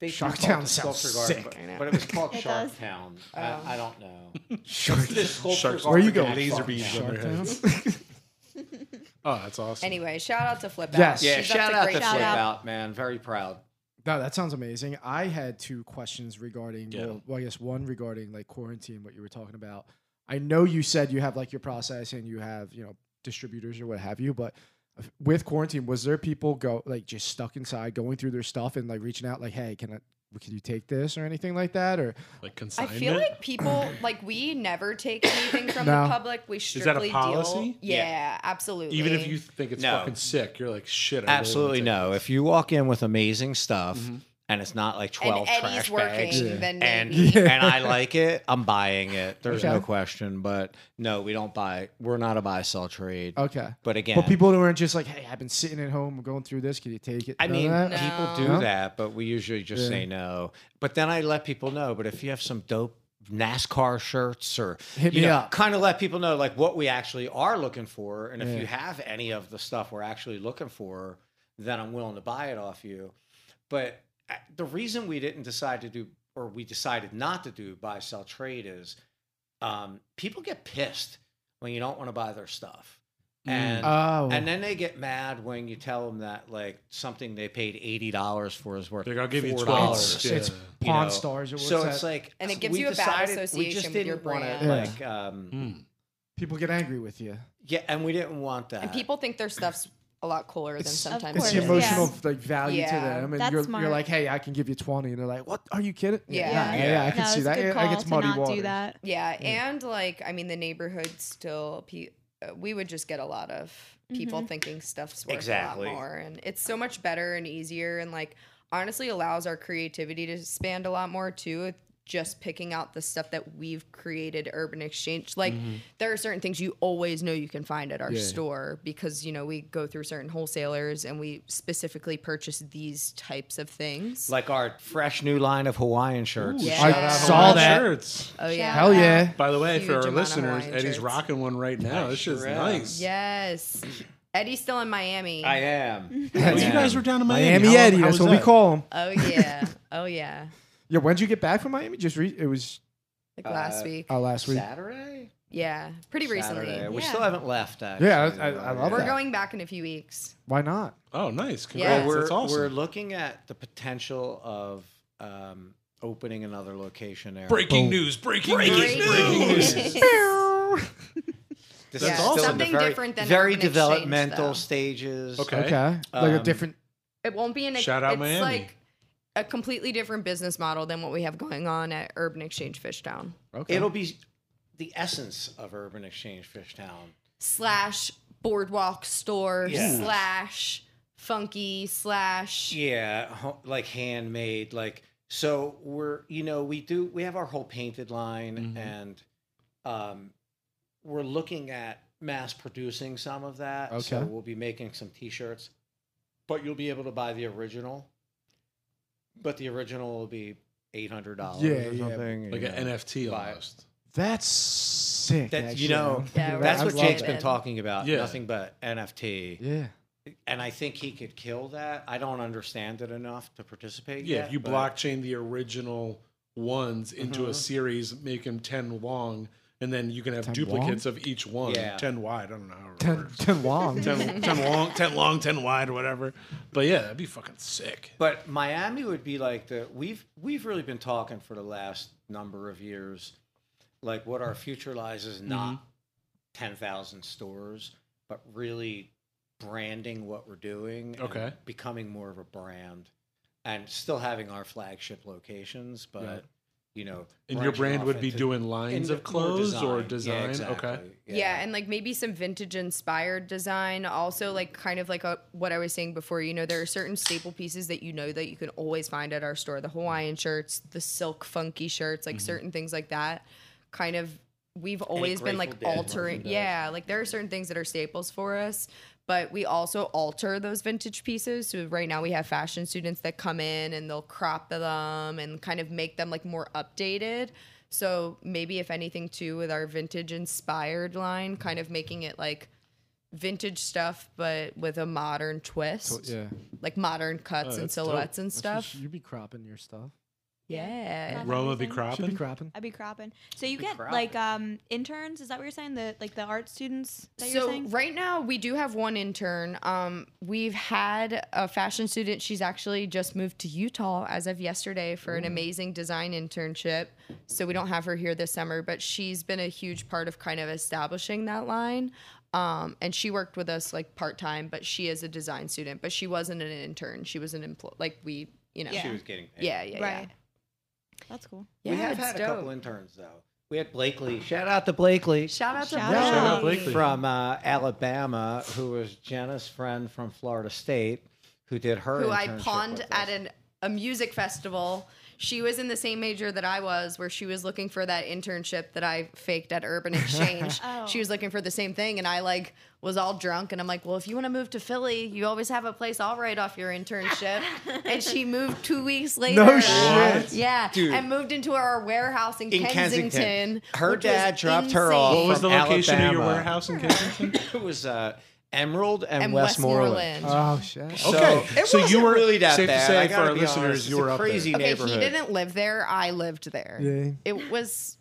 [SPEAKER 5] They
[SPEAKER 3] Shark
[SPEAKER 5] do call it
[SPEAKER 3] Town
[SPEAKER 5] the
[SPEAKER 3] sounds
[SPEAKER 5] Sculpture Garden,
[SPEAKER 3] sick.
[SPEAKER 5] but-
[SPEAKER 4] I know.
[SPEAKER 5] But, it was called
[SPEAKER 2] It
[SPEAKER 5] Shark
[SPEAKER 2] does.
[SPEAKER 5] Town.
[SPEAKER 4] Oh.
[SPEAKER 5] I, I don't know.
[SPEAKER 3] Shark
[SPEAKER 5] The Sculpture
[SPEAKER 1] Sharks-
[SPEAKER 5] Garden
[SPEAKER 3] Where you
[SPEAKER 5] at
[SPEAKER 3] going?
[SPEAKER 5] Shark
[SPEAKER 1] Laser beams
[SPEAKER 5] Town.
[SPEAKER 1] on
[SPEAKER 3] Shark
[SPEAKER 1] their
[SPEAKER 3] Town?
[SPEAKER 1] heads. Oh, that's awesome.
[SPEAKER 4] Anyway, shout out to Flip
[SPEAKER 3] Yes.
[SPEAKER 4] Out.
[SPEAKER 5] Yeah,
[SPEAKER 4] She's- that's
[SPEAKER 5] shout
[SPEAKER 4] a
[SPEAKER 5] out to
[SPEAKER 4] great
[SPEAKER 5] Flip
[SPEAKER 2] shout
[SPEAKER 5] Out,
[SPEAKER 2] out.
[SPEAKER 5] man. Very proud.
[SPEAKER 3] [LAUGHS] No, that sounds amazing. I had two questions regarding,
[SPEAKER 1] Yeah.
[SPEAKER 3] well, well, I guess one regarding like quarantine, what you were talking about. I know you said you have like your process and you have, you know, distributors or what have you, but with quarantine, was there people go like just stuck inside going through their stuff and like reaching out like, hey, can I, can you take this or anything like that? Or
[SPEAKER 1] Like
[SPEAKER 4] I
[SPEAKER 1] consignment.
[SPEAKER 4] feel
[SPEAKER 1] [CLEARS THROAT]
[SPEAKER 4] like people like we never take anything from
[SPEAKER 3] No.
[SPEAKER 4] the public. We
[SPEAKER 1] a
[SPEAKER 4] strictly
[SPEAKER 1] policy?
[SPEAKER 4] deal. Yeah,
[SPEAKER 5] Yeah.
[SPEAKER 4] absolutely.
[SPEAKER 1] Even if you think it's
[SPEAKER 5] No.
[SPEAKER 1] fucking sick, you're like shit. I really wanna
[SPEAKER 5] Absolutely
[SPEAKER 1] take
[SPEAKER 5] no. Mm-hmm.
[SPEAKER 1] this.
[SPEAKER 5] If you walk in with amazing stuff
[SPEAKER 3] Mm-hmm.
[SPEAKER 5] and it's not like
[SPEAKER 4] and
[SPEAKER 5] twelve
[SPEAKER 4] Eddie's
[SPEAKER 5] trash
[SPEAKER 4] working,
[SPEAKER 5] bags.
[SPEAKER 3] Yeah.
[SPEAKER 4] then [LAUGHS]
[SPEAKER 5] And
[SPEAKER 4] maybe.
[SPEAKER 5] and I like it. I'm buying it. There's no
[SPEAKER 3] Okay.
[SPEAKER 5] question. But no, we don't buy. We're not a buy sell trade.
[SPEAKER 3] okay.
[SPEAKER 5] But again,
[SPEAKER 3] But Oh, people weren't just like, hey, I've been sitting at home going through this. Can you take it?
[SPEAKER 5] I
[SPEAKER 3] None of
[SPEAKER 5] mean,
[SPEAKER 3] that?
[SPEAKER 4] No.
[SPEAKER 5] people do
[SPEAKER 3] No?
[SPEAKER 5] that, but we usually just
[SPEAKER 3] Yeah.
[SPEAKER 5] say no. But then I let people know. But if you have some dope NASCAR shirts or
[SPEAKER 3] Hit
[SPEAKER 5] you
[SPEAKER 3] me
[SPEAKER 5] know,
[SPEAKER 3] up.
[SPEAKER 5] kind of let people know like what we actually are looking for, and if
[SPEAKER 3] Yeah.
[SPEAKER 5] you have any of the stuff we're actually looking for, then I'm willing to buy it off you. But uh, the reason we didn't decide to do, or we decided not to do buy sell trade is, um, people get pissed when you don't want to buy their stuff. And
[SPEAKER 3] Oh,
[SPEAKER 5] and then they get mad when you tell them that like something they paid eighty dollars for is worth.
[SPEAKER 1] They're gonna give you
[SPEAKER 5] $4.
[SPEAKER 1] $12.
[SPEAKER 3] it's,
[SPEAKER 1] Yeah.
[SPEAKER 3] it's
[SPEAKER 1] You
[SPEAKER 3] Pawn
[SPEAKER 5] know,
[SPEAKER 3] Stars. Or what's
[SPEAKER 5] So it's
[SPEAKER 3] that?
[SPEAKER 5] like,
[SPEAKER 4] And it gives
[SPEAKER 5] we
[SPEAKER 4] you a bad
[SPEAKER 5] decided we just
[SPEAKER 4] association with your
[SPEAKER 5] didn't wanna,
[SPEAKER 4] brand.
[SPEAKER 3] Yeah.
[SPEAKER 5] Like, um,
[SPEAKER 1] Mm.
[SPEAKER 3] people get angry with you.
[SPEAKER 5] yeah, and we didn't want that.
[SPEAKER 4] and people think their stuff's a lot cooler than
[SPEAKER 3] It's- Of
[SPEAKER 4] sometimes.
[SPEAKER 3] it's
[SPEAKER 2] course,
[SPEAKER 3] the
[SPEAKER 4] it is.
[SPEAKER 3] emotional like value to
[SPEAKER 4] Yeah.
[SPEAKER 3] them, and
[SPEAKER 2] That's
[SPEAKER 3] you're,
[SPEAKER 2] smart.
[SPEAKER 3] you're like, hey, I can give you twenty, and they're like, what? Are you kidding?
[SPEAKER 4] Yeah.
[SPEAKER 3] yeah, yeah, I
[SPEAKER 5] Yeah.
[SPEAKER 3] can
[SPEAKER 2] no,
[SPEAKER 3] see
[SPEAKER 2] it's
[SPEAKER 3] that.
[SPEAKER 2] a good
[SPEAKER 3] It,
[SPEAKER 2] call
[SPEAKER 3] like it's
[SPEAKER 2] to
[SPEAKER 3] muddy
[SPEAKER 2] not
[SPEAKER 3] water.
[SPEAKER 2] do that.
[SPEAKER 4] Yeah, and like I mean, the neighborhood still. Pe- uh, we would just get a lot of people thinking stuff's worth
[SPEAKER 5] Exactly.
[SPEAKER 4] a lot more, and it's so much better and easier, and like honestly allows our creativity to expand a lot more too. with Just picking out the stuff that we've created, Urban Exchange. Like there are certain things you always know you can find at our
[SPEAKER 3] Yeah.
[SPEAKER 4] store because you know we go through certain wholesalers and we specifically purchase these types of things.
[SPEAKER 5] like our fresh new line of Hawaiian shirts.
[SPEAKER 4] Ooh,
[SPEAKER 5] which-
[SPEAKER 4] Yeah.
[SPEAKER 3] I
[SPEAKER 4] Shout out
[SPEAKER 3] saw
[SPEAKER 1] Hawaiian
[SPEAKER 3] that.
[SPEAKER 1] Shirts.
[SPEAKER 4] oh yeah,
[SPEAKER 2] Uh,
[SPEAKER 3] Hell yeah!
[SPEAKER 1] By the way,
[SPEAKER 4] Huge
[SPEAKER 1] for our
[SPEAKER 4] amount of
[SPEAKER 1] listeners,
[SPEAKER 4] Hawaiian
[SPEAKER 1] Eddie's
[SPEAKER 4] shirts.
[SPEAKER 1] rocking one right now. This
[SPEAKER 5] sure
[SPEAKER 1] shit's
[SPEAKER 5] am.
[SPEAKER 1] nice.
[SPEAKER 4] Yes, Eddie's still in Miami. [LAUGHS]
[SPEAKER 5] I am.
[SPEAKER 1] Oh,
[SPEAKER 5] I
[SPEAKER 1] you
[SPEAKER 5] am.
[SPEAKER 1] guys were down in Miami.
[SPEAKER 3] Miami
[SPEAKER 1] How-
[SPEAKER 3] Eddie,
[SPEAKER 1] how
[SPEAKER 3] that's
[SPEAKER 1] was
[SPEAKER 3] what we
[SPEAKER 1] that?
[SPEAKER 3] call him.
[SPEAKER 4] Oh yeah. Oh yeah.
[SPEAKER 3] Yeah, when did you get back from Miami? Just re- it was
[SPEAKER 4] Like last
[SPEAKER 5] Uh,
[SPEAKER 4] week.
[SPEAKER 3] uh, last week.
[SPEAKER 5] Saturday.
[SPEAKER 4] Yeah. Pretty
[SPEAKER 5] Saturday.
[SPEAKER 4] recently.
[SPEAKER 5] We
[SPEAKER 2] Yeah.
[SPEAKER 5] still haven't left. Actually,
[SPEAKER 3] Yeah, I- I- I love
[SPEAKER 4] We're
[SPEAKER 3] that.
[SPEAKER 4] going back in a few weeks.
[SPEAKER 3] Why not?
[SPEAKER 2] [LAUGHS]
[SPEAKER 1] Oh, nice.
[SPEAKER 4] Yeah.
[SPEAKER 1] Congrats.
[SPEAKER 5] Well, we're
[SPEAKER 1] That's awesome.
[SPEAKER 5] we're looking at the potential of um, opening another location there.
[SPEAKER 1] breaking news. Breaking,
[SPEAKER 4] Breaking
[SPEAKER 1] news. Breaking news.
[SPEAKER 5] This
[SPEAKER 1] That's
[SPEAKER 5] is
[SPEAKER 1] awesome.
[SPEAKER 5] still in the
[SPEAKER 4] Something
[SPEAKER 5] very,
[SPEAKER 4] different than
[SPEAKER 5] very
[SPEAKER 4] Urban Exchange,
[SPEAKER 5] developmental
[SPEAKER 4] though.
[SPEAKER 5] stages.
[SPEAKER 1] Okay.
[SPEAKER 3] Okay, like a
[SPEAKER 5] Um,
[SPEAKER 3] different.
[SPEAKER 4] It won't be an
[SPEAKER 1] Shout out
[SPEAKER 4] it's
[SPEAKER 1] Miami.
[SPEAKER 4] like a completely different business model than what we have going on at Urban Exchange Fishtown.
[SPEAKER 3] Okay,
[SPEAKER 5] It'll be the essence of Urban Exchange Fishtown.
[SPEAKER 4] Slash boardwalk store
[SPEAKER 5] Yeah.
[SPEAKER 4] slash funky slash
[SPEAKER 5] Yeah, ho- like handmade. Like so, we're you know we do we have our whole painted line,
[SPEAKER 3] Mm-hmm.
[SPEAKER 1] Mhm.
[SPEAKER 5] and um, we're looking at mass producing some of that. So
[SPEAKER 3] Okay.
[SPEAKER 5] we'll be making some T-shirts, but you'll be able to buy the original. But the original will be eight hundred dollars
[SPEAKER 3] Yeah,
[SPEAKER 5] or
[SPEAKER 3] yeah,
[SPEAKER 5] something. you
[SPEAKER 1] Like
[SPEAKER 5] know.
[SPEAKER 1] an NFT
[SPEAKER 5] Buy it.
[SPEAKER 1] almost.
[SPEAKER 3] that's sick.
[SPEAKER 5] That- you
[SPEAKER 3] actually.
[SPEAKER 5] know,
[SPEAKER 4] Yeah, we're
[SPEAKER 5] That's
[SPEAKER 3] I
[SPEAKER 5] what
[SPEAKER 3] love
[SPEAKER 5] Jake's
[SPEAKER 4] that.
[SPEAKER 5] been talking about.
[SPEAKER 1] Yeah.
[SPEAKER 5] Nothing but NFT.
[SPEAKER 3] Yeah,
[SPEAKER 5] And I think he could kill that. I don't understand it enough to participate.
[SPEAKER 1] Yeah,
[SPEAKER 5] yet,
[SPEAKER 1] if you
[SPEAKER 5] but-
[SPEAKER 1] blockchain the original ones into a series, make them 10 long, and then you can have
[SPEAKER 3] 10
[SPEAKER 1] duplicates of each one.
[SPEAKER 5] Yeah.
[SPEAKER 1] 10 wide. I don't know how it
[SPEAKER 3] 10,
[SPEAKER 1] works.
[SPEAKER 3] 10
[SPEAKER 5] [LAUGHS]
[SPEAKER 3] long.
[SPEAKER 4] [LAUGHS]
[SPEAKER 1] 10, 10 long, 10 long, 10 wide, or whatever. But yeah, that'd be fucking sick.
[SPEAKER 5] But Miami would be like the we've we've really been talking for the last number of years, like what our future lies is not
[SPEAKER 1] Mm-hmm.
[SPEAKER 5] ten thousand stores, but really branding what we're doing. and
[SPEAKER 1] Okay.
[SPEAKER 5] becoming more of a brand, and still having our flagship locations, but
[SPEAKER 1] Right.
[SPEAKER 5] you know,
[SPEAKER 1] And your
[SPEAKER 5] branching
[SPEAKER 1] brand
[SPEAKER 5] off
[SPEAKER 1] would be
[SPEAKER 5] into-
[SPEAKER 1] doing lines
[SPEAKER 5] into
[SPEAKER 1] of
[SPEAKER 5] more
[SPEAKER 1] clothes or design.
[SPEAKER 5] Yeah,
[SPEAKER 1] Okay.
[SPEAKER 5] exactly.
[SPEAKER 4] Yeah. and like maybe some vintage inspired design. Also, like kind of like a, what I was saying before, you know, there are certain staple pieces that you know that you can always find at our store the Hawaiian shirts, the silk funky shirts, like certain things like that. Kind of, we've always been like
[SPEAKER 5] Grateful Dead
[SPEAKER 4] altering.
[SPEAKER 5] merchandise.
[SPEAKER 4] Yeah, like there are certain things that are staples for us, but we also alter those vintage pieces. So right now we have fashion students that come in and they'll crop them and kind of make them like more updated. So maybe if anything too with our vintage inspired line, kind of making it like vintage stuff but with a modern twist.
[SPEAKER 3] Yeah.
[SPEAKER 4] Like modern
[SPEAKER 1] Oh,
[SPEAKER 4] cuts and
[SPEAKER 1] that's dope.
[SPEAKER 4] silhouettes and
[SPEAKER 3] That's what
[SPEAKER 4] stuff.
[SPEAKER 3] you- You be cropping your stuff.
[SPEAKER 4] Yeah.
[SPEAKER 2] Crop
[SPEAKER 1] Roma be
[SPEAKER 2] everything.
[SPEAKER 3] Should be
[SPEAKER 1] cropping.
[SPEAKER 3] cropping.
[SPEAKER 2] I'd be cropping. So you
[SPEAKER 5] Be
[SPEAKER 2] get like um interns. Is that what you're saying? The like the art students that you're
[SPEAKER 4] So
[SPEAKER 2] saying?
[SPEAKER 4] right now we do have one intern. Um, we've had a fashion student. She's actually just moved to Utah as of yesterday for an amazing design internship. So we don't have her here this summer, but she's been a huge part of kind of establishing that line. Um, and she worked with us like part time, but she is a design student. But she wasn't an intern. She was an employee. Like we, you know.
[SPEAKER 5] She
[SPEAKER 4] Yeah,
[SPEAKER 2] Yeah.
[SPEAKER 5] was getting paid.
[SPEAKER 4] yeah, yeah.
[SPEAKER 2] Right. That's cool.
[SPEAKER 4] yeah
[SPEAKER 5] we have
[SPEAKER 4] it's
[SPEAKER 5] had a
[SPEAKER 4] dope.
[SPEAKER 5] couple interns though. We had Blakely. Shout out to Blakely.
[SPEAKER 4] Shout out to
[SPEAKER 2] Shout
[SPEAKER 4] Blake.
[SPEAKER 2] out. Shout out
[SPEAKER 1] Blakely.
[SPEAKER 5] from uh, Alabama, who was Jenna's friend from Florida State, who did her
[SPEAKER 4] who I
[SPEAKER 5] internship
[SPEAKER 4] pawned
[SPEAKER 5] with
[SPEAKER 4] at
[SPEAKER 5] [COUGHS] us.
[SPEAKER 4] an, a music festival. She was in the same major that I was, where she was looking for that internship that I faked at Urban Exchange.
[SPEAKER 2] Oh.
[SPEAKER 4] She was looking for the same thing, and I like was all drunk, and I'm like, "Well, if you want to move to Philly, you always have a place all right off your internship." and she moved two weeks later.
[SPEAKER 3] shit.
[SPEAKER 4] Yeah,
[SPEAKER 5] Dude.
[SPEAKER 4] and moved into our warehouse in,
[SPEAKER 5] in
[SPEAKER 4] Kensington.
[SPEAKER 5] Kensington. Her
[SPEAKER 4] which was
[SPEAKER 5] dad dropped her
[SPEAKER 4] insane.
[SPEAKER 5] off.
[SPEAKER 1] What was
[SPEAKER 5] from
[SPEAKER 1] the location of your
[SPEAKER 5] Alabama.
[SPEAKER 1] warehouse in Kensington?
[SPEAKER 4] [LAUGHS]
[SPEAKER 5] It was uh, Emerald and,
[SPEAKER 4] And
[SPEAKER 5] Westmoreland.
[SPEAKER 4] Westmoreland.
[SPEAKER 3] Oh, shit.
[SPEAKER 5] So,
[SPEAKER 1] Okay,
[SPEAKER 5] it
[SPEAKER 1] so you
[SPEAKER 5] wasn't
[SPEAKER 1] were-
[SPEAKER 5] really that
[SPEAKER 1] safe to
[SPEAKER 5] bad.
[SPEAKER 1] say for
[SPEAKER 5] I gotta
[SPEAKER 1] our
[SPEAKER 5] be
[SPEAKER 1] listeners,
[SPEAKER 5] honest,
[SPEAKER 1] you
[SPEAKER 5] it's
[SPEAKER 1] were
[SPEAKER 5] a
[SPEAKER 1] up there.
[SPEAKER 5] crazy
[SPEAKER 4] Okay, he
[SPEAKER 5] neighborhood.
[SPEAKER 4] didn't live there. I lived there.
[SPEAKER 3] Yeah.
[SPEAKER 4] It was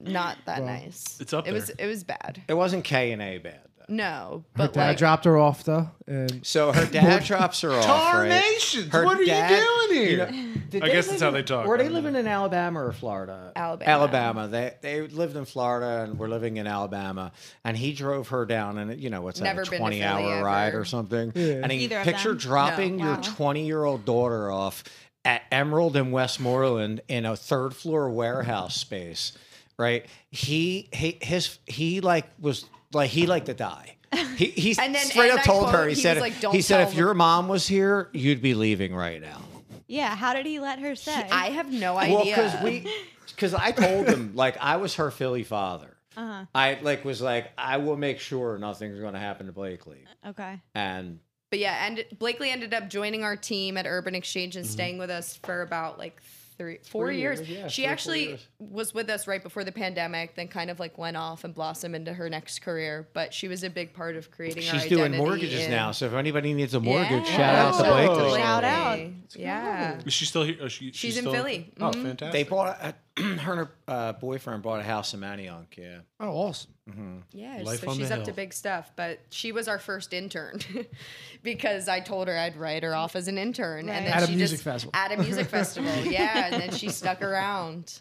[SPEAKER 4] not that
[SPEAKER 3] Well,
[SPEAKER 4] nice.
[SPEAKER 1] it's up
[SPEAKER 4] It was
[SPEAKER 1] there.
[SPEAKER 4] it was bad.
[SPEAKER 5] It wasn't K and A bad. Though.
[SPEAKER 4] No,
[SPEAKER 3] Her
[SPEAKER 4] but
[SPEAKER 3] dad
[SPEAKER 4] like
[SPEAKER 3] dropped her off though, and
[SPEAKER 5] So her dad drops her off. Right?
[SPEAKER 1] Tarnations!
[SPEAKER 5] Her
[SPEAKER 1] what are
[SPEAKER 5] dad-
[SPEAKER 1] you doing here?
[SPEAKER 5] Did
[SPEAKER 1] I
[SPEAKER 5] they
[SPEAKER 1] guess
[SPEAKER 5] live
[SPEAKER 1] that's how
[SPEAKER 5] in-
[SPEAKER 1] they talk.
[SPEAKER 5] Were
[SPEAKER 1] I
[SPEAKER 5] they
[SPEAKER 1] don't
[SPEAKER 5] living in Alabama or Florida?
[SPEAKER 4] Alabama.
[SPEAKER 5] Alabama. They they lived in Florida and were living in Alabama. And he drove her down, and you know what's that,
[SPEAKER 4] Never
[SPEAKER 5] a
[SPEAKER 4] been to
[SPEAKER 5] twenty
[SPEAKER 4] Philly
[SPEAKER 5] hour
[SPEAKER 4] ever.
[SPEAKER 5] ride or something.
[SPEAKER 3] Yeah.
[SPEAKER 5] And he
[SPEAKER 2] Either of
[SPEAKER 5] picture
[SPEAKER 2] them?
[SPEAKER 5] dropping
[SPEAKER 2] No.
[SPEAKER 5] your
[SPEAKER 2] Wow.
[SPEAKER 5] twenty year old daughter off at Emerald and Westmoreland in a third floor warehouse space. Right? He he his he like was like he liked to die. He, he
[SPEAKER 4] And then-
[SPEAKER 5] straight
[SPEAKER 4] and
[SPEAKER 5] up
[SPEAKER 4] I
[SPEAKER 5] told her
[SPEAKER 4] quote,
[SPEAKER 5] he,
[SPEAKER 4] he
[SPEAKER 5] said
[SPEAKER 4] was
[SPEAKER 5] if-
[SPEAKER 4] like, "Don't
[SPEAKER 5] he said
[SPEAKER 4] tell
[SPEAKER 5] if
[SPEAKER 4] them."
[SPEAKER 5] your mom was here you'd be leaving right now
[SPEAKER 2] Yeah. How did he let her say?
[SPEAKER 4] I have no
[SPEAKER 5] well,
[SPEAKER 4] idea.
[SPEAKER 5] because we, because I told him like I was her Philly father.
[SPEAKER 4] Uh-huh.
[SPEAKER 5] I like was like I will make sure nothing's going to happen to Blakely,
[SPEAKER 2] okay.
[SPEAKER 5] and
[SPEAKER 4] but yeah, and Blakely ended up joining our team at Urban Exchange
[SPEAKER 5] Mm-hmm.
[SPEAKER 4] and staying with us for about like three, four
[SPEAKER 5] Three
[SPEAKER 4] years.
[SPEAKER 5] years, yeah,
[SPEAKER 4] she
[SPEAKER 5] three, four
[SPEAKER 4] actually
[SPEAKER 5] years.
[SPEAKER 4] was with us right before the pandemic, then kind of like went off and blossomed into her next career. But she was a big part of creating. our
[SPEAKER 5] she's doing
[SPEAKER 4] identity
[SPEAKER 5] mortgages
[SPEAKER 4] and-
[SPEAKER 5] now. So if anybody needs a mortgage,
[SPEAKER 4] Yeah.
[SPEAKER 5] shout out to
[SPEAKER 4] So
[SPEAKER 5] Blakely.
[SPEAKER 4] Blakely.
[SPEAKER 2] Shout out.
[SPEAKER 4] Yeah.
[SPEAKER 1] Is she still here? Oh, she, she's,
[SPEAKER 4] in
[SPEAKER 1] still-
[SPEAKER 4] Philly.
[SPEAKER 1] Oh,
[SPEAKER 4] Mhm.
[SPEAKER 1] fantastic.
[SPEAKER 5] They bought a, [CLEARS THROAT] her and her uh, boyfriend bought a house in Manioc. Yeah,
[SPEAKER 3] oh, awesome.
[SPEAKER 4] Yeah,
[SPEAKER 1] Life
[SPEAKER 4] so
[SPEAKER 1] on the
[SPEAKER 4] she's up to
[SPEAKER 1] hill.
[SPEAKER 4] big stuff, but she was our first intern [LAUGHS] because I told her I'd write her off as an intern, and then
[SPEAKER 3] At a
[SPEAKER 4] she
[SPEAKER 3] music
[SPEAKER 4] just,
[SPEAKER 3] festival.
[SPEAKER 4] At a
[SPEAKER 1] [LAUGHS]
[SPEAKER 4] music festival, yeah, and then she stuck around.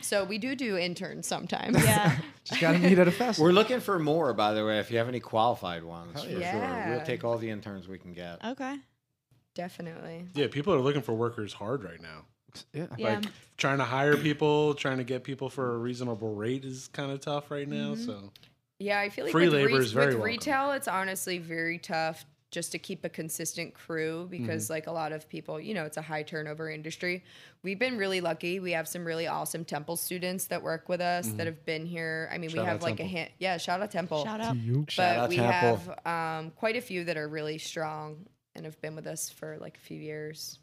[SPEAKER 4] So we do do interns sometimes.
[SPEAKER 2] Yeah.
[SPEAKER 3] Just gotta meet at a festival.
[SPEAKER 5] we're looking for more by the way. If you have any qualified ones, for
[SPEAKER 4] yeah.
[SPEAKER 5] sure, we'll take all the interns we can get.
[SPEAKER 2] okay.
[SPEAKER 4] [LAUGHS] definitely.
[SPEAKER 1] yeah, people are looking for workers hard right now.
[SPEAKER 3] yeah.
[SPEAKER 2] Yeah.
[SPEAKER 1] Like trying to hire people, trying to get people for a reasonable rate is kind of tough right now.
[SPEAKER 4] Mm-hmm.
[SPEAKER 1] So
[SPEAKER 4] Yeah, I feel like
[SPEAKER 1] Free
[SPEAKER 4] with,
[SPEAKER 1] labor
[SPEAKER 4] re-
[SPEAKER 1] is very
[SPEAKER 4] with
[SPEAKER 1] welcome.
[SPEAKER 4] retail, it's honestly very tough just to keep a consistent crew
[SPEAKER 1] Mm-hmm.
[SPEAKER 4] because, like, a lot of people, you know, it's a high turnover industry. We've been really lucky. We have some really awesome Temple students that work with us that have been here. I mean,
[SPEAKER 1] Mm-hmm. Shout
[SPEAKER 4] we
[SPEAKER 1] out
[SPEAKER 4] have like
[SPEAKER 1] Temple.
[SPEAKER 4] a hand, yeah, shout out Temple.
[SPEAKER 2] Shout
[SPEAKER 3] [LAUGHS]
[SPEAKER 2] out.
[SPEAKER 5] Shout
[SPEAKER 4] but
[SPEAKER 5] out
[SPEAKER 4] we
[SPEAKER 5] Temple.
[SPEAKER 4] have um, quite a few that are really strong and have been with us for like a few years.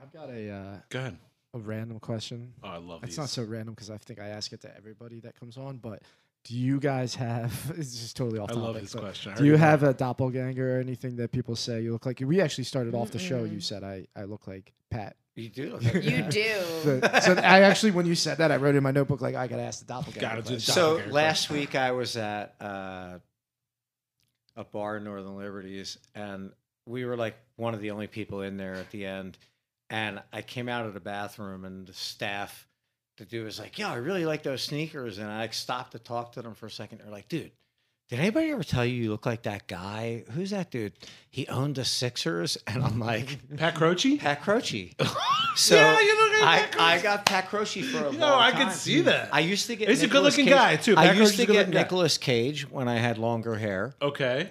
[SPEAKER 3] I've got a uh,
[SPEAKER 1] go ahead.
[SPEAKER 3] a random question.
[SPEAKER 1] Oh, I love
[SPEAKER 3] It's
[SPEAKER 1] these.
[SPEAKER 3] not so random because I think I ask it to everybody that comes on. But do you guys have? [LAUGHS] It's just totally off.
[SPEAKER 1] I love
[SPEAKER 3] topic,
[SPEAKER 1] this
[SPEAKER 3] but
[SPEAKER 1] question. I
[SPEAKER 3] Do
[SPEAKER 1] heard
[SPEAKER 3] you
[SPEAKER 1] it.
[SPEAKER 3] have
[SPEAKER 1] [LAUGHS]
[SPEAKER 3] a doppelganger or anything that people say you look like? We actually started off the show. You said I I look like Pat
[SPEAKER 5] You do. look like
[SPEAKER 4] You
[SPEAKER 5] that.
[SPEAKER 4] do.
[SPEAKER 3] So, so I actually, when you said that, I wrote in my notebook like I gotta ask the doppelganger.
[SPEAKER 1] Gotta do the
[SPEAKER 3] question.
[SPEAKER 5] So
[SPEAKER 1] Doppelganger
[SPEAKER 5] last week I was at uh, a bar in Northern Liberties, and we were like one of the only people in there at the end. And I came out of the bathroom, and the staff, the dude was like, "Yo, I really like those sneakers." And I like, stopped to talk to them for a second. They're like, "Dude." Did anybody ever tell you you look like that guy? Who's that dude? He owned the Sixers, [LAUGHS] and I'm like,
[SPEAKER 1] Pat Croce? [LAUGHS]
[SPEAKER 5] Pat Croce. So
[SPEAKER 1] Yeah, you look like
[SPEAKER 5] I,
[SPEAKER 1] Pat Croce.
[SPEAKER 5] I got Pat Croce for a
[SPEAKER 1] Yo,
[SPEAKER 5] long
[SPEAKER 1] I
[SPEAKER 5] time.
[SPEAKER 1] could see that.
[SPEAKER 5] I used to get.
[SPEAKER 1] He's a
[SPEAKER 5] Nicolas
[SPEAKER 1] good-looking
[SPEAKER 5] Cage-
[SPEAKER 1] guy, too.
[SPEAKER 5] I
[SPEAKER 1] Pat
[SPEAKER 5] used
[SPEAKER 1] Croce's
[SPEAKER 5] to
[SPEAKER 1] a
[SPEAKER 5] get
[SPEAKER 1] good-looking guy.
[SPEAKER 5] Nicolas Cage when I had longer hair.
[SPEAKER 1] okay.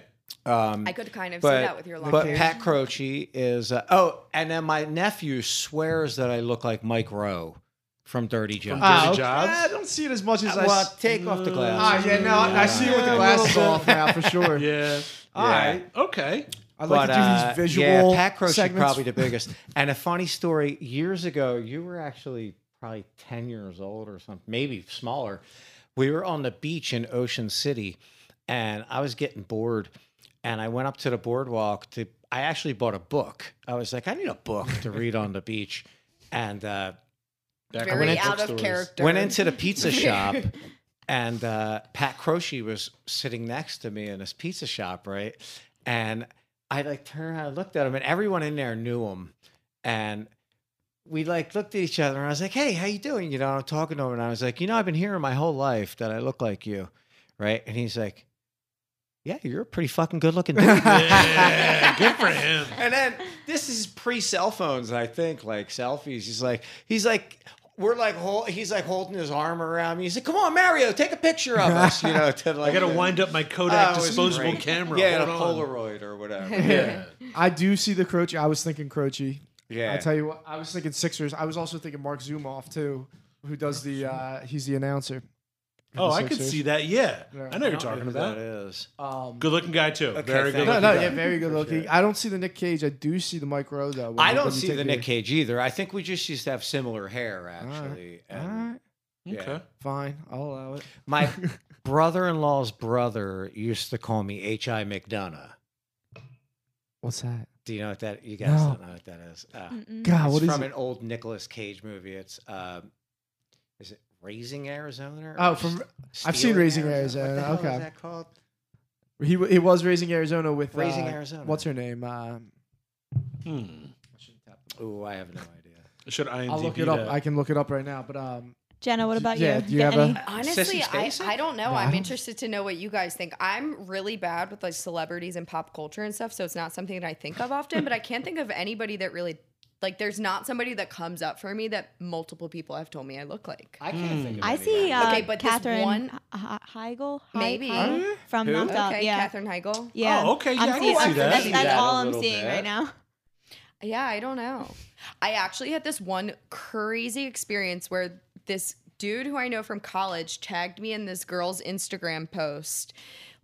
[SPEAKER 5] Um,
[SPEAKER 4] I could kind of see
[SPEAKER 5] but
[SPEAKER 4] that with your long
[SPEAKER 5] but
[SPEAKER 4] hair.
[SPEAKER 5] Pat Croce is. Uh, oh, and then my nephew swears that I look like Mike Rowe from Dirty John.
[SPEAKER 1] Dirty
[SPEAKER 3] Ah, okay.
[SPEAKER 1] Jobs?
[SPEAKER 3] I don't see it as much as I.
[SPEAKER 5] well,
[SPEAKER 3] s-
[SPEAKER 5] take off the
[SPEAKER 3] Ah,
[SPEAKER 5] glasses.
[SPEAKER 3] yeah, no, I, I see it with
[SPEAKER 1] Yeah,
[SPEAKER 3] the
[SPEAKER 1] a
[SPEAKER 3] glasses
[SPEAKER 1] little
[SPEAKER 3] off now for sure.
[SPEAKER 1] Yeah.
[SPEAKER 3] All right,
[SPEAKER 1] Okay.
[SPEAKER 3] [LAUGHS] I like
[SPEAKER 5] But,
[SPEAKER 3] to
[SPEAKER 5] uh,
[SPEAKER 3] do these visual.
[SPEAKER 5] Yeah, Pat Croce
[SPEAKER 3] segments.
[SPEAKER 5] probably
[SPEAKER 3] [LAUGHS]
[SPEAKER 5] the biggest. And a funny story: years ago, you were actually probably ten years old or something, maybe smaller. We were on the beach in Ocean City, and I was getting bored, and I went up to the boardwalk to. I actually bought a book. I was like, I need a book to read on the beach, and uh,
[SPEAKER 1] Back
[SPEAKER 5] I went
[SPEAKER 4] Very
[SPEAKER 5] into-
[SPEAKER 4] out of character.
[SPEAKER 5] Went into the pizza shop, and uh, Pat Croce was sitting next to me in this pizza shop, right? And I like turned around and looked at him, and everyone in there knew him. And we like looked at each other, and I was like, "Hey, how you doing?" You know, I'm talking to him, and I was like, "You know, I've been hearing my whole life that I look like you, right?" And he's like, "Yeah, you're a pretty fucking good looking dude." [LAUGHS]
[SPEAKER 1] Yeah, good for him.
[SPEAKER 5] And then this is pre cell phones, I think, like selfies. He's like, he's like, we're like, hol- he's like holding his arm around me. He's like, come on, Mario, take a picture of us, you know, to like,
[SPEAKER 1] I gotta wind up my Kodak
[SPEAKER 5] Oh, it was
[SPEAKER 1] disposable
[SPEAKER 5] great.
[SPEAKER 1] camera.
[SPEAKER 5] yeah, and a
[SPEAKER 1] Hold on.
[SPEAKER 5] Polaroid
[SPEAKER 3] [LAUGHS]
[SPEAKER 5] or whatever.
[SPEAKER 1] Yeah.
[SPEAKER 3] I do see the Croce. I was thinking Croce. I
[SPEAKER 5] Yeah.
[SPEAKER 3] tell you what, I was thinking Sixers. I was also thinking Mark Zumoff too, who does the uh, he's the announcer. for
[SPEAKER 1] Oh,
[SPEAKER 3] the
[SPEAKER 1] I could
[SPEAKER 3] Sixers.
[SPEAKER 1] see that. Yeah.
[SPEAKER 3] Yeah.
[SPEAKER 1] I know you're
[SPEAKER 5] I don't
[SPEAKER 1] talking
[SPEAKER 5] know who
[SPEAKER 1] about.
[SPEAKER 5] that is.
[SPEAKER 3] Um,
[SPEAKER 1] Good looking guy too. Very good
[SPEAKER 5] thank
[SPEAKER 3] no,
[SPEAKER 5] you.
[SPEAKER 1] looking
[SPEAKER 3] no,
[SPEAKER 1] guy.
[SPEAKER 3] yeah, very good
[SPEAKER 5] Appreciate
[SPEAKER 3] looking.
[SPEAKER 5] it.
[SPEAKER 3] I don't see the Nick Cage. I do see the Mike Rowe though. when-
[SPEAKER 5] I don't
[SPEAKER 3] when you
[SPEAKER 5] see
[SPEAKER 3] take
[SPEAKER 5] the Nick Cage either. I think we just used to have similar hair,
[SPEAKER 3] right.
[SPEAKER 5] actually.
[SPEAKER 3] All
[SPEAKER 5] And
[SPEAKER 3] right,
[SPEAKER 5] Yeah.
[SPEAKER 1] Okay.
[SPEAKER 3] fine, I'll allow it. [LAUGHS]
[SPEAKER 5] My brother-in-law's brother used to call me H.I. McDonough.
[SPEAKER 3] What's that?
[SPEAKER 5] Do you know what that? You guys
[SPEAKER 3] No.
[SPEAKER 5] don't know what that is. Ah.
[SPEAKER 2] Mm-mm.
[SPEAKER 3] God,
[SPEAKER 5] It's
[SPEAKER 3] Uh, what is
[SPEAKER 5] from
[SPEAKER 3] it?
[SPEAKER 5] an old Nicolas Cage movie. It's um, is it Raising Arizona? or
[SPEAKER 3] Oh, from
[SPEAKER 5] S-
[SPEAKER 3] I've seen
[SPEAKER 5] Stealing
[SPEAKER 3] Raising
[SPEAKER 5] What the
[SPEAKER 3] Arizona,
[SPEAKER 5] hell
[SPEAKER 3] okay.
[SPEAKER 5] is that called?
[SPEAKER 3] he wa- he was raising Arizona with
[SPEAKER 5] Raising
[SPEAKER 3] uh,
[SPEAKER 5] Arizona.
[SPEAKER 3] What's her name? Um,
[SPEAKER 1] Hmm.
[SPEAKER 5] Ooh, I have no idea.
[SPEAKER 1] Should IMDb
[SPEAKER 3] I'll look it up.
[SPEAKER 1] that?
[SPEAKER 3] I can look it up right now. But um,
[SPEAKER 2] Jenna, what about
[SPEAKER 3] Yeah,
[SPEAKER 2] you?
[SPEAKER 3] do you
[SPEAKER 2] Get
[SPEAKER 3] have a-
[SPEAKER 2] any?
[SPEAKER 4] Honestly,
[SPEAKER 5] Sissy
[SPEAKER 4] I,
[SPEAKER 5] Spacek?
[SPEAKER 4] I don't know.
[SPEAKER 3] No, I
[SPEAKER 4] I'm
[SPEAKER 3] don't-
[SPEAKER 4] interested to know what you guys think. I'm really bad with like celebrities and pop culture and stuff, so it's not something that I think of often, but I can't think of anybody that really like there's not somebody that comes up for me that multiple people have told me I look like.
[SPEAKER 5] I
[SPEAKER 1] Hmm.
[SPEAKER 5] can't think of
[SPEAKER 2] I
[SPEAKER 5] any
[SPEAKER 2] see
[SPEAKER 5] now.
[SPEAKER 2] uh,
[SPEAKER 4] Okay, but this
[SPEAKER 2] Catherine
[SPEAKER 4] one-
[SPEAKER 2] H- H- Heigl, He-
[SPEAKER 4] Maybe.
[SPEAKER 2] Heigl
[SPEAKER 5] Huh?
[SPEAKER 2] from
[SPEAKER 5] Who?
[SPEAKER 2] Knocked Out.
[SPEAKER 4] Okay,
[SPEAKER 2] Yeah,
[SPEAKER 4] Katherine Heigl.
[SPEAKER 2] yeah.
[SPEAKER 1] Oh, okay, yeah, I
[SPEAKER 2] I'm
[SPEAKER 1] can
[SPEAKER 2] seeing,
[SPEAKER 1] see
[SPEAKER 2] I'm-
[SPEAKER 1] that.
[SPEAKER 2] That's,
[SPEAKER 1] See
[SPEAKER 2] that's
[SPEAKER 5] that a
[SPEAKER 2] all I'm
[SPEAKER 5] little
[SPEAKER 2] seeing
[SPEAKER 5] bit.
[SPEAKER 2] right now.
[SPEAKER 4] Yeah, I don't know. I actually had this one crazy experience where this dude who I know from college tagged me in this girl's Instagram post.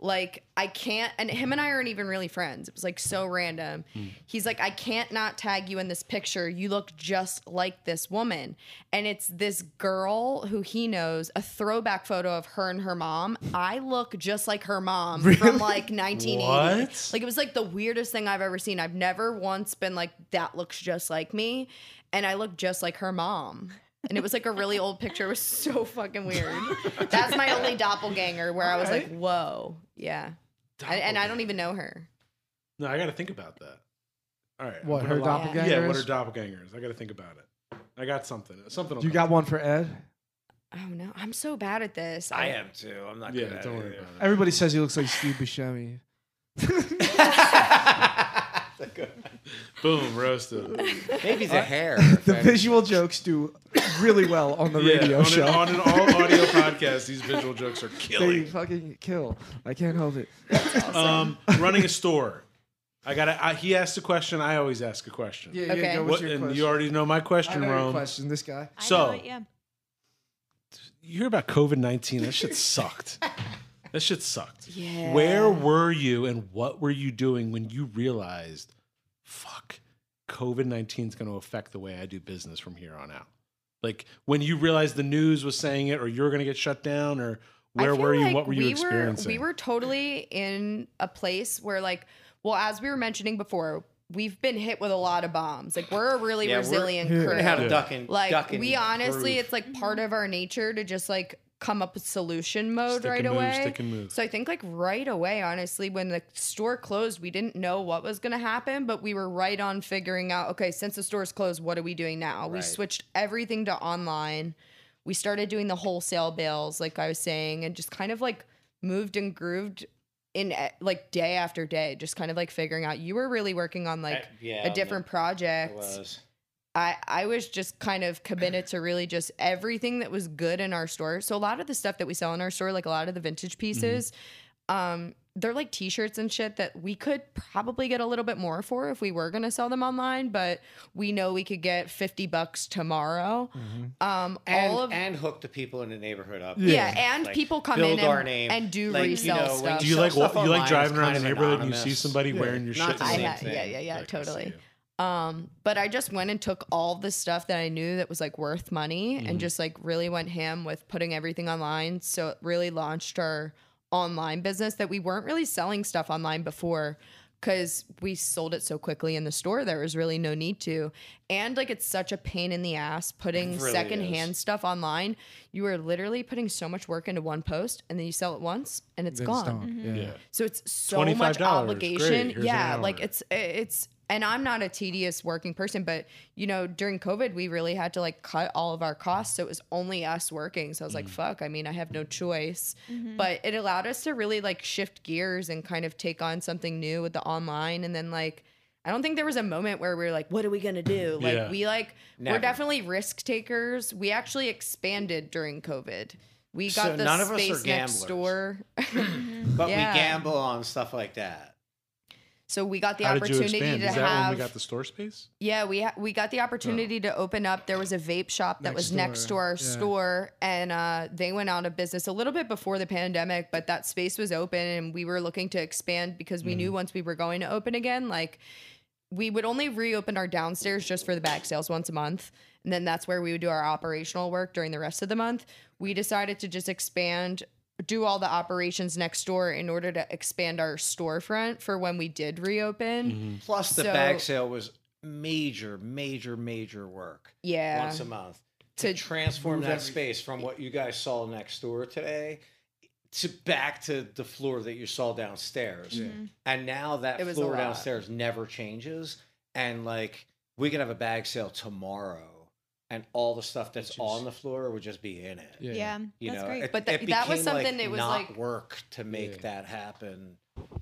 [SPEAKER 4] Like, I can't, and him and I aren't even really friends. It was like so random. He's like, I can't not tag you in this picture. You look just like this woman. And it's this girl who he knows, a throwback photo of her and her mom. I look just like her mom from like 1980.
[SPEAKER 1] What?
[SPEAKER 4] Like it was like the weirdest thing I've ever seen. I've never once been like that looks just like me, and I look just like her mom. And it was like a really old picture. It was so fucking weird. [LAUGHS] That's my only doppelganger where I was like, whoa, yeah. And, and I don't even know her.
[SPEAKER 1] No, I gotta think about that. All right.
[SPEAKER 3] what
[SPEAKER 1] I'm
[SPEAKER 3] her
[SPEAKER 1] gonna lock-
[SPEAKER 3] doppelganger?
[SPEAKER 1] Yeah, what
[SPEAKER 3] is?
[SPEAKER 1] are doppelgangers? I gotta think about it. I got something. Something. will
[SPEAKER 3] you
[SPEAKER 1] come
[SPEAKER 3] got one for Ed.
[SPEAKER 4] Oh no, I'm so bad at this.
[SPEAKER 5] I am too. I'm not.
[SPEAKER 1] Yeah,
[SPEAKER 5] good at
[SPEAKER 1] don't
[SPEAKER 5] it
[SPEAKER 1] worry
[SPEAKER 5] either.
[SPEAKER 1] about
[SPEAKER 3] Everybody says he looks like Steve Buscemi.
[SPEAKER 5] That's a good one.
[SPEAKER 1] [LAUGHS] Boom, roasted.
[SPEAKER 4] [LAUGHS]
[SPEAKER 5] [LAUGHS] Maybe the hair.
[SPEAKER 3] [LAUGHS] Uh, [LAUGHS] The visual jokes do really
[SPEAKER 1] [LAUGHS]
[SPEAKER 3] well on the radio
[SPEAKER 1] on
[SPEAKER 3] show.
[SPEAKER 1] An, on an all audio podcast, these visual jokes are
[SPEAKER 3] they
[SPEAKER 1] killing.
[SPEAKER 3] fucking kill. I can't help it. [LAUGHS]
[SPEAKER 1] Um, running a store. I gotta. I, he asked a question. I always ask a question.
[SPEAKER 4] yeah, Okay. go,
[SPEAKER 1] What, and you already know my
[SPEAKER 3] I
[SPEAKER 1] question,
[SPEAKER 3] know your
[SPEAKER 1] Rome.
[SPEAKER 3] question. This guy.
[SPEAKER 2] I
[SPEAKER 1] So-
[SPEAKER 2] know it, yeah.
[SPEAKER 1] You hear about COVID nineteen? That shit sucked.
[SPEAKER 4] [LAUGHS]
[SPEAKER 1] that shit sucked.
[SPEAKER 4] Yeah.
[SPEAKER 1] Where were you and what were you doing when you realized, fuck, COVID 19 is going to affect the way I do business from here on out? Like when you realized the news was saying it or you were going to get shut down or
[SPEAKER 4] I
[SPEAKER 1] where
[SPEAKER 4] feel
[SPEAKER 1] were you?
[SPEAKER 4] like
[SPEAKER 1] what were you
[SPEAKER 4] we
[SPEAKER 1] experiencing?
[SPEAKER 4] we were totally in a place where, like, well, as we were mentioning before, we've been hit with a lot of bombs. Like we're a really
[SPEAKER 5] Yeah, we're-
[SPEAKER 4] resilient
[SPEAKER 3] Yeah.
[SPEAKER 4] crew.
[SPEAKER 5] They had a duck and
[SPEAKER 4] like
[SPEAKER 5] duck and
[SPEAKER 4] we honestly,
[SPEAKER 5] groove.
[SPEAKER 4] it's like part of our nature to just like come up with solution mode
[SPEAKER 6] Stick
[SPEAKER 4] right
[SPEAKER 6] and
[SPEAKER 4] away.
[SPEAKER 6] move, stick and move.
[SPEAKER 4] So I think like right away, honestly, when the store closed, we didn't know what was going to happen, but we were right on figuring out, okay, since the store's closed, what are we doing now? We
[SPEAKER 5] Right.
[SPEAKER 4] switched everything to online. We started doing the wholesale bills, like I was saying, and just kind of like moved and grooved in eh, like day after day, just kind of like figuring out you were really working on like
[SPEAKER 5] Uh, yeah,
[SPEAKER 4] a different
[SPEAKER 5] I
[SPEAKER 4] project.
[SPEAKER 5] was.
[SPEAKER 4] I, I was just kind of committed to really just everything that was good in our store. So a lot of the stuff that we sell in our store, like a lot of the vintage pieces, um, they're like t-shirts and shit that we could probably get a little bit more for if we were gonna sell them online, but we know we could get fifty bucks tomorrow. Um
[SPEAKER 5] and,
[SPEAKER 4] all of
[SPEAKER 5] and hook the people in the neighborhood up.
[SPEAKER 4] yeah, and
[SPEAKER 5] Like,
[SPEAKER 4] people come
[SPEAKER 5] build
[SPEAKER 4] in and,
[SPEAKER 5] our name.
[SPEAKER 4] and do
[SPEAKER 5] Like, you
[SPEAKER 4] resell
[SPEAKER 5] know, when
[SPEAKER 4] stuff.
[SPEAKER 6] Do you like
[SPEAKER 5] Stuff
[SPEAKER 6] wa- you
[SPEAKER 5] online
[SPEAKER 6] like
[SPEAKER 5] is
[SPEAKER 6] driving around
[SPEAKER 5] kind
[SPEAKER 6] the
[SPEAKER 5] of
[SPEAKER 6] neighborhood and you see
[SPEAKER 5] anonymous.
[SPEAKER 6] somebody
[SPEAKER 5] Yeah.
[SPEAKER 6] wearing your
[SPEAKER 5] Not
[SPEAKER 6] shit?
[SPEAKER 5] the
[SPEAKER 6] and
[SPEAKER 4] I
[SPEAKER 5] same
[SPEAKER 6] stuff?
[SPEAKER 4] ha-
[SPEAKER 5] thing.
[SPEAKER 4] yeah, yeah, yeah,
[SPEAKER 6] I can see
[SPEAKER 4] totally.
[SPEAKER 6] it.
[SPEAKER 4] Um, but I just went and took all the stuff that I knew that was like worth money and just like really went ham with putting everything online. So it really launched our online business that we weren't really selling stuff online before because we sold it so quickly in the store there was really no need to and like it's such a pain in the ass putting
[SPEAKER 5] It really
[SPEAKER 4] secondhand
[SPEAKER 5] is.
[SPEAKER 4] stuff online you are literally putting so much work into one post and then you sell it once and it's
[SPEAKER 3] Then it's
[SPEAKER 4] gone
[SPEAKER 3] done.
[SPEAKER 1] Mm-hmm.
[SPEAKER 3] Yeah.
[SPEAKER 4] so it's so much
[SPEAKER 6] $25,
[SPEAKER 4] obligation.
[SPEAKER 6] great, here's
[SPEAKER 4] yeah,
[SPEAKER 6] an
[SPEAKER 4] like
[SPEAKER 6] hour.
[SPEAKER 4] it's it's and I'm not a tedious working person, but you know, during COVID we really had to like cut all of our costs. So it was only us working. So I was
[SPEAKER 6] Mm.
[SPEAKER 4] like, fuck, I mean, I have no choice.
[SPEAKER 2] Mm-hmm, Mm.
[SPEAKER 4] But it allowed us to really like shift gears and kind of take on something new with the online and then like I don't think there was a moment where we were like, what are we gonna do? Like
[SPEAKER 6] Yeah.
[SPEAKER 4] we like
[SPEAKER 5] Never.
[SPEAKER 4] we're definitely risk takers. We actually expanded during COVID. We got
[SPEAKER 5] So
[SPEAKER 4] the
[SPEAKER 5] none of us are
[SPEAKER 4] space next
[SPEAKER 5] gamblers.
[SPEAKER 4] door. [LAUGHS]
[SPEAKER 2] mm-hmm.
[SPEAKER 5] But
[SPEAKER 4] Yeah.
[SPEAKER 5] we gamble on stuff like that.
[SPEAKER 4] So we got the
[SPEAKER 6] How did you
[SPEAKER 4] opportunity
[SPEAKER 6] expand?
[SPEAKER 4] to
[SPEAKER 6] Is that when
[SPEAKER 4] have
[SPEAKER 6] we got the store space?
[SPEAKER 4] yeah we ha- we got the opportunity to open up. There was a vape shop
[SPEAKER 3] Oh.
[SPEAKER 4] that
[SPEAKER 3] Next
[SPEAKER 4] was next to
[SPEAKER 3] door,
[SPEAKER 4] our
[SPEAKER 3] yeah.
[SPEAKER 4] store, and uh, they went out of business a little bit before the pandemic. But that space was open, and we were looking to expand because we
[SPEAKER 3] Mm.
[SPEAKER 4] knew once we were going to open again, like we would only reopen our downstairs just for the back sales once a month. And then that's where we would do our operational work during the rest of the month. We decided to just expand, do all the operations next door in order to expand our storefront for when we did reopen.
[SPEAKER 3] Mm-hmm.
[SPEAKER 5] Plus, the
[SPEAKER 4] So-
[SPEAKER 5] bag sale was major, major, major work
[SPEAKER 4] Yeah.
[SPEAKER 5] once a month to,
[SPEAKER 4] To
[SPEAKER 5] transform
[SPEAKER 3] move
[SPEAKER 5] that
[SPEAKER 3] every-
[SPEAKER 5] space from what you guys saw next door today to back to the floor that you saw downstairs. And now that
[SPEAKER 4] Mm-hmm. It was a
[SPEAKER 5] floor
[SPEAKER 4] lot.
[SPEAKER 5] downstairs never changes. And like, we can have a bag sale tomorrow, and all the stuff that's on the floor would just be in it.
[SPEAKER 3] Yeah.
[SPEAKER 2] Yeah,
[SPEAKER 5] you
[SPEAKER 2] that's
[SPEAKER 5] know,
[SPEAKER 2] great.
[SPEAKER 5] It,
[SPEAKER 4] But tha-
[SPEAKER 5] it
[SPEAKER 4] that was
[SPEAKER 5] became, like,
[SPEAKER 4] something that was,
[SPEAKER 5] not
[SPEAKER 4] like-
[SPEAKER 5] work to make
[SPEAKER 3] Yeah.
[SPEAKER 5] that happen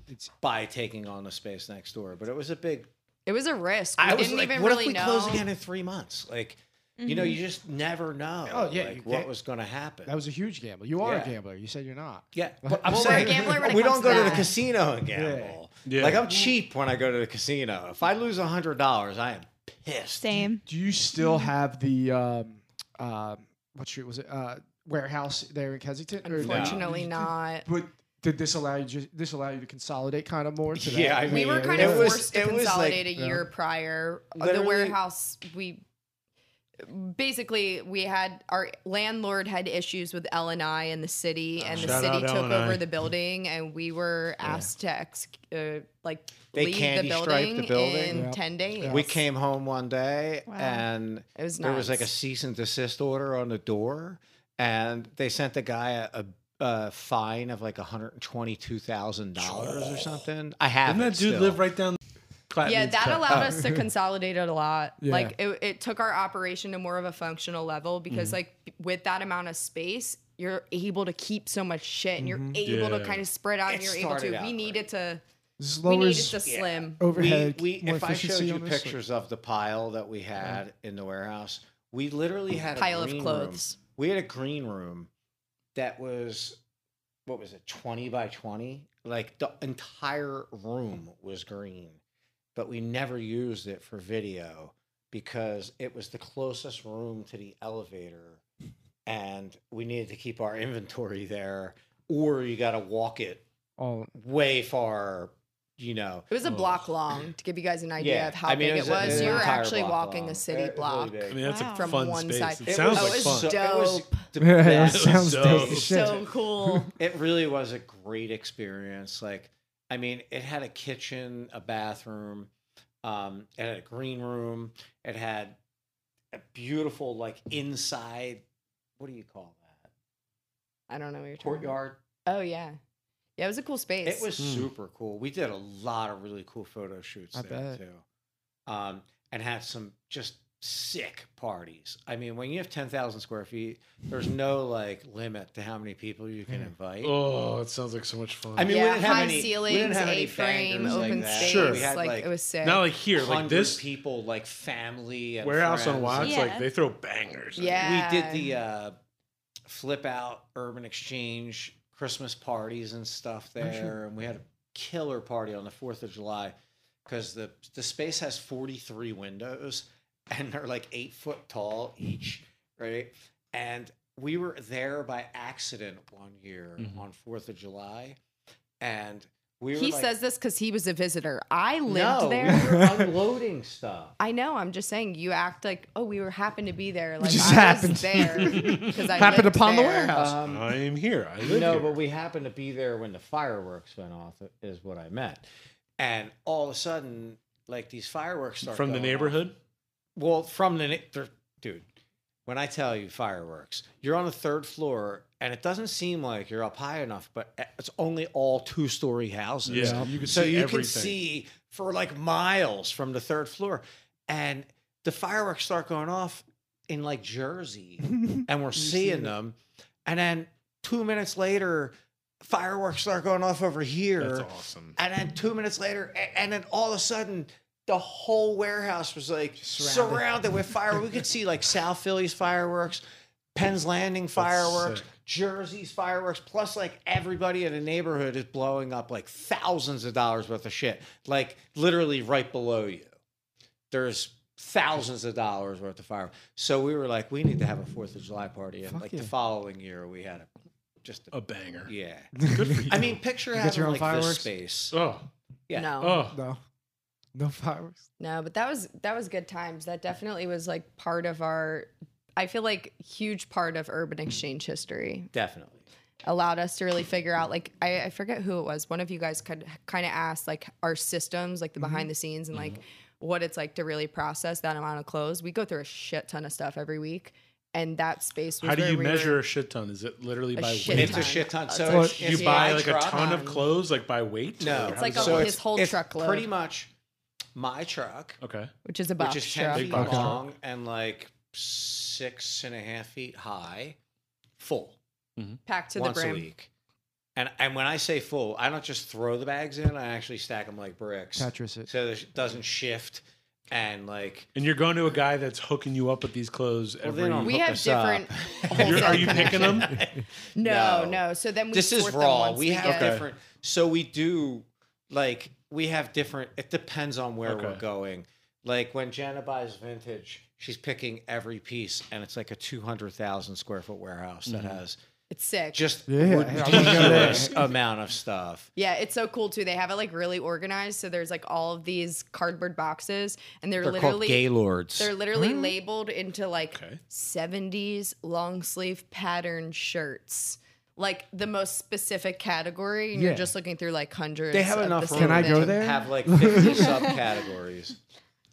[SPEAKER 3] It's-
[SPEAKER 5] by taking on the space next door. But it was a big.
[SPEAKER 4] It was a risk. We
[SPEAKER 5] I was
[SPEAKER 4] didn't
[SPEAKER 5] like,
[SPEAKER 4] even
[SPEAKER 5] what
[SPEAKER 4] really
[SPEAKER 5] if we
[SPEAKER 4] know. Mm-hmm.
[SPEAKER 5] close again in three months? Like, you know, you just never know.
[SPEAKER 3] Oh, yeah,
[SPEAKER 5] like,
[SPEAKER 3] you
[SPEAKER 5] what
[SPEAKER 3] can't-
[SPEAKER 5] was going to happen?
[SPEAKER 3] That was a huge gamble. You are
[SPEAKER 5] Yeah.
[SPEAKER 3] a gambler. You said you're not.
[SPEAKER 5] yeah, but I'm
[SPEAKER 4] Well, we're a
[SPEAKER 5] saying
[SPEAKER 4] gambler
[SPEAKER 5] [LAUGHS]
[SPEAKER 4] when it
[SPEAKER 5] we
[SPEAKER 4] comes
[SPEAKER 5] don't
[SPEAKER 4] to
[SPEAKER 5] go to the
[SPEAKER 4] that.
[SPEAKER 5] casino and gamble.
[SPEAKER 6] Yeah.
[SPEAKER 5] Like I'm cheap when I go to the casino. If I lose hundred dollars, I am pissed.
[SPEAKER 2] same.
[SPEAKER 3] Do you still have the um, uh, what street was it? Uh, warehouse there in Kensington? Or-
[SPEAKER 4] Unfortunately, not.
[SPEAKER 3] But did this allow you? Just, this allow you to consolidate kind of more? To that?
[SPEAKER 5] Yeah, I
[SPEAKER 4] We
[SPEAKER 5] mean,
[SPEAKER 4] were
[SPEAKER 5] it
[SPEAKER 4] kind of
[SPEAKER 5] was-
[SPEAKER 4] forced to
[SPEAKER 5] it was, like,
[SPEAKER 4] consolidate a
[SPEAKER 3] yeah.
[SPEAKER 4] year prior. The
[SPEAKER 5] Literally-
[SPEAKER 4] warehouse, we basically we had our landlord had issues with L and I in the
[SPEAKER 5] Oh,
[SPEAKER 4] city, and the
[SPEAKER 6] Shout
[SPEAKER 4] city
[SPEAKER 6] out
[SPEAKER 4] took
[SPEAKER 6] L&I.
[SPEAKER 4] over the building, and we were asked to ex- uh, like
[SPEAKER 5] They
[SPEAKER 4] leave the
[SPEAKER 5] candy
[SPEAKER 4] building,
[SPEAKER 5] striped the building.
[SPEAKER 4] in
[SPEAKER 3] Yep.
[SPEAKER 4] ten days.
[SPEAKER 5] We came home one day and
[SPEAKER 4] It was
[SPEAKER 5] there was like a
[SPEAKER 4] nuts.
[SPEAKER 5] cease and desist order on the door, and they sent the guy a, a, a fine of like one hundred twenty-two thousand dollars or something. I have.
[SPEAKER 6] Didn't that
[SPEAKER 5] it
[SPEAKER 6] dude live right down? Clap
[SPEAKER 4] Yeah,
[SPEAKER 6] meets
[SPEAKER 4] that
[SPEAKER 6] clap.
[SPEAKER 4] allowed us
[SPEAKER 5] [LAUGHS]
[SPEAKER 4] to consolidate it a lot.
[SPEAKER 3] Yeah.
[SPEAKER 4] Like it, it took our operation to more of a functional level because
[SPEAKER 5] Mm-hmm.
[SPEAKER 4] like with that amount of space, you're able to keep so much shit and you're
[SPEAKER 5] Mm-hmm.
[SPEAKER 4] able to
[SPEAKER 6] Yeah.
[SPEAKER 4] kind of spread out and
[SPEAKER 5] It
[SPEAKER 4] you're able
[SPEAKER 5] started
[SPEAKER 4] to.
[SPEAKER 5] out
[SPEAKER 4] We needed to
[SPEAKER 3] This
[SPEAKER 4] we needed
[SPEAKER 3] lowers
[SPEAKER 4] to slim.
[SPEAKER 3] overhead.
[SPEAKER 5] We, we
[SPEAKER 3] more
[SPEAKER 5] if I showed
[SPEAKER 3] efficiency
[SPEAKER 5] you
[SPEAKER 3] on this, like-
[SPEAKER 5] pictures of the pile that we had in the warehouse, we literally had
[SPEAKER 4] Pile
[SPEAKER 5] a
[SPEAKER 4] of
[SPEAKER 5] green
[SPEAKER 4] clothes.
[SPEAKER 5] Room. We had a green room that was what was it, twenty by twenty? Like the entire room was green, but we never used it for video because it was the closest room to the elevator, and we needed to keep our [LAUGHS] inventory there, or you got to walk it
[SPEAKER 3] all
[SPEAKER 5] way far. You know,
[SPEAKER 4] It was a block long to give you guys an idea of how
[SPEAKER 5] I mean,
[SPEAKER 4] big it was.
[SPEAKER 5] a- an
[SPEAKER 4] you were
[SPEAKER 5] entire
[SPEAKER 4] actually
[SPEAKER 5] block
[SPEAKER 4] walking
[SPEAKER 5] long.
[SPEAKER 4] a city
[SPEAKER 5] It was really
[SPEAKER 4] block.
[SPEAKER 5] [LAUGHS] big.
[SPEAKER 6] I mean, that's
[SPEAKER 2] Wow.
[SPEAKER 6] a
[SPEAKER 4] From
[SPEAKER 6] fun
[SPEAKER 4] one
[SPEAKER 6] space.
[SPEAKER 4] side.
[SPEAKER 6] It,
[SPEAKER 4] It
[SPEAKER 6] sounds
[SPEAKER 4] was-
[SPEAKER 6] like
[SPEAKER 4] it
[SPEAKER 6] fun.
[SPEAKER 4] was dope.
[SPEAKER 5] It was the
[SPEAKER 3] Yeah, that
[SPEAKER 5] best.
[SPEAKER 3] sounds
[SPEAKER 6] so-
[SPEAKER 3] dope. as shit.
[SPEAKER 4] so
[SPEAKER 5] [LAUGHS]
[SPEAKER 4] cool.
[SPEAKER 5] It really was a great experience. Like, I mean, it had a kitchen, a bathroom, Um, it had a green room. It had a beautiful like inside. What do you call that?
[SPEAKER 4] I don't know what you're talking about.
[SPEAKER 5] Courtyard.
[SPEAKER 4] Oh yeah. Yeah, it was a cool space.
[SPEAKER 5] It was
[SPEAKER 1] Hmm.
[SPEAKER 5] super cool. We did a lot of really cool photo shoots
[SPEAKER 3] I
[SPEAKER 5] there
[SPEAKER 3] bet.
[SPEAKER 5] too, um, and had some just sick parties. I mean, when you have ten thousand square feet, there's no like limit to how many people you can invite.
[SPEAKER 1] Oh, it sounds like so much fun.
[SPEAKER 5] I mean, we
[SPEAKER 4] yeah,
[SPEAKER 5] didn't have
[SPEAKER 4] high
[SPEAKER 5] any- we
[SPEAKER 4] ceilings,
[SPEAKER 5] didn't have any
[SPEAKER 4] A-frame,
[SPEAKER 5] bangers like
[SPEAKER 4] open
[SPEAKER 5] that.
[SPEAKER 4] space.
[SPEAKER 1] Sure.
[SPEAKER 5] We had,
[SPEAKER 4] like,
[SPEAKER 5] like,
[SPEAKER 4] it was sick.
[SPEAKER 1] not like here, like
[SPEAKER 5] 100
[SPEAKER 1] this
[SPEAKER 5] people, like family, and
[SPEAKER 1] warehouse on
[SPEAKER 5] friends.
[SPEAKER 1] Watts,
[SPEAKER 2] Yeah.
[SPEAKER 1] like they throw bangers. in.
[SPEAKER 4] yeah.
[SPEAKER 5] We did the uh, flip out urban exchange Christmas parties and stuff there, and we had a killer party on the Fourth of July because the the space has forty three windows [LAUGHS] and they're like eight foot tall each, right? And we were there by accident one year
[SPEAKER 1] Mhm.
[SPEAKER 5] on Fourth of July, and we were
[SPEAKER 4] he
[SPEAKER 5] like,
[SPEAKER 4] says this because he was a visitor. I lived
[SPEAKER 5] no,
[SPEAKER 4] there.
[SPEAKER 5] we were unloading stuff.
[SPEAKER 4] I know. I'm just saying. You act like, oh, we were happened to be there. Like
[SPEAKER 3] just
[SPEAKER 4] I
[SPEAKER 3] happened.
[SPEAKER 4] was there
[SPEAKER 1] [LAUGHS]
[SPEAKER 4] because I
[SPEAKER 3] Happened
[SPEAKER 4] lived
[SPEAKER 3] upon the
[SPEAKER 4] there.
[SPEAKER 3] warehouse.
[SPEAKER 5] Um,
[SPEAKER 1] I am here. I live
[SPEAKER 5] No,
[SPEAKER 1] here.
[SPEAKER 5] but we happened to be there when the fireworks went off, is what I meant. And all of a sudden, like these fireworks start
[SPEAKER 1] from the
[SPEAKER 5] going off.
[SPEAKER 1] neighborhood.
[SPEAKER 5] Well, from the ne- they're- dude, when I tell you fireworks, you're on the third floor, and it doesn't seem like you're up high enough, but eh, it's only all two story houses
[SPEAKER 1] Yeah, you can
[SPEAKER 5] so
[SPEAKER 1] see
[SPEAKER 5] you
[SPEAKER 1] everything.
[SPEAKER 5] can see for like miles from the third floor and the fireworks start going off in
[SPEAKER 1] [LAUGHS]
[SPEAKER 5] like jersey and we're seeing them and then two minutes later fireworks start going off over here
[SPEAKER 1] That's awesome.
[SPEAKER 5] and then two minutes later a- and then all of a sudden the whole warehouse was like surrounded,
[SPEAKER 3] surrounded.
[SPEAKER 5] with fireworks we could see like south philly's fireworks penn's landing fireworks
[SPEAKER 1] sick.
[SPEAKER 5] jersey's fireworks plus like everybody in the neighborhood is blowing up like thousands of dollars worth of shit like literally right below you there's thousands of dollars worth of fireworks so we were like we need to have a fourth of july party and
[SPEAKER 3] Fuck
[SPEAKER 5] like
[SPEAKER 3] yeah.
[SPEAKER 5] the following year we had a just a,
[SPEAKER 1] A banger.
[SPEAKER 5] yeah
[SPEAKER 1] Good for you.
[SPEAKER 5] i mean picture
[SPEAKER 3] You got
[SPEAKER 5] having
[SPEAKER 3] your own
[SPEAKER 5] like
[SPEAKER 3] fireworks?
[SPEAKER 5] this space
[SPEAKER 1] oh,
[SPEAKER 5] Yeah.
[SPEAKER 4] No,
[SPEAKER 1] oh,
[SPEAKER 3] No, no fireworks.
[SPEAKER 4] no, but that was that was good times. That definitely was like part of our. I feel like huge part of urban exchange history.
[SPEAKER 5] definitely
[SPEAKER 4] allowed us to really figure out like I, I forget who it was one of you guys could kind of asked like our systems like the behind the scenes and like what it's like to really process that amount of clothes we go through a shit ton of stuff every week and that space was
[SPEAKER 1] how do
[SPEAKER 4] where
[SPEAKER 1] you
[SPEAKER 4] we
[SPEAKER 1] measure
[SPEAKER 4] were,
[SPEAKER 1] a shit ton? Is it literally
[SPEAKER 4] A
[SPEAKER 1] by
[SPEAKER 4] shit
[SPEAKER 1] weight?
[SPEAKER 5] It's a shit ton. So
[SPEAKER 4] Well,
[SPEAKER 5] it's-
[SPEAKER 1] You
[SPEAKER 5] it's
[SPEAKER 1] buy
[SPEAKER 5] my
[SPEAKER 1] like
[SPEAKER 5] truck.
[SPEAKER 1] a ton of
[SPEAKER 4] on.
[SPEAKER 1] clothes, like by weight. Or
[SPEAKER 5] No,
[SPEAKER 4] It's
[SPEAKER 1] how
[SPEAKER 4] like
[SPEAKER 1] does that
[SPEAKER 4] a-
[SPEAKER 5] so
[SPEAKER 1] work?
[SPEAKER 4] his whole
[SPEAKER 5] it's
[SPEAKER 4] truckload.
[SPEAKER 5] Pretty much my truck,
[SPEAKER 1] okay.
[SPEAKER 4] which is about
[SPEAKER 5] which is ten feet
[SPEAKER 1] box truck.
[SPEAKER 5] long and like six and a half feet high, full
[SPEAKER 4] packed to
[SPEAKER 5] once
[SPEAKER 4] the
[SPEAKER 5] a
[SPEAKER 4] brim
[SPEAKER 5] week. And and when I say full, I don't just throw the bags in. I actually stack them like bricks,
[SPEAKER 3] Tetris
[SPEAKER 5] [LAUGHS]
[SPEAKER 3] it.
[SPEAKER 5] so that it doesn't shift. And
[SPEAKER 4] [LAUGHS]
[SPEAKER 5] like,
[SPEAKER 1] And you're going to a guy that's hooking you up with these clothes
[SPEAKER 5] well, they
[SPEAKER 1] every.
[SPEAKER 5] don't
[SPEAKER 4] We
[SPEAKER 5] hook
[SPEAKER 4] have
[SPEAKER 5] us up. [LAUGHS]
[SPEAKER 4] different [LAUGHS] You're-
[SPEAKER 1] are you picking them?
[SPEAKER 4] no,
[SPEAKER 5] No.
[SPEAKER 4] no so then [LAUGHS] we
[SPEAKER 5] this is
[SPEAKER 4] sort them
[SPEAKER 5] raw.
[SPEAKER 4] once
[SPEAKER 5] We
[SPEAKER 4] get-
[SPEAKER 5] have different. So we do like we have different. It depends on where we're
[SPEAKER 1] Okay.
[SPEAKER 5] going. Like when Jenna buys vintage, she's picking every piece, and it's like a two hundred thousand square foot warehouse that
[SPEAKER 1] Mm-hmm.
[SPEAKER 5] has
[SPEAKER 4] it's sick
[SPEAKER 5] just
[SPEAKER 3] Yeah, yeah, I was gonna go there.
[SPEAKER 5] ridiculous
[SPEAKER 3] [LAUGHS]
[SPEAKER 5] amount of stuff.
[SPEAKER 4] Yeah, it's so cool too. They have it like really organized. So there's like all of these cardboard boxes, and they're,
[SPEAKER 5] They're called
[SPEAKER 4] literally
[SPEAKER 5] Gaylords.
[SPEAKER 4] they're literally labeled into like
[SPEAKER 1] Okay.
[SPEAKER 4] 70s long sleeve pattern shirts. Like the most specific category, and
[SPEAKER 3] Yeah.
[SPEAKER 4] you're just looking through like hundreds.
[SPEAKER 5] they have
[SPEAKER 4] of
[SPEAKER 5] enough
[SPEAKER 4] the
[SPEAKER 5] room
[SPEAKER 4] same
[SPEAKER 3] Can I
[SPEAKER 4] thing.
[SPEAKER 3] go
[SPEAKER 5] to
[SPEAKER 3] there?
[SPEAKER 5] have
[SPEAKER 3] [LAUGHS]
[SPEAKER 5] like 50 subcategories.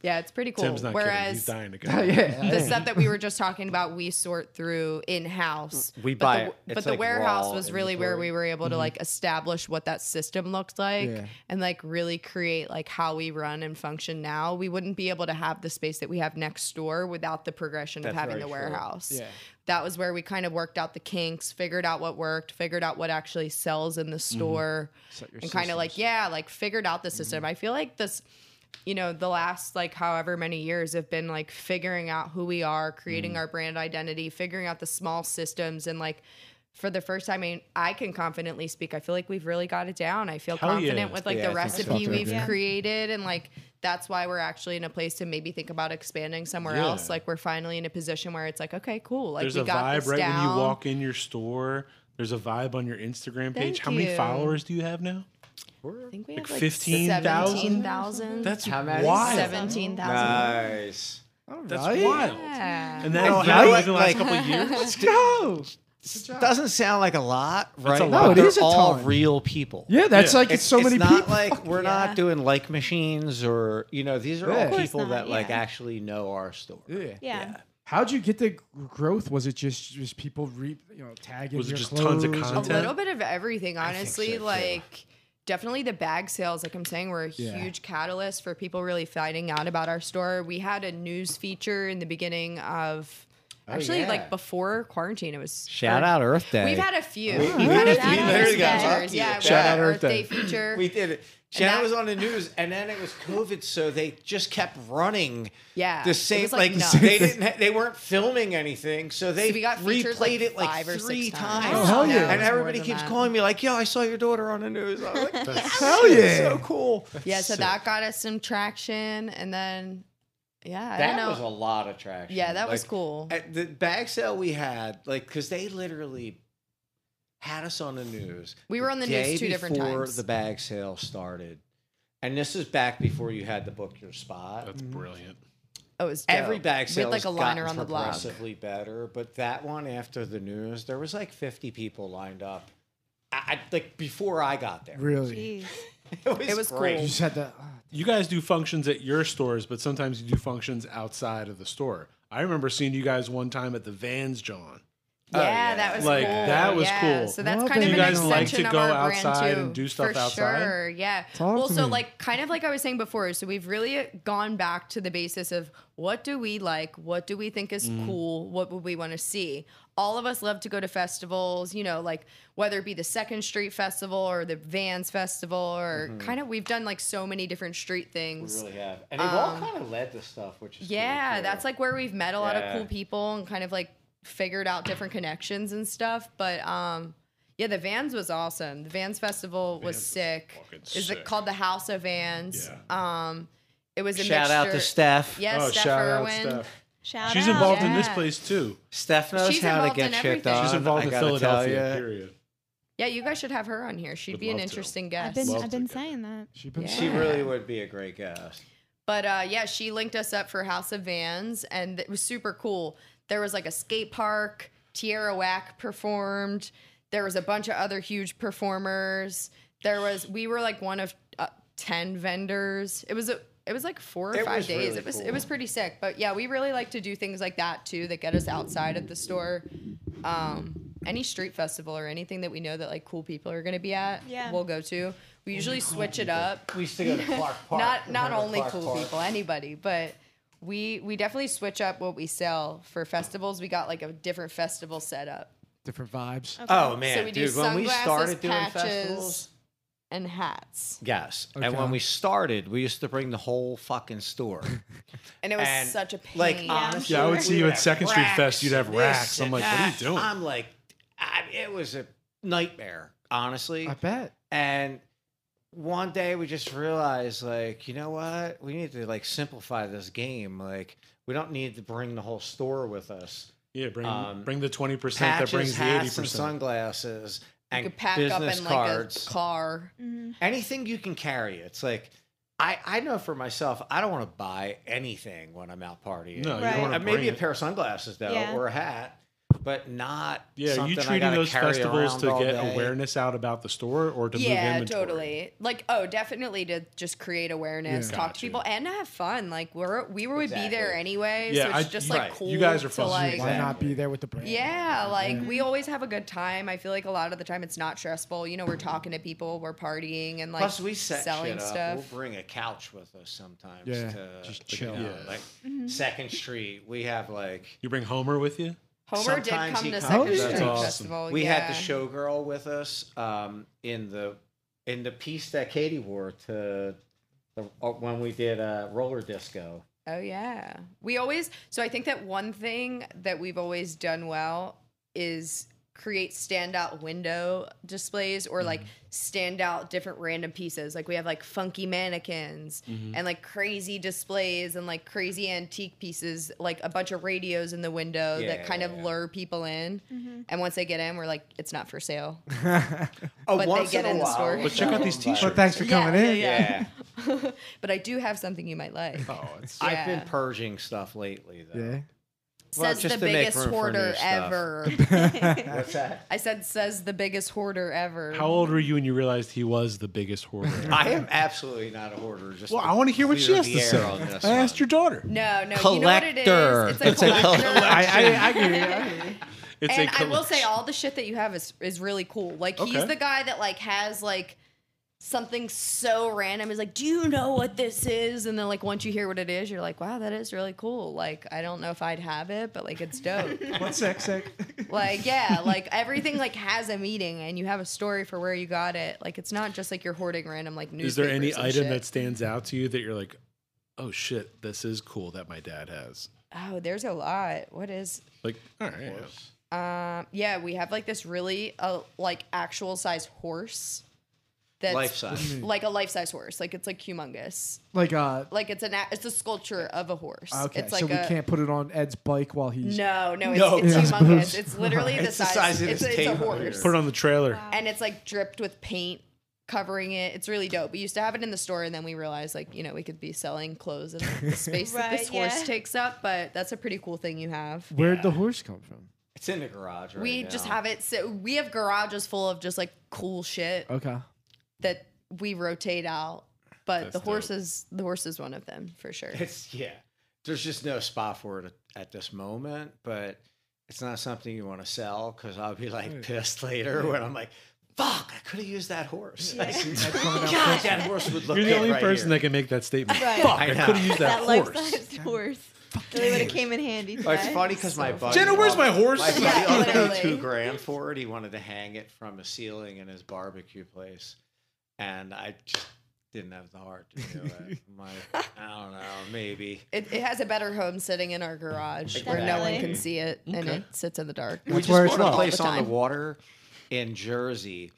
[SPEAKER 4] Yeah, it's pretty cool.
[SPEAKER 1] [LAUGHS] Tim's not kidding. He's
[SPEAKER 4] Whereas
[SPEAKER 1] dying
[SPEAKER 4] [LAUGHS]
[SPEAKER 1] to go.
[SPEAKER 3] yeah,
[SPEAKER 4] the stuff that we were just talking about, we sort through in house.
[SPEAKER 5] We
[SPEAKER 4] but
[SPEAKER 5] buy
[SPEAKER 4] the,
[SPEAKER 5] it. It's
[SPEAKER 4] but the
[SPEAKER 5] like
[SPEAKER 4] warehouse
[SPEAKER 5] raw
[SPEAKER 4] was really where we
[SPEAKER 5] inventory. Mm-hmm.
[SPEAKER 4] were able to like establish what that system looked like
[SPEAKER 3] Yeah.
[SPEAKER 4] and like really create like how we run and function now. We wouldn't be able to have the space that we have next door without the progression
[SPEAKER 5] That's
[SPEAKER 4] of having
[SPEAKER 5] very
[SPEAKER 4] the
[SPEAKER 5] true.
[SPEAKER 4] warehouse.
[SPEAKER 3] Yeah.
[SPEAKER 4] That was where we kind of worked out the kinks, figured out what worked, figured out what actually sells in the
[SPEAKER 5] Mm-hmm.
[SPEAKER 4] store
[SPEAKER 3] Set your
[SPEAKER 4] and kind of like
[SPEAKER 3] systems.
[SPEAKER 4] yeah like figured out the
[SPEAKER 1] Mm-hmm.
[SPEAKER 4] system i feel like this you know the last like however many years have been like figuring out who we are creating
[SPEAKER 1] Mm.
[SPEAKER 4] our brand identity figuring out the small systems and like for the first time I, mean, I can confidently speak i feel like we've really got it down i feel
[SPEAKER 1] Hell
[SPEAKER 4] confident
[SPEAKER 1] yeah.
[SPEAKER 4] with like
[SPEAKER 5] Yeah,
[SPEAKER 4] the
[SPEAKER 5] I think so
[SPEAKER 4] recipe
[SPEAKER 3] too.
[SPEAKER 4] we've
[SPEAKER 3] Yeah.
[SPEAKER 4] created and like that's why we're actually in a place to maybe think about expanding somewhere
[SPEAKER 1] Yeah.
[SPEAKER 4] else like we're finally in a position where it's like okay cool like
[SPEAKER 1] There's
[SPEAKER 4] we
[SPEAKER 1] a
[SPEAKER 4] got
[SPEAKER 1] vibe
[SPEAKER 4] this
[SPEAKER 1] right
[SPEAKER 4] down
[SPEAKER 1] when you walk in your store. There's a vibe on your Instagram page.
[SPEAKER 4] Thank
[SPEAKER 1] How many
[SPEAKER 4] you.
[SPEAKER 1] followers do you have now?
[SPEAKER 4] i think we
[SPEAKER 1] like
[SPEAKER 4] have like
[SPEAKER 1] 15,000?
[SPEAKER 4] 17,000
[SPEAKER 1] That's
[SPEAKER 5] How many?
[SPEAKER 1] wild.
[SPEAKER 4] 17,000
[SPEAKER 5] Nice.
[SPEAKER 3] All
[SPEAKER 1] That's
[SPEAKER 3] right.
[SPEAKER 1] wild.
[SPEAKER 4] Yeah.
[SPEAKER 1] And that all
[SPEAKER 5] Right?
[SPEAKER 1] happened like in the last
[SPEAKER 5] Like- [LAUGHS]
[SPEAKER 1] couple of years.
[SPEAKER 3] Let's go. Good job.
[SPEAKER 5] Doesn't sound like a lot, right?
[SPEAKER 1] a
[SPEAKER 5] But
[SPEAKER 1] lot.
[SPEAKER 3] No, it
[SPEAKER 5] They're
[SPEAKER 3] is a
[SPEAKER 5] all
[SPEAKER 3] ton.
[SPEAKER 5] real people.
[SPEAKER 3] Yeah, that's
[SPEAKER 1] Yeah.
[SPEAKER 3] like it's, so many
[SPEAKER 5] not
[SPEAKER 3] people.
[SPEAKER 5] like we're
[SPEAKER 2] Yeah.
[SPEAKER 5] not doing like machines or you know these are
[SPEAKER 3] Yeah. Of
[SPEAKER 5] all
[SPEAKER 2] course
[SPEAKER 5] people
[SPEAKER 2] not,
[SPEAKER 5] that like
[SPEAKER 2] yeah.
[SPEAKER 5] actually know our story.
[SPEAKER 3] yeah.
[SPEAKER 2] Yeah.
[SPEAKER 3] How'd you get the g- growth? Was it just just people re, you know tagging?
[SPEAKER 1] Was it
[SPEAKER 3] your
[SPEAKER 1] just tons of
[SPEAKER 3] clothes and-
[SPEAKER 4] a
[SPEAKER 1] content?
[SPEAKER 4] little bit of everything
[SPEAKER 5] I think so,
[SPEAKER 4] honestly
[SPEAKER 5] too.
[SPEAKER 4] like definitely the bag sales like i'm saying were a
[SPEAKER 3] Yeah.
[SPEAKER 4] huge catalyst for people really finding out about our store we had a news feature in the beginning of actually
[SPEAKER 5] Oh, yeah.
[SPEAKER 4] like before quarantine it was
[SPEAKER 5] Shout
[SPEAKER 4] or-
[SPEAKER 5] out Earth Day.
[SPEAKER 4] we've had a few
[SPEAKER 5] We-
[SPEAKER 4] We've had a
[SPEAKER 2] Shout
[SPEAKER 4] few
[SPEAKER 2] out
[SPEAKER 4] news
[SPEAKER 2] Earth Day.
[SPEAKER 4] features. yeah we
[SPEAKER 5] Shout
[SPEAKER 4] had
[SPEAKER 5] out Earth Day.
[SPEAKER 4] feature
[SPEAKER 5] We did it. Shannon
[SPEAKER 4] that-
[SPEAKER 5] was on the news, and then it was COVID, so they just kept running.
[SPEAKER 4] Yeah,
[SPEAKER 5] the
[SPEAKER 4] it
[SPEAKER 5] same
[SPEAKER 4] was like
[SPEAKER 5] like,
[SPEAKER 4] nuts.
[SPEAKER 5] they didn't ha- they weren't filming anything, so they
[SPEAKER 4] we got featured,
[SPEAKER 5] replayed
[SPEAKER 4] like,
[SPEAKER 5] it like
[SPEAKER 4] five or
[SPEAKER 5] three
[SPEAKER 4] six
[SPEAKER 5] times.
[SPEAKER 4] times.
[SPEAKER 3] Oh, hell
[SPEAKER 4] No,
[SPEAKER 3] yeah.
[SPEAKER 4] it was
[SPEAKER 5] And
[SPEAKER 4] more
[SPEAKER 5] everybody
[SPEAKER 4] than
[SPEAKER 5] keeps
[SPEAKER 4] that.
[SPEAKER 5] calling me like, "Yo, I saw your daughter on the news." I'm like,
[SPEAKER 3] Hell yeah.
[SPEAKER 5] so cool."
[SPEAKER 4] yeah so that got us some traction and then yeah i don't
[SPEAKER 5] That
[SPEAKER 4] know
[SPEAKER 5] was a lot of traction.
[SPEAKER 4] yeah that was
[SPEAKER 5] Like,
[SPEAKER 4] cool
[SPEAKER 5] At the bag sale we had, like, because they literally had us on the news.
[SPEAKER 4] We were on the news
[SPEAKER 5] day
[SPEAKER 4] two different
[SPEAKER 5] before
[SPEAKER 4] times.
[SPEAKER 5] The bag sale started, and this is back before you had to book your spot.
[SPEAKER 1] That's brilliant.
[SPEAKER 4] Oh, it was dope.
[SPEAKER 5] Every bag
[SPEAKER 4] we had
[SPEAKER 5] sale
[SPEAKER 4] like a liner on the blog
[SPEAKER 5] progressively better, but that one after the news, there was like 50 people lined up. I, I, like before I got there,
[SPEAKER 3] Really,
[SPEAKER 2] Jeez.
[SPEAKER 5] [LAUGHS] it was,
[SPEAKER 4] It was
[SPEAKER 5] great.
[SPEAKER 3] you
[SPEAKER 4] cool.
[SPEAKER 3] just had to. ah,
[SPEAKER 1] You guys do functions at your stores, but sometimes you do functions outside of the store. I remember seeing you guys one time at the Vans, John.
[SPEAKER 4] Yeah,
[SPEAKER 5] Oh, yeah.
[SPEAKER 4] that was
[SPEAKER 1] Like,
[SPEAKER 4] cool.
[SPEAKER 1] that was
[SPEAKER 4] yeah.
[SPEAKER 1] cool.
[SPEAKER 4] So that's
[SPEAKER 3] Well,
[SPEAKER 4] kind
[SPEAKER 3] then
[SPEAKER 4] of
[SPEAKER 3] you
[SPEAKER 4] an
[SPEAKER 3] guys like
[SPEAKER 4] extension
[SPEAKER 1] to
[SPEAKER 4] of
[SPEAKER 1] go
[SPEAKER 4] our
[SPEAKER 1] outside
[SPEAKER 4] brand too,
[SPEAKER 1] and do stuff
[SPEAKER 4] for
[SPEAKER 1] outside?
[SPEAKER 4] Sure, yeah.
[SPEAKER 3] Talk to
[SPEAKER 4] well, so
[SPEAKER 3] me.
[SPEAKER 4] like kind of like I was saying before, so we've really gone back to the basis of what do we like, what do we
[SPEAKER 1] Mm.
[SPEAKER 4] think is cool, what would we want to see. All of us love to go to festivals, you know, like whether it be the Second Street Festival or the Vans Festival, or
[SPEAKER 1] Mm-hmm.
[SPEAKER 4] kind of we've done like so many different street
[SPEAKER 5] We
[SPEAKER 4] things.
[SPEAKER 5] really have, and they've all kind of led to stuff, which
[SPEAKER 4] Um,
[SPEAKER 5] is
[SPEAKER 4] Yeah,
[SPEAKER 5] really cool.
[SPEAKER 4] that's like where we've met a lot
[SPEAKER 5] Yeah.
[SPEAKER 4] of cool people and kind of like figured out different connections and stuff. But um, yeah, the Vans was awesome. The Vans Festival was sick.
[SPEAKER 1] fucking
[SPEAKER 4] Is
[SPEAKER 1] sick.
[SPEAKER 4] it called the House of Vans? Um, it was a
[SPEAKER 5] shout out to
[SPEAKER 4] mixture-
[SPEAKER 5] Steph.
[SPEAKER 4] Yeah, Oh,
[SPEAKER 1] Oh,
[SPEAKER 4] Steph Irwin.
[SPEAKER 2] Shout
[SPEAKER 1] She's
[SPEAKER 2] out.
[SPEAKER 1] involved in this
[SPEAKER 4] Yeah.
[SPEAKER 1] place too.
[SPEAKER 5] Steph knows
[SPEAKER 4] She's
[SPEAKER 5] how to
[SPEAKER 4] involved
[SPEAKER 5] get
[SPEAKER 4] in
[SPEAKER 5] shit
[SPEAKER 4] everything.
[SPEAKER 5] done.
[SPEAKER 1] She's
[SPEAKER 5] I
[SPEAKER 1] involved in
[SPEAKER 5] gotta tell
[SPEAKER 1] Philadelphia.
[SPEAKER 5] ya.
[SPEAKER 1] Period.
[SPEAKER 4] Yeah, you guys should have her on here. She'd
[SPEAKER 1] Would
[SPEAKER 4] be an
[SPEAKER 1] love to.
[SPEAKER 4] interesting
[SPEAKER 2] I've
[SPEAKER 4] guest.
[SPEAKER 2] been,
[SPEAKER 1] Love
[SPEAKER 2] I've
[SPEAKER 1] to
[SPEAKER 2] been
[SPEAKER 1] get that.
[SPEAKER 2] saying that.
[SPEAKER 3] She been
[SPEAKER 4] Yeah.
[SPEAKER 5] She really would be a great guest.
[SPEAKER 4] But uh, yeah, she linked us up for House of Vans, and it was super cool. There was like a skate park. Tierra Whack performed. There was a bunch of other huge performers. There was we were like one of uh, ten vendors. It was a it was like four or
[SPEAKER 5] It
[SPEAKER 4] five
[SPEAKER 5] was
[SPEAKER 4] days.
[SPEAKER 5] really
[SPEAKER 4] it was
[SPEAKER 5] cool.
[SPEAKER 4] it was pretty sick. But yeah, we really like to do things like that too that get us outside of the store. Um, any street festival or anything that we know that like cool people are gonna be at,
[SPEAKER 2] Yeah.
[SPEAKER 4] we'll go to. We usually switch it up
[SPEAKER 5] We used to go to Clark Park.
[SPEAKER 4] not not
[SPEAKER 5] Remember
[SPEAKER 4] only
[SPEAKER 5] Clark
[SPEAKER 4] cool
[SPEAKER 5] Park?
[SPEAKER 4] people, anybody, but we we definitely switch up what we sell for festivals. We got like a different festival setup
[SPEAKER 3] different vibes.
[SPEAKER 5] Oh man,
[SPEAKER 4] So we do
[SPEAKER 5] dude, when we
[SPEAKER 4] sunglasses,
[SPEAKER 5] started doing
[SPEAKER 4] patches.
[SPEAKER 5] festivals,
[SPEAKER 4] and hats,
[SPEAKER 5] Yes. And
[SPEAKER 3] Okay.
[SPEAKER 5] when we started, we used to bring the whole
[SPEAKER 4] [LAUGHS]
[SPEAKER 5] fucking store.
[SPEAKER 4] and it was
[SPEAKER 5] And,
[SPEAKER 4] such a pain.
[SPEAKER 5] Like, um, honestly,
[SPEAKER 1] Yeah, I would see
[SPEAKER 5] we
[SPEAKER 1] you at
[SPEAKER 5] have
[SPEAKER 1] Second Street
[SPEAKER 5] racks,
[SPEAKER 1] Fest, you'd have
[SPEAKER 5] this
[SPEAKER 1] racks. I'm
[SPEAKER 5] and
[SPEAKER 1] like, what are you
[SPEAKER 5] that.
[SPEAKER 1] doing?
[SPEAKER 5] I'm like, I, it was a nightmare, honestly.
[SPEAKER 3] I bet.
[SPEAKER 5] And one day we just realized, like, you know what? We need to like simplify this game. Like, we don't need to bring the whole store with us.
[SPEAKER 1] Yeah, bring
[SPEAKER 5] Um,
[SPEAKER 1] bring the twenty percent that
[SPEAKER 5] Patches,
[SPEAKER 1] brings the eighty
[SPEAKER 5] hats, and
[SPEAKER 1] percent.
[SPEAKER 5] sunglasses,
[SPEAKER 4] you
[SPEAKER 5] and
[SPEAKER 4] could pack
[SPEAKER 5] business
[SPEAKER 4] up in
[SPEAKER 5] cards.
[SPEAKER 4] like a car.
[SPEAKER 2] Mhm.
[SPEAKER 5] anything you can carry. It's like I I know for myself, I don't want to buy anything when I'm out partying.
[SPEAKER 1] No, you
[SPEAKER 2] Right.
[SPEAKER 1] don't want
[SPEAKER 5] Uh,
[SPEAKER 1] to
[SPEAKER 5] maybe
[SPEAKER 1] bring
[SPEAKER 5] a pair of sunglasses though,
[SPEAKER 2] Yeah.
[SPEAKER 5] or a hat, but not.
[SPEAKER 1] Yeah, are
[SPEAKER 5] something
[SPEAKER 1] you
[SPEAKER 5] I
[SPEAKER 1] treating
[SPEAKER 5] gotta
[SPEAKER 1] those
[SPEAKER 5] carry
[SPEAKER 1] festivals
[SPEAKER 5] around
[SPEAKER 1] to
[SPEAKER 5] all
[SPEAKER 1] get
[SPEAKER 5] day.
[SPEAKER 1] awareness out about the store or to move
[SPEAKER 4] Yeah,
[SPEAKER 1] inventory?
[SPEAKER 4] totally. Like, oh, definitely to just create awareness,
[SPEAKER 3] Yeah.
[SPEAKER 4] talk
[SPEAKER 1] Gotcha.
[SPEAKER 4] to people, and to have fun. Like, we're we would be there
[SPEAKER 5] Exactly.
[SPEAKER 4] anyway,
[SPEAKER 1] Yeah,
[SPEAKER 4] so it's
[SPEAKER 1] I-
[SPEAKER 4] just
[SPEAKER 5] right.
[SPEAKER 4] like
[SPEAKER 5] You
[SPEAKER 4] cool.
[SPEAKER 1] guys are
[SPEAKER 4] to,
[SPEAKER 1] fussy.
[SPEAKER 4] like,
[SPEAKER 3] Why not
[SPEAKER 5] Exactly.
[SPEAKER 3] be there with the brand? [LAUGHS]
[SPEAKER 4] Yeah, like we always have a good time. I feel like a lot of the time it's not stressful. You know, we're talking to people, we're partying, and like
[SPEAKER 5] Plus, we set
[SPEAKER 4] selling
[SPEAKER 5] shit up.
[SPEAKER 4] stuff.
[SPEAKER 5] We'll bring a couch with us sometimes.
[SPEAKER 3] Yeah,
[SPEAKER 5] to,
[SPEAKER 3] just
[SPEAKER 5] you
[SPEAKER 3] chill.
[SPEAKER 5] know,
[SPEAKER 1] Yeah.
[SPEAKER 5] Like
[SPEAKER 4] Mm-hmm.
[SPEAKER 5] Second Street, we have like
[SPEAKER 1] You bring Homer with you?
[SPEAKER 4] Homer did
[SPEAKER 5] Sometimes
[SPEAKER 4] come
[SPEAKER 5] he
[SPEAKER 4] to
[SPEAKER 5] comes.
[SPEAKER 4] Second
[SPEAKER 3] That's
[SPEAKER 4] Street
[SPEAKER 1] awesome.
[SPEAKER 4] Festival.
[SPEAKER 5] we
[SPEAKER 4] Oh, yeah.
[SPEAKER 5] had the showgirl with us um, in the in the piece that Katie wore to the, uh, when we did uh, roller disco.
[SPEAKER 4] Oh yeah, we always. So I think that one thing that we've always done well is create standout window displays or like
[SPEAKER 5] Mm-hmm.
[SPEAKER 4] standout different random pieces. Like we have like funky mannequins
[SPEAKER 5] Mm-hmm.
[SPEAKER 4] and like crazy displays and like crazy antique pieces, like a bunch of radios in the window
[SPEAKER 5] Yeah,
[SPEAKER 4] that kind
[SPEAKER 5] yeah,
[SPEAKER 4] of
[SPEAKER 5] yeah.
[SPEAKER 4] lure people in.
[SPEAKER 5] Mm-hmm.
[SPEAKER 4] And once they get in, we're like, it's not for
[SPEAKER 5] [LAUGHS]
[SPEAKER 4] sale.
[SPEAKER 5] Oh,
[SPEAKER 4] But they
[SPEAKER 5] once
[SPEAKER 4] get
[SPEAKER 5] in,
[SPEAKER 4] in
[SPEAKER 5] a
[SPEAKER 4] the
[SPEAKER 5] while,
[SPEAKER 4] store.
[SPEAKER 5] we'll
[SPEAKER 4] But
[SPEAKER 1] check out
[SPEAKER 5] go
[SPEAKER 1] these
[SPEAKER 5] and buy
[SPEAKER 1] t-shirts.
[SPEAKER 3] Well, thanks for
[SPEAKER 4] Yeah,
[SPEAKER 3] coming in.
[SPEAKER 5] Yeah.
[SPEAKER 4] [LAUGHS] but I do have something you might like.
[SPEAKER 3] Oh,
[SPEAKER 1] [LAUGHS]
[SPEAKER 3] it's
[SPEAKER 5] I've been
[SPEAKER 4] Yeah.
[SPEAKER 5] purging stuff lately though.
[SPEAKER 3] yeah.
[SPEAKER 5] Well,
[SPEAKER 4] says
[SPEAKER 5] just
[SPEAKER 4] the
[SPEAKER 5] to make
[SPEAKER 4] biggest
[SPEAKER 5] room for new
[SPEAKER 4] hoarder
[SPEAKER 5] stuff. [LAUGHS]
[SPEAKER 4] ever.
[SPEAKER 5] What's
[SPEAKER 6] [LAUGHS]
[SPEAKER 5] that?
[SPEAKER 4] I said says the biggest hoarder ever.
[SPEAKER 6] How old were you when you realized he was the biggest hoarder?
[SPEAKER 5] I am absolutely not a hoarder. Just
[SPEAKER 6] well, I want to hear what she has to say.
[SPEAKER 5] On this
[SPEAKER 6] I asked
[SPEAKER 5] one.
[SPEAKER 6] your daughter.
[SPEAKER 4] No, no, you know what it
[SPEAKER 5] collector.
[SPEAKER 4] is. It's a collector.
[SPEAKER 6] I, I, I hear you. I hear you. [LAUGHS] It's
[SPEAKER 4] and
[SPEAKER 6] a
[SPEAKER 4] I will say
[SPEAKER 6] collection.
[SPEAKER 4] all the shit that you have is is really cool. Like he's
[SPEAKER 6] Okay.
[SPEAKER 4] the guy that like has like something so random is like, do you know what this is? And then like once you hear what it is, you're like, wow, that is really cool. Like I don't know if I'd have it, but like it's [LAUGHS] dope.
[SPEAKER 3] One sec, sec.
[SPEAKER 4] like yeah, like everything like has a meaning, and you have a story for where you got it. Like it's not just like you're hoarding random like
[SPEAKER 6] [LAUGHS]
[SPEAKER 4] news.
[SPEAKER 6] Is there any item that stands out to you that you're like, oh shit, this is cool that my dad has?
[SPEAKER 4] oh, there's a lot. What is
[SPEAKER 6] Like, all right.
[SPEAKER 4] Um, yeah, we have like this really uh, like actual size horse. That's
[SPEAKER 5] Life size.
[SPEAKER 3] Hmm.
[SPEAKER 4] Like a life size horse. Like it's like humongous.
[SPEAKER 3] [LAUGHS] Like uh,
[SPEAKER 4] Like it's an a- it's a sculpture of a horse.
[SPEAKER 3] Ah, okay,
[SPEAKER 4] It's like
[SPEAKER 3] so we
[SPEAKER 4] a
[SPEAKER 3] can't put it on Ed's bike while he's.
[SPEAKER 4] no, no, it's,
[SPEAKER 5] No.
[SPEAKER 4] it's
[SPEAKER 3] [LAUGHS] Yeah.
[SPEAKER 4] humongous. It's literally the,
[SPEAKER 5] It's the
[SPEAKER 4] size,
[SPEAKER 5] size of
[SPEAKER 4] it's,
[SPEAKER 5] his
[SPEAKER 4] a- it's a
[SPEAKER 5] table.
[SPEAKER 4] horse,
[SPEAKER 6] Put it on the trailer.
[SPEAKER 4] and it's like dripped with paint covering it. It's really dope. We used to have it in the store, and then we realized like you know we could be selling clothes in
[SPEAKER 3] [LAUGHS]
[SPEAKER 4] the space that this
[SPEAKER 2] Right,
[SPEAKER 4] horse
[SPEAKER 2] yeah.
[SPEAKER 4] takes up. But that's a pretty cool thing you have.
[SPEAKER 3] Where'd the horse come from?
[SPEAKER 5] It's in the garage. Right
[SPEAKER 4] We
[SPEAKER 5] now.
[SPEAKER 4] just have it. So we have garages full of just like cool shit
[SPEAKER 6] Oh.
[SPEAKER 3] Okay.
[SPEAKER 4] that we rotate out. But the
[SPEAKER 6] dope.
[SPEAKER 4] horse is the horse is one of them
[SPEAKER 6] [LAUGHS]
[SPEAKER 4] for sure.
[SPEAKER 5] It's yeah. There's just no spot for it at, at this moment, but it's not something you want to sell because I'll be like pissed later when I'm like, "Fuck, I could have used that horse." [LAUGHS] oh God, that horse would look.
[SPEAKER 6] You're the
[SPEAKER 5] good
[SPEAKER 6] only
[SPEAKER 5] right
[SPEAKER 6] person
[SPEAKER 5] here.
[SPEAKER 6] that can make that statement.
[SPEAKER 2] Right.
[SPEAKER 6] Fuck,
[SPEAKER 5] I
[SPEAKER 6] I,
[SPEAKER 5] know.
[SPEAKER 6] could have used that,
[SPEAKER 2] that
[SPEAKER 6] horse.
[SPEAKER 2] life-sized [LAUGHS] horse. Really would have came in handy.
[SPEAKER 5] Oh, it's
[SPEAKER 2] today.
[SPEAKER 5] funny because my buddy
[SPEAKER 6] Jenna, where's my horse?
[SPEAKER 5] My buddy
[SPEAKER 4] Yeah,
[SPEAKER 5] offered me
[SPEAKER 4] literally.
[SPEAKER 5] two grand for it. He wanted to hang it from a ceiling in his barbecue place, and I just didn't have the heart to do
[SPEAKER 6] [LAUGHS]
[SPEAKER 5] it. I'm like, I don't know, maybe.
[SPEAKER 4] It, it has a better home sitting in our garage where no one can
[SPEAKER 5] Exactly.
[SPEAKER 4] see it and it sits in the dark.
[SPEAKER 5] we
[SPEAKER 3] That's
[SPEAKER 5] just
[SPEAKER 3] where it's
[SPEAKER 5] bought a
[SPEAKER 3] low.
[SPEAKER 5] place
[SPEAKER 4] All the
[SPEAKER 5] on the
[SPEAKER 4] time.
[SPEAKER 5] water in Jersey,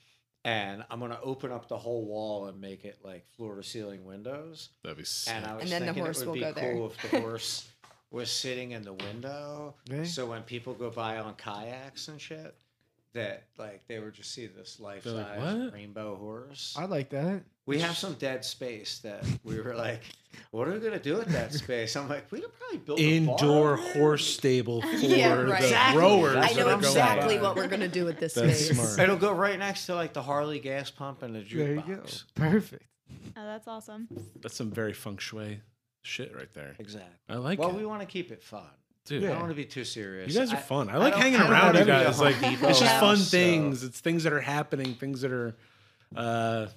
[SPEAKER 5] and I'm gonna open up the whole wall and make it like floor to ceiling windows.
[SPEAKER 6] That'd be sick.
[SPEAKER 5] And I was
[SPEAKER 4] And then the
[SPEAKER 5] thinking
[SPEAKER 4] horse
[SPEAKER 5] it
[SPEAKER 4] will
[SPEAKER 5] would be
[SPEAKER 4] go there.
[SPEAKER 5] cool if the horse was sitting in the window,
[SPEAKER 3] Really?
[SPEAKER 5] so when people go by on kayaks and shit, that like they would just see this life size
[SPEAKER 6] "What?"
[SPEAKER 5] rainbow horse.
[SPEAKER 3] I like that.
[SPEAKER 5] We have some dead space that we were like, what are we gonna do
[SPEAKER 3] [LAUGHS]
[SPEAKER 5] with that space? I'm like, we could probably build a
[SPEAKER 6] Indoor
[SPEAKER 5] barn."
[SPEAKER 6] horse stable for
[SPEAKER 4] [LAUGHS] [LAUGHS] Yeah, right.
[SPEAKER 6] the
[SPEAKER 4] Exactly.
[SPEAKER 6] growers.
[SPEAKER 5] That's
[SPEAKER 4] I
[SPEAKER 5] what
[SPEAKER 6] that
[SPEAKER 4] know
[SPEAKER 6] are
[SPEAKER 5] I'm
[SPEAKER 6] going
[SPEAKER 4] exactly
[SPEAKER 6] by.
[SPEAKER 4] what we're gonna do with this
[SPEAKER 6] That's
[SPEAKER 4] space.
[SPEAKER 6] smart.
[SPEAKER 5] [LAUGHS] It'll go right next to like the Harley gas pump and the jukebox.
[SPEAKER 3] There you go. Perfect.
[SPEAKER 2] Oh, that's awesome.
[SPEAKER 6] That's some very feng shui shit right there.
[SPEAKER 5] Exactly.
[SPEAKER 6] I like
[SPEAKER 5] well,
[SPEAKER 6] it,
[SPEAKER 5] we want to keep it fun.
[SPEAKER 6] dude.
[SPEAKER 5] I don't want to be too serious.
[SPEAKER 6] You guys are
[SPEAKER 5] I-
[SPEAKER 6] fun. I like
[SPEAKER 5] don't-
[SPEAKER 6] hanging
[SPEAKER 5] I don't
[SPEAKER 6] around
[SPEAKER 5] wanna
[SPEAKER 6] you
[SPEAKER 5] be a
[SPEAKER 6] guys.
[SPEAKER 5] Home
[SPEAKER 6] Like
[SPEAKER 5] Depot
[SPEAKER 6] it's just
[SPEAKER 5] house,
[SPEAKER 6] fun
[SPEAKER 5] so-
[SPEAKER 6] things. It's things that are happening. Things that are, uh,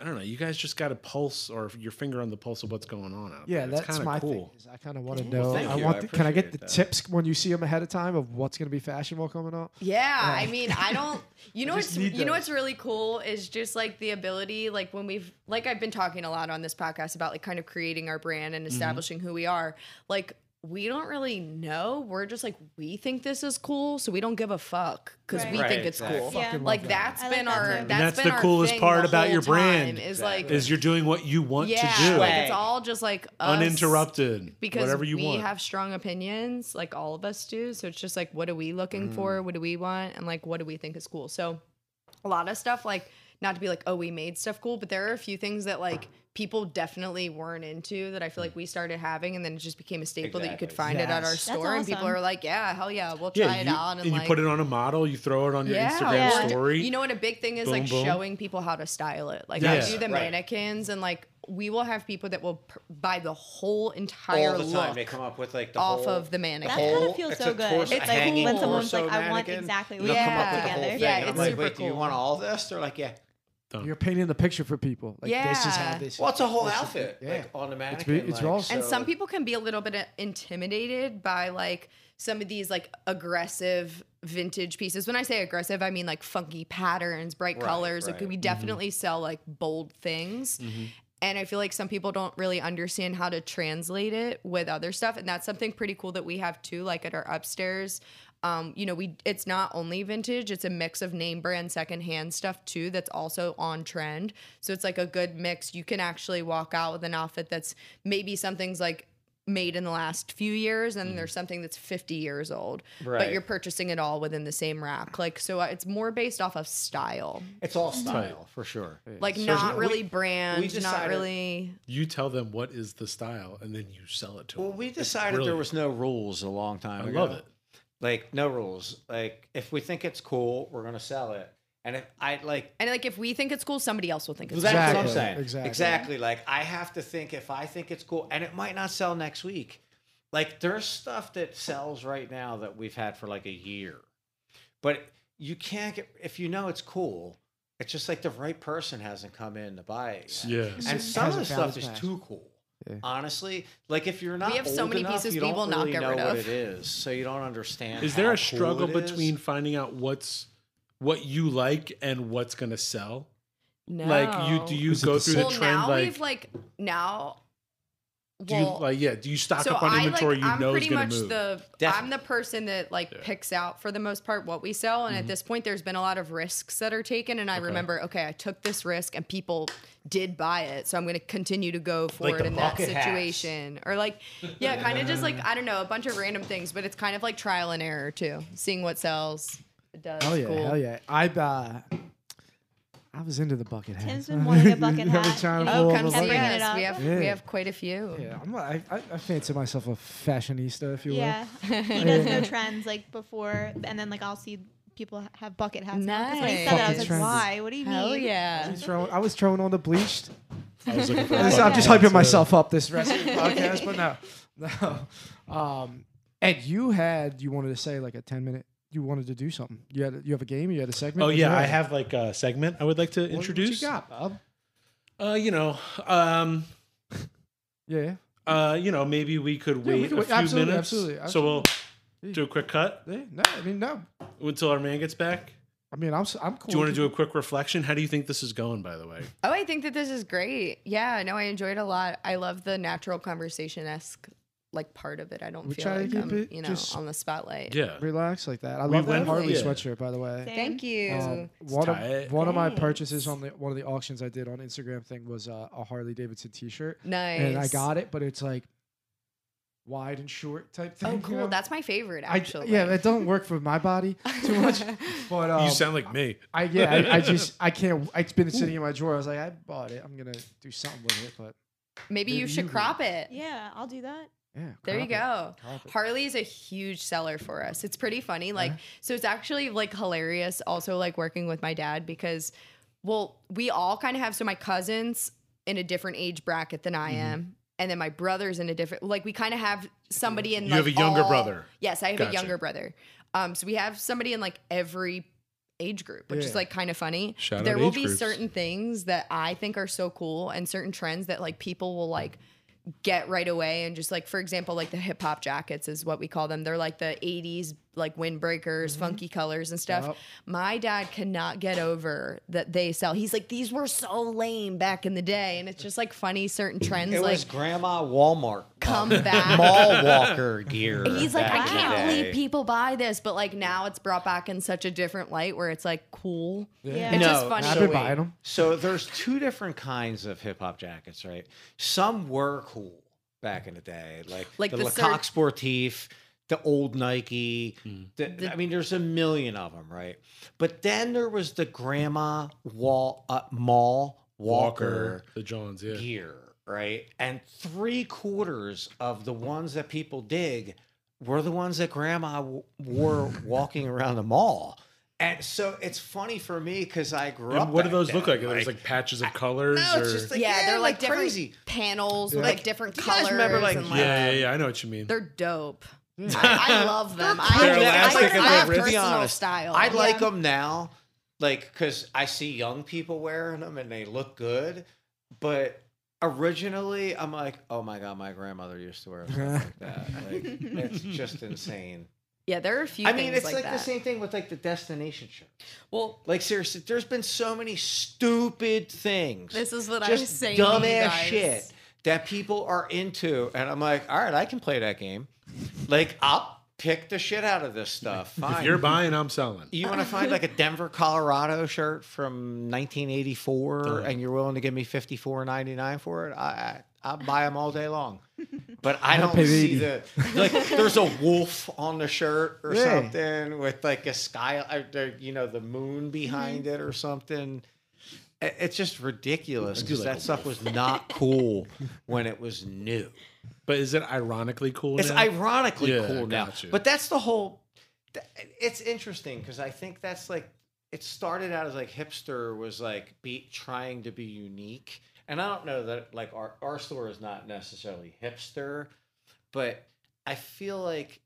[SPEAKER 6] I don't know. You guys just got a pulse or your finger on the pulse of what's going on out
[SPEAKER 3] Yeah,
[SPEAKER 6] there. It's
[SPEAKER 3] that's
[SPEAKER 6] kinda
[SPEAKER 3] my
[SPEAKER 6] cool.
[SPEAKER 3] thing. is I kind of want to know.
[SPEAKER 5] thank
[SPEAKER 3] I
[SPEAKER 5] you.
[SPEAKER 3] want.
[SPEAKER 5] I
[SPEAKER 3] the- can I get the
[SPEAKER 5] appreciate that.
[SPEAKER 3] tips when you see them ahead of time of what's going to be fashionable coming up?
[SPEAKER 4] Yeah, I mean, I don't. You know
[SPEAKER 3] just
[SPEAKER 4] what's
[SPEAKER 3] need
[SPEAKER 4] you know
[SPEAKER 3] those.
[SPEAKER 4] what's really cool is just like the ability, like when we've like I've been talking a lot on this podcast about like kind of creating our brand and establishing who we are. Like we don't really know. We're just like we think this is cool, so we don't give a fuck because we
[SPEAKER 5] Right.
[SPEAKER 4] think it's
[SPEAKER 5] Right,
[SPEAKER 4] cool.
[SPEAKER 2] exactly. Yeah.
[SPEAKER 4] Like
[SPEAKER 3] love
[SPEAKER 4] that's
[SPEAKER 2] I like
[SPEAKER 4] been
[SPEAKER 2] that
[SPEAKER 4] our
[SPEAKER 2] too.
[SPEAKER 4] that's,
[SPEAKER 2] And
[SPEAKER 6] that's
[SPEAKER 4] been
[SPEAKER 6] the
[SPEAKER 4] our
[SPEAKER 6] coolest
[SPEAKER 4] thing
[SPEAKER 6] part
[SPEAKER 4] the
[SPEAKER 6] about your
[SPEAKER 4] whole time
[SPEAKER 6] brand.
[SPEAKER 4] is like
[SPEAKER 6] Is you're doing what you want
[SPEAKER 4] yeah,
[SPEAKER 6] to do,
[SPEAKER 4] like it's all just like us
[SPEAKER 6] uninterrupted,
[SPEAKER 4] because
[SPEAKER 6] whatever you
[SPEAKER 4] we
[SPEAKER 6] want.
[SPEAKER 4] have strong opinions like all of us do so it's just like what are we
[SPEAKER 6] Mm.
[SPEAKER 4] looking for what do we want and like what do we think is cool so a lot of stuff like not to be like oh we made stuff cool but there are a few things that like people definitely weren't into that i feel like we started having and then it just became a staple that you could
[SPEAKER 5] Exactly.
[SPEAKER 4] find it at our
[SPEAKER 3] Yes.
[SPEAKER 4] store and people
[SPEAKER 2] awesome.
[SPEAKER 4] are like yeah hell yeah we'll try
[SPEAKER 6] yeah,
[SPEAKER 4] it
[SPEAKER 6] you,
[SPEAKER 4] out and,
[SPEAKER 6] and
[SPEAKER 4] like
[SPEAKER 6] you put it on a model. You throw it on your Instagram
[SPEAKER 4] or d-
[SPEAKER 6] story.
[SPEAKER 4] You know what a big thing is
[SPEAKER 6] Boom,
[SPEAKER 4] like
[SPEAKER 6] boom.
[SPEAKER 4] showing people how to style it. Like
[SPEAKER 6] Yes,
[SPEAKER 4] I do the
[SPEAKER 5] right.
[SPEAKER 4] mannequins and like we will have people that will pr- buy the whole entire
[SPEAKER 5] all the time.
[SPEAKER 4] look
[SPEAKER 5] They come up with like the
[SPEAKER 4] off
[SPEAKER 5] whole,
[SPEAKER 4] of the mannequin.
[SPEAKER 2] That kinda
[SPEAKER 5] whole-
[SPEAKER 2] feels
[SPEAKER 5] it's
[SPEAKER 2] so
[SPEAKER 5] a
[SPEAKER 2] good.
[SPEAKER 5] torso-
[SPEAKER 4] It's
[SPEAKER 5] a
[SPEAKER 4] like
[SPEAKER 5] hanging
[SPEAKER 4] when
[SPEAKER 2] someone's
[SPEAKER 5] torso
[SPEAKER 2] like, "I want
[SPEAKER 5] mannequin."
[SPEAKER 2] exactly
[SPEAKER 5] They'll
[SPEAKER 2] what
[SPEAKER 5] come
[SPEAKER 4] you
[SPEAKER 5] up with
[SPEAKER 4] put
[SPEAKER 5] the whole
[SPEAKER 4] together.
[SPEAKER 5] thing,
[SPEAKER 4] Yeah,
[SPEAKER 5] and I'm
[SPEAKER 4] it's
[SPEAKER 5] like,
[SPEAKER 4] super
[SPEAKER 5] "Wait, do you
[SPEAKER 4] cool.
[SPEAKER 5] want all this?" They're like, "Yeah."
[SPEAKER 3] You're painting the picture for people. Like this is how
[SPEAKER 4] Yeah.
[SPEAKER 3] this.
[SPEAKER 5] Well, it's a whole
[SPEAKER 3] this is-
[SPEAKER 5] outfit,
[SPEAKER 3] Yeah.
[SPEAKER 5] like on the
[SPEAKER 3] It's
[SPEAKER 5] mannequin.
[SPEAKER 3] be- it's
[SPEAKER 5] like,
[SPEAKER 3] all-
[SPEAKER 5] so-
[SPEAKER 4] and some people can be a little bit uh, intimidated by like some of these like aggressive vintage pieces. When I say aggressive, I mean like funky patterns, bright
[SPEAKER 5] Right,
[SPEAKER 4] colors. Like
[SPEAKER 5] right.
[SPEAKER 4] we definitely sell like bold things. And I feel like some people don't really understand how to translate it with other stuff. And that's something pretty cool that we have too, like at our upstairs. Um, you know, we it's not only vintage, it's a mix of name brand secondhand stuff too that's also on trend. So it's like a good mix. You can actually walk out with an outfit that's maybe something's like made in the last few years and there's something that's 50 years old but
[SPEAKER 5] Mm. Right.
[SPEAKER 4] you're purchasing it all within the same rack like so uh, it's more based off of style
[SPEAKER 5] It's all style for sure.
[SPEAKER 4] like
[SPEAKER 5] So
[SPEAKER 4] not
[SPEAKER 5] we-
[SPEAKER 4] really
[SPEAKER 5] we
[SPEAKER 4] brand not
[SPEAKER 5] decided-
[SPEAKER 4] really
[SPEAKER 1] You tell them what is the style, and then you sell it to
[SPEAKER 5] Well,
[SPEAKER 1] them.
[SPEAKER 5] we decided there
[SPEAKER 1] brilliant.
[SPEAKER 5] was no rules a long time
[SPEAKER 1] I
[SPEAKER 5] ago.
[SPEAKER 1] love it.
[SPEAKER 5] Like no rules. Like if we think it's cool, we're gonna sell it. And if I like
[SPEAKER 4] and like if we think it's cool somebody else will think it's
[SPEAKER 5] Well, that's what I'm
[SPEAKER 3] Exactly,
[SPEAKER 5] saying.
[SPEAKER 3] exactly.
[SPEAKER 5] Exactly. Like I have to think if I think it's cool, and it might not sell next week. Like there's stuff that sells right now that we've had for like a year, but you can't get if you know it's cool. It's just like the right person hasn't come in to buy it. Yet.
[SPEAKER 1] Yeah.
[SPEAKER 5] And
[SPEAKER 3] Just
[SPEAKER 5] some of the
[SPEAKER 3] hasn't found
[SPEAKER 5] stuff
[SPEAKER 3] its
[SPEAKER 5] is
[SPEAKER 3] match.
[SPEAKER 5] too cool.
[SPEAKER 3] Yeah.
[SPEAKER 5] Honestly, like if you're not,
[SPEAKER 4] have so
[SPEAKER 5] old
[SPEAKER 4] many
[SPEAKER 5] enough,
[SPEAKER 4] pieces
[SPEAKER 5] you don't
[SPEAKER 4] people not
[SPEAKER 5] really
[SPEAKER 4] get
[SPEAKER 5] know
[SPEAKER 4] rid
[SPEAKER 5] what
[SPEAKER 4] of.
[SPEAKER 5] it is, so you don't understand.
[SPEAKER 1] Is
[SPEAKER 5] how
[SPEAKER 1] there
[SPEAKER 5] cool
[SPEAKER 1] a struggle
[SPEAKER 5] it is.
[SPEAKER 1] between finding out what's what you like and what's gonna sell?
[SPEAKER 4] no
[SPEAKER 1] Like you do you
[SPEAKER 6] Is it
[SPEAKER 1] go
[SPEAKER 6] the
[SPEAKER 1] through
[SPEAKER 6] same-
[SPEAKER 1] the
[SPEAKER 4] well
[SPEAKER 1] trend
[SPEAKER 4] now
[SPEAKER 1] like
[SPEAKER 4] we've like now
[SPEAKER 1] do you like yeah, do you stock
[SPEAKER 4] so
[SPEAKER 1] up on
[SPEAKER 4] I
[SPEAKER 1] inventory
[SPEAKER 4] like
[SPEAKER 1] you
[SPEAKER 4] I'm
[SPEAKER 1] know is
[SPEAKER 4] pretty
[SPEAKER 1] gonna
[SPEAKER 4] much
[SPEAKER 1] move?
[SPEAKER 4] the I'm
[SPEAKER 5] Definitely.
[SPEAKER 4] the person that like picks out for the most part what we sell and at
[SPEAKER 1] Mm-hmm.
[SPEAKER 4] this point there's been a lot of risks that are taken and I remember okay I took this risk and people did buy it so I'm going to continue to go for
[SPEAKER 5] Like
[SPEAKER 4] it
[SPEAKER 5] the
[SPEAKER 4] in that
[SPEAKER 5] bucket hats.
[SPEAKER 4] situation or like yeah kind of just like I don't know a bunch of random things but it's kind of like trial and error too seeing what sells it does
[SPEAKER 3] Hell Oh, yeah,
[SPEAKER 4] cool
[SPEAKER 3] hell yeah. I uh, I was into the bucket hat.
[SPEAKER 2] Tim's been wanting a bucket
[SPEAKER 3] [LAUGHS] You know,
[SPEAKER 2] hat.
[SPEAKER 3] trying to
[SPEAKER 2] Oh,
[SPEAKER 3] pull
[SPEAKER 4] oh
[SPEAKER 3] all
[SPEAKER 2] come
[SPEAKER 3] the
[SPEAKER 4] come see
[SPEAKER 2] bringing
[SPEAKER 3] buttons.
[SPEAKER 2] it
[SPEAKER 4] us
[SPEAKER 2] up.
[SPEAKER 4] we have
[SPEAKER 3] Yeah.
[SPEAKER 4] we have quite a few
[SPEAKER 3] Yeah, I'm, I, I, I fancy myself a fashionista, if you will.
[SPEAKER 2] Yeah, he does know trends like before, and then like I'll see people ha- have bucket hats. and all. 'Cause When he said that, I was like,
[SPEAKER 3] Nice.
[SPEAKER 2] "Why? What do you
[SPEAKER 4] hell
[SPEAKER 2] mean?"
[SPEAKER 3] I
[SPEAKER 4] yeah
[SPEAKER 3] was throwing, I was throwing on the bleached.
[SPEAKER 1] [LAUGHS] I was looking for
[SPEAKER 2] Oh,
[SPEAKER 3] [LAUGHS] I'm just- I'm just
[SPEAKER 1] bucket
[SPEAKER 3] hyping
[SPEAKER 1] hats,
[SPEAKER 3] myself up this rest
[SPEAKER 2] [LAUGHS]
[SPEAKER 3] of the podcast, but no, no. Um, and you had you wanted to say like a ten minute. You wanted to do something. You had you have a game. You had a segment.
[SPEAKER 1] Oh
[SPEAKER 3] What'd
[SPEAKER 1] yeah,
[SPEAKER 3] you
[SPEAKER 1] I have like a segment I would like to
[SPEAKER 3] What- what
[SPEAKER 1] introduce.
[SPEAKER 3] you got, Bob?
[SPEAKER 1] Uh, you know, um,
[SPEAKER 3] Yeah, yeah.
[SPEAKER 1] uh, you know, maybe we could
[SPEAKER 3] we
[SPEAKER 1] wait
[SPEAKER 3] could
[SPEAKER 1] a
[SPEAKER 3] wait.
[SPEAKER 1] few
[SPEAKER 3] Absolutely,
[SPEAKER 1] minutes.
[SPEAKER 3] absolutely,
[SPEAKER 1] So we'll do a quick cut
[SPEAKER 3] yeah. No, I mean no.
[SPEAKER 1] until our man gets back.
[SPEAKER 3] I mean I'm s- I'm cool.
[SPEAKER 1] Do you want to do a quick reflection? How do you think this is going, by the way?
[SPEAKER 4] Oh, I think that this is great. Yeah, no, I enjoyed it a lot. I love the natural conversation esque like part of it. I don't
[SPEAKER 3] We
[SPEAKER 4] feel
[SPEAKER 3] try to
[SPEAKER 4] like
[SPEAKER 3] keep
[SPEAKER 4] I'm,
[SPEAKER 3] it
[SPEAKER 4] you know,
[SPEAKER 3] just-
[SPEAKER 4] on the spotlight.
[SPEAKER 1] Yeah.
[SPEAKER 3] relax like that? I love
[SPEAKER 1] went-
[SPEAKER 3] that Harley
[SPEAKER 1] yeah.
[SPEAKER 3] sweatshirt by the way.
[SPEAKER 2] Same.
[SPEAKER 4] Thank you.
[SPEAKER 3] Um, one of
[SPEAKER 1] tight.
[SPEAKER 3] one of my
[SPEAKER 4] Thanks.
[SPEAKER 3] purchases on the one of the auctions I did on Instagram thing was uh, a Harley Davidson T-shirt,
[SPEAKER 4] nice.
[SPEAKER 3] and I got it, but it's like wide and short type thing.
[SPEAKER 4] Oh,
[SPEAKER 3] you
[SPEAKER 4] cool.
[SPEAKER 3] know?
[SPEAKER 4] That's my favorite
[SPEAKER 3] I,
[SPEAKER 4] actually.
[SPEAKER 3] yeah, it doesn't work for my body
[SPEAKER 4] [LAUGHS]
[SPEAKER 3] too much, but um,
[SPEAKER 1] you sound like me.
[SPEAKER 3] I yeah, I, [LAUGHS] I just I can't. It's been sitting in my drawer. I was like, I bought it. I'm gonna do something with it, but
[SPEAKER 4] Maybe you
[SPEAKER 3] Maybe
[SPEAKER 4] should
[SPEAKER 3] you-
[SPEAKER 4] crop it.
[SPEAKER 2] Yeah, I'll do that.
[SPEAKER 3] yeah.
[SPEAKER 4] There you
[SPEAKER 3] crop
[SPEAKER 4] go.
[SPEAKER 3] Crop it.
[SPEAKER 4] Harley is a huge seller for us. It's pretty funny.
[SPEAKER 1] Uh-huh.
[SPEAKER 4] Like, so it's actually like hilarious also like working with my dad because, well, we all kind of have, so my cousins in a different age bracket than
[SPEAKER 1] Mm-hmm.
[SPEAKER 4] I am. And then my brother's in a different, like we kind of have somebody in
[SPEAKER 1] You have
[SPEAKER 4] like,
[SPEAKER 1] a younger
[SPEAKER 4] all-
[SPEAKER 1] brother.
[SPEAKER 4] Yes, I have a
[SPEAKER 1] Gotcha.
[SPEAKER 4] younger brother. Um, so we have somebody in like every age group, which
[SPEAKER 3] Yeah.
[SPEAKER 4] is like kind of funny.
[SPEAKER 1] Shout out
[SPEAKER 4] there will
[SPEAKER 1] age
[SPEAKER 4] be
[SPEAKER 1] groups.
[SPEAKER 4] certain things that I think are so cool and certain trends that like people will like get right away and just like for example like the hip hop jackets is what we call them. They're like the 80s like windbreakers,
[SPEAKER 5] Mm-hmm.
[SPEAKER 4] funky colors and stuff.
[SPEAKER 3] Yup.
[SPEAKER 4] My dad cannot get over that they sell. He's like these were so lame back in the day and it's just like funny certain trends
[SPEAKER 5] It
[SPEAKER 4] like
[SPEAKER 5] was Grandma Walmart.
[SPEAKER 4] come
[SPEAKER 5] um,
[SPEAKER 4] back.
[SPEAKER 5] Mall Walker
[SPEAKER 4] [LAUGHS]
[SPEAKER 5] gear.
[SPEAKER 4] He's like, I
[SPEAKER 5] back in the
[SPEAKER 4] can't
[SPEAKER 5] day."
[SPEAKER 4] believe people buy this, but like now it's brought back in such a different light where it's like cool.
[SPEAKER 2] Yeah.
[SPEAKER 4] It's
[SPEAKER 5] No,
[SPEAKER 4] just funny.
[SPEAKER 3] I've
[SPEAKER 5] So
[SPEAKER 3] been
[SPEAKER 5] wait.
[SPEAKER 3] buying them.
[SPEAKER 5] So there's two different kinds of hip hop jackets, right? Some were cool back in the day, like,
[SPEAKER 4] Like
[SPEAKER 5] the,
[SPEAKER 4] the
[SPEAKER 5] Lecoq
[SPEAKER 4] Sir-
[SPEAKER 5] Sportif, the old Nike. the- I mean, there's a million of them, right? But then there was the Grandma Wall uh, Mall Walker
[SPEAKER 1] the Johns, yeah.
[SPEAKER 5] gear, right? And three quarters of the ones that people dig were the ones that grandma w-
[SPEAKER 1] [LAUGHS]
[SPEAKER 5] wore walking around the mall. And so it's funny for me because I grew up.
[SPEAKER 1] And what do
[SPEAKER 5] back
[SPEAKER 1] those look
[SPEAKER 5] then,
[SPEAKER 1] like? Are those like patches of colors?
[SPEAKER 5] no, it's
[SPEAKER 1] or-
[SPEAKER 5] just like,
[SPEAKER 4] yeah, they're like, different
[SPEAKER 5] crazy.
[SPEAKER 4] panels with
[SPEAKER 3] Yeah.
[SPEAKER 4] like different
[SPEAKER 5] do you
[SPEAKER 4] colors.
[SPEAKER 5] guys remember, like-
[SPEAKER 4] and, like,
[SPEAKER 1] yeah, yeah, yeah. I know what you mean.
[SPEAKER 4] They're dope.
[SPEAKER 5] Hmm.
[SPEAKER 4] I, I love them. I,
[SPEAKER 1] They're
[SPEAKER 4] I,
[SPEAKER 1] elastic and
[SPEAKER 4] I have
[SPEAKER 1] they're ripped.
[SPEAKER 5] To be
[SPEAKER 4] personal
[SPEAKER 5] honest,
[SPEAKER 4] style.
[SPEAKER 5] I like
[SPEAKER 4] Yeah.
[SPEAKER 5] them now, like because I see young people wearing them and they look good. But originally, I'm like, oh my god, my grandmother used to wear something like that. Like,
[SPEAKER 4] [LAUGHS]
[SPEAKER 5] it's just insane.
[SPEAKER 4] Yeah, there are a few.
[SPEAKER 5] I mean,
[SPEAKER 4] things
[SPEAKER 5] it's like,
[SPEAKER 4] that.
[SPEAKER 5] the same thing with like the destination shirt.
[SPEAKER 4] Well,
[SPEAKER 5] Like seriously, there's been so many stupid things.
[SPEAKER 4] This is what I
[SPEAKER 5] Just
[SPEAKER 4] was saying to you
[SPEAKER 5] Dumbass
[SPEAKER 4] guys.
[SPEAKER 5] shit that people are into, and I'm like, all right, I can play that game. Like I'll pick the shit out of this stuff. Fine.
[SPEAKER 1] if you're buying, I'm selling.
[SPEAKER 5] you want to find like a Denver, Colorado shirt from 1984, and you're willing to give me 54.99 for it? I, I I'll buy them all day long. But I don't
[SPEAKER 3] pay
[SPEAKER 5] see
[SPEAKER 3] eighty.
[SPEAKER 5] the like. There's a wolf on the shirt or
[SPEAKER 3] Yeah.
[SPEAKER 5] something with like a sky, uh, the- you know, the moon behind it or something. I- It's just ridiculous because that stuff was not cool when it was new.
[SPEAKER 1] But is it ironically cool?
[SPEAKER 5] It's
[SPEAKER 1] now?
[SPEAKER 5] ironically
[SPEAKER 1] Yeah,
[SPEAKER 5] cool now,
[SPEAKER 1] gotcha.
[SPEAKER 5] but that's the whole. th- It's interesting because I think that's like it started out as like hipster was like be trying to be unique, and I don't know that like our our store is not necessarily hipster, but I feel like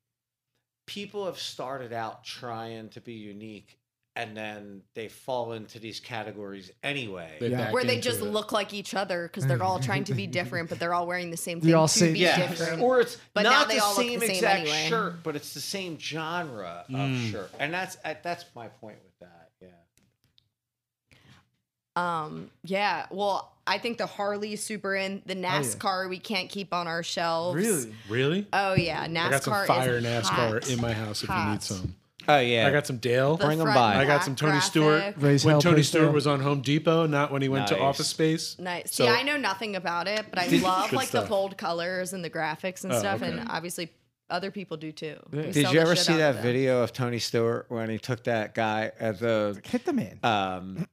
[SPEAKER 5] people have started out trying to be unique, and then they fall into these categories anyway.
[SPEAKER 1] They
[SPEAKER 3] Yeah.
[SPEAKER 1] back
[SPEAKER 4] Where they
[SPEAKER 1] into
[SPEAKER 4] just
[SPEAKER 1] it.
[SPEAKER 4] look like each other because
[SPEAKER 5] Hmm.
[SPEAKER 4] they're all trying
[SPEAKER 5] [LAUGHS]
[SPEAKER 4] to be different, but they're all wearing the same
[SPEAKER 3] They
[SPEAKER 4] thing.
[SPEAKER 3] all
[SPEAKER 4] to
[SPEAKER 3] say-
[SPEAKER 4] be
[SPEAKER 5] yeah,
[SPEAKER 4] different.
[SPEAKER 5] or it's
[SPEAKER 4] But now
[SPEAKER 5] not
[SPEAKER 4] they
[SPEAKER 5] the
[SPEAKER 4] all look the
[SPEAKER 5] same
[SPEAKER 4] same
[SPEAKER 5] exact
[SPEAKER 4] anyway.
[SPEAKER 5] shirt, but it's the same genre of shirt, and that's I, that's my point with that. Yeah,
[SPEAKER 4] Um, yeah. Well, I think the Harley's super in
[SPEAKER 5] Oh,
[SPEAKER 4] the NASCAR. We can't keep on our shelves.
[SPEAKER 3] [LAUGHS] Really?
[SPEAKER 1] really.
[SPEAKER 4] Oh yeah, NASCAR
[SPEAKER 1] I got some
[SPEAKER 4] is
[SPEAKER 1] fire NASCAR
[SPEAKER 4] hot.
[SPEAKER 1] in my house if you
[SPEAKER 4] Hot.
[SPEAKER 1] need some.
[SPEAKER 5] oh yeah,
[SPEAKER 1] I got some Dale.
[SPEAKER 4] The
[SPEAKER 5] Bring 'em
[SPEAKER 4] front
[SPEAKER 5] by.
[SPEAKER 1] I got
[SPEAKER 4] black
[SPEAKER 1] some Tony Stewart
[SPEAKER 4] graphic.
[SPEAKER 3] Raise
[SPEAKER 1] when
[SPEAKER 3] hell,
[SPEAKER 1] Tony
[SPEAKER 3] praise
[SPEAKER 1] Stewart
[SPEAKER 3] hell.
[SPEAKER 1] was on Home Depot, not when he went to
[SPEAKER 5] Nice.
[SPEAKER 1] Office Space.
[SPEAKER 4] Nice.
[SPEAKER 1] So-
[SPEAKER 4] See, I know nothing about it, but I love
[SPEAKER 1] Good
[SPEAKER 4] like
[SPEAKER 1] stuff.
[SPEAKER 4] the bold colors and the graphics and
[SPEAKER 1] Oh,
[SPEAKER 4] stuff,
[SPEAKER 1] okay.
[SPEAKER 4] and obviously other people do too. We
[SPEAKER 5] Did
[SPEAKER 4] sell
[SPEAKER 5] you
[SPEAKER 4] the
[SPEAKER 5] ever
[SPEAKER 4] shit
[SPEAKER 5] see
[SPEAKER 4] out
[SPEAKER 5] that
[SPEAKER 4] of them.
[SPEAKER 5] video of Tony Stewart when he took that guy at the
[SPEAKER 3] Hit the man.
[SPEAKER 5] um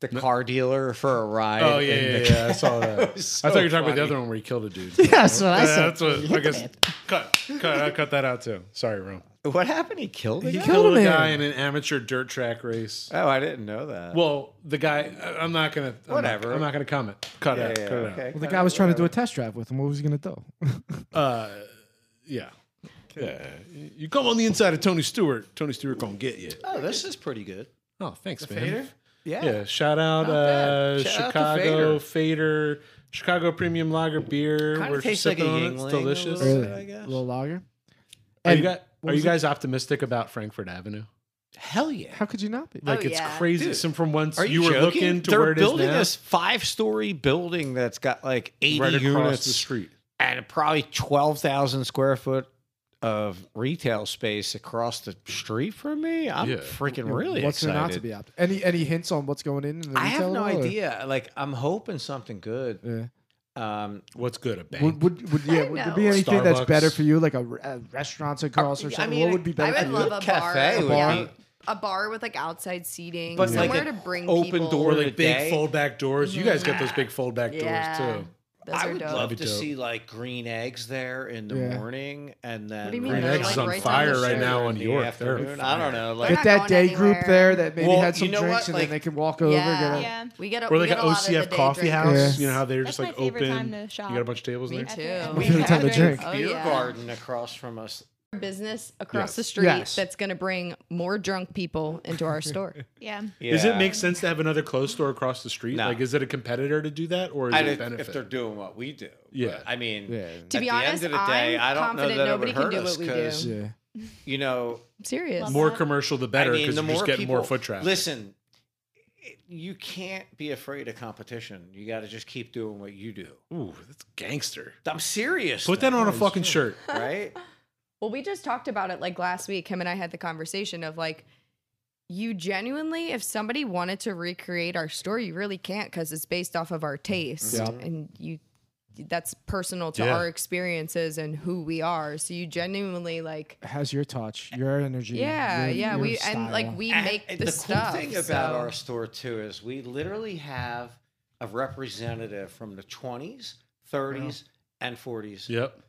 [SPEAKER 5] the car dealer for a ride?
[SPEAKER 1] Oh yeah,
[SPEAKER 5] in
[SPEAKER 1] yeah,
[SPEAKER 5] the-
[SPEAKER 1] yeah, I saw that.
[SPEAKER 5] so
[SPEAKER 1] I thought you were talking about
[SPEAKER 5] funny.
[SPEAKER 1] the other one where he killed a dude.
[SPEAKER 3] [LAUGHS] yeah, so I
[SPEAKER 1] Yeah,
[SPEAKER 3] said.
[SPEAKER 1] that's what I guess. Cut, cut, I cut that out too. Sorry, Rome.
[SPEAKER 5] What happened? He killed a
[SPEAKER 3] He
[SPEAKER 5] guy?
[SPEAKER 3] killed a
[SPEAKER 1] a
[SPEAKER 3] man.
[SPEAKER 1] guy in an amateur dirt track race.
[SPEAKER 5] Oh, I didn't know that.
[SPEAKER 1] Well, the guy. I- I'm not gonna. I'm
[SPEAKER 5] Whatever.
[SPEAKER 1] Not, I'm not gonna comment. Cut
[SPEAKER 5] yeah,
[SPEAKER 1] it.
[SPEAKER 5] yeah,
[SPEAKER 1] cut it
[SPEAKER 5] okay.
[SPEAKER 1] out.
[SPEAKER 3] well, the guy was trying to do a test drive with him. What was he gonna do?
[SPEAKER 1] Uh, yeah. Yeah. You come on the inside of Tony Stewart. Tony Stewart gonna get you.
[SPEAKER 5] Oh, this is pretty good.
[SPEAKER 1] Oh, thanks, man.
[SPEAKER 5] Yeah.
[SPEAKER 1] Yeah. Shout out
[SPEAKER 5] Not bad.
[SPEAKER 1] uh,
[SPEAKER 5] Shout out to
[SPEAKER 1] Chicago Fader. Chicago Premium Lager beer.
[SPEAKER 5] Kind
[SPEAKER 1] We're
[SPEAKER 5] of tastes like a
[SPEAKER 1] sipping on it.
[SPEAKER 5] Yingling.
[SPEAKER 1] It's
[SPEAKER 5] a
[SPEAKER 1] delicious.
[SPEAKER 5] little bit, I guess.
[SPEAKER 3] little lager.
[SPEAKER 1] Are Oh,
[SPEAKER 3] And
[SPEAKER 1] you, guys,
[SPEAKER 3] what
[SPEAKER 1] are
[SPEAKER 3] was
[SPEAKER 1] you
[SPEAKER 3] it?
[SPEAKER 1] guys optimistic about Frankfurt Avenue?
[SPEAKER 5] Hell yeah.
[SPEAKER 3] How could you not be?
[SPEAKER 1] Like
[SPEAKER 4] Oh,
[SPEAKER 1] it's
[SPEAKER 4] yeah.
[SPEAKER 1] crazy.
[SPEAKER 5] Oh, Dude,
[SPEAKER 1] Some from once
[SPEAKER 5] Are
[SPEAKER 1] you,
[SPEAKER 5] you,
[SPEAKER 1] were
[SPEAKER 5] joking?
[SPEAKER 1] looking to
[SPEAKER 5] They're
[SPEAKER 1] where it is
[SPEAKER 5] building
[SPEAKER 1] now,
[SPEAKER 5] this five-story building that's got like 80
[SPEAKER 1] right across
[SPEAKER 5] units
[SPEAKER 1] the street.
[SPEAKER 5] and probably 12,000 square foot of retail space across the street from me. I'm
[SPEAKER 1] Yeah.
[SPEAKER 5] freaking really
[SPEAKER 3] what's there
[SPEAKER 5] excited.
[SPEAKER 3] not to be out? Any any hints on what's going in? in the
[SPEAKER 5] I have
[SPEAKER 3] retail
[SPEAKER 5] no
[SPEAKER 3] at all, or-
[SPEAKER 5] idea. Like I'm hoping something good.
[SPEAKER 3] Yeah.
[SPEAKER 5] Um,
[SPEAKER 1] What's good? A bank.
[SPEAKER 3] Would would, would yeah?
[SPEAKER 4] I
[SPEAKER 3] Would there
[SPEAKER 4] know.
[SPEAKER 3] be anything that's
[SPEAKER 1] Starbucks.
[SPEAKER 3] better for you, like a, re- a restaurant across or
[SPEAKER 5] I
[SPEAKER 3] something?
[SPEAKER 5] mean,
[SPEAKER 3] what would be
[SPEAKER 4] I
[SPEAKER 3] better?
[SPEAKER 4] would
[SPEAKER 3] for
[SPEAKER 4] love
[SPEAKER 3] you?
[SPEAKER 4] a
[SPEAKER 5] cafe
[SPEAKER 4] bar,
[SPEAKER 5] would
[SPEAKER 4] yeah.
[SPEAKER 5] be-
[SPEAKER 4] a bar with like outside seating,
[SPEAKER 5] But like
[SPEAKER 4] somewhere
[SPEAKER 5] an
[SPEAKER 4] to bring
[SPEAKER 5] open
[SPEAKER 4] people.
[SPEAKER 5] door
[SPEAKER 1] or
[SPEAKER 5] Or the
[SPEAKER 1] like big
[SPEAKER 5] day.
[SPEAKER 1] fold back doors. You guys get those big fold back
[SPEAKER 4] Yeah.
[SPEAKER 1] doors too.
[SPEAKER 4] Those
[SPEAKER 5] I
[SPEAKER 4] are
[SPEAKER 5] would
[SPEAKER 4] dope.
[SPEAKER 5] love
[SPEAKER 1] That'd be
[SPEAKER 5] to
[SPEAKER 1] dope.
[SPEAKER 5] see like green eggs there in the
[SPEAKER 3] Yeah.
[SPEAKER 5] morning, and then
[SPEAKER 4] do you mean
[SPEAKER 1] Green
[SPEAKER 4] they're,
[SPEAKER 1] Eggs
[SPEAKER 4] like,
[SPEAKER 1] is on
[SPEAKER 4] right down
[SPEAKER 1] fire
[SPEAKER 4] the
[SPEAKER 1] right
[SPEAKER 4] street
[SPEAKER 1] now
[SPEAKER 5] in
[SPEAKER 1] on
[SPEAKER 5] the
[SPEAKER 1] York. They're
[SPEAKER 5] afternoon. I don't know. Like
[SPEAKER 4] They're
[SPEAKER 3] Get
[SPEAKER 4] not
[SPEAKER 3] that
[SPEAKER 4] going
[SPEAKER 3] day group
[SPEAKER 4] anywhere.
[SPEAKER 3] there that maybe
[SPEAKER 5] Well,
[SPEAKER 3] had some
[SPEAKER 5] you know
[SPEAKER 3] drinks
[SPEAKER 5] what,
[SPEAKER 3] and
[SPEAKER 5] like-
[SPEAKER 3] then they could walk over.
[SPEAKER 4] Yeah.
[SPEAKER 3] Get a,
[SPEAKER 2] Yeah.
[SPEAKER 4] We get a,
[SPEAKER 1] or
[SPEAKER 4] we
[SPEAKER 1] like
[SPEAKER 4] get
[SPEAKER 1] an
[SPEAKER 4] a lot of the
[SPEAKER 1] OCF
[SPEAKER 4] day
[SPEAKER 1] coffee
[SPEAKER 4] drinkers.
[SPEAKER 1] house.
[SPEAKER 3] drinkers.
[SPEAKER 1] You know how they're
[SPEAKER 2] That's
[SPEAKER 1] just like
[SPEAKER 2] my favorite
[SPEAKER 1] open.
[SPEAKER 2] time to shop.
[SPEAKER 1] You got a bunch of tables
[SPEAKER 4] Me
[SPEAKER 1] there.
[SPEAKER 2] At
[SPEAKER 4] too.
[SPEAKER 2] the end.
[SPEAKER 4] We
[SPEAKER 3] Every
[SPEAKER 4] had
[SPEAKER 3] time to
[SPEAKER 4] a
[SPEAKER 3] drink.
[SPEAKER 4] Oh,
[SPEAKER 5] beer
[SPEAKER 4] yeah.
[SPEAKER 5] garden across from us.
[SPEAKER 4] business across
[SPEAKER 1] Yes.
[SPEAKER 4] the street
[SPEAKER 3] Yes.
[SPEAKER 4] that's going to bring more drunk people into our store.
[SPEAKER 2] [LAUGHS] Yeah.
[SPEAKER 1] Does it
[SPEAKER 5] Yeah.
[SPEAKER 1] make sense to have another clothes store across the street?
[SPEAKER 5] No.
[SPEAKER 1] Like, is it a competitor to do that, or is
[SPEAKER 5] I
[SPEAKER 1] it a
[SPEAKER 5] don't-
[SPEAKER 1] benefit?
[SPEAKER 5] if they're doing what we do? but,
[SPEAKER 1] Yeah.
[SPEAKER 5] I mean,
[SPEAKER 3] Yeah.
[SPEAKER 4] To
[SPEAKER 5] at
[SPEAKER 4] be
[SPEAKER 5] the
[SPEAKER 4] honest,
[SPEAKER 5] end of the day,
[SPEAKER 4] I'm
[SPEAKER 5] I don't know
[SPEAKER 4] confident
[SPEAKER 5] that
[SPEAKER 4] nobody
[SPEAKER 5] it
[SPEAKER 4] can
[SPEAKER 5] would
[SPEAKER 4] do
[SPEAKER 5] hurt
[SPEAKER 4] what
[SPEAKER 5] us
[SPEAKER 4] we do.
[SPEAKER 5] because
[SPEAKER 3] yeah.
[SPEAKER 5] you know
[SPEAKER 4] I'm serious.
[SPEAKER 2] Love
[SPEAKER 1] more
[SPEAKER 2] that.
[SPEAKER 1] commercial, the
[SPEAKER 5] I
[SPEAKER 1] better
[SPEAKER 5] mean,
[SPEAKER 1] because
[SPEAKER 5] the
[SPEAKER 1] you
[SPEAKER 5] more
[SPEAKER 1] just get
[SPEAKER 5] people,
[SPEAKER 1] more foot traffic.
[SPEAKER 5] Listen, it- you can't be afraid of competition. You got to just keep doing what you do.
[SPEAKER 1] ooh, that's gangster.
[SPEAKER 5] I'm serious.
[SPEAKER 1] Put
[SPEAKER 5] though,
[SPEAKER 1] that on a fucking shirt.
[SPEAKER 5] right?
[SPEAKER 4] [LAUGHS] Well, we just talked about it like last week. Him and I had the conversation of like, you genuinely, if somebody wanted to recreate our store, you really can't because it's based off of our taste
[SPEAKER 3] Yeah.
[SPEAKER 4] and you. That's personal to
[SPEAKER 1] Yeah.
[SPEAKER 4] our experiences and who we are. So you genuinely like,
[SPEAKER 3] Has your touch, your energy.
[SPEAKER 4] yeah,
[SPEAKER 3] your-
[SPEAKER 4] yeah.
[SPEAKER 3] your
[SPEAKER 4] we and
[SPEAKER 3] style.
[SPEAKER 4] like we
[SPEAKER 5] And
[SPEAKER 4] make the,
[SPEAKER 5] cool
[SPEAKER 4] stuff.
[SPEAKER 5] thing about
[SPEAKER 4] so-
[SPEAKER 5] our store too is we literally have a representative from the 20s, 30s, and 40s,
[SPEAKER 1] Yep.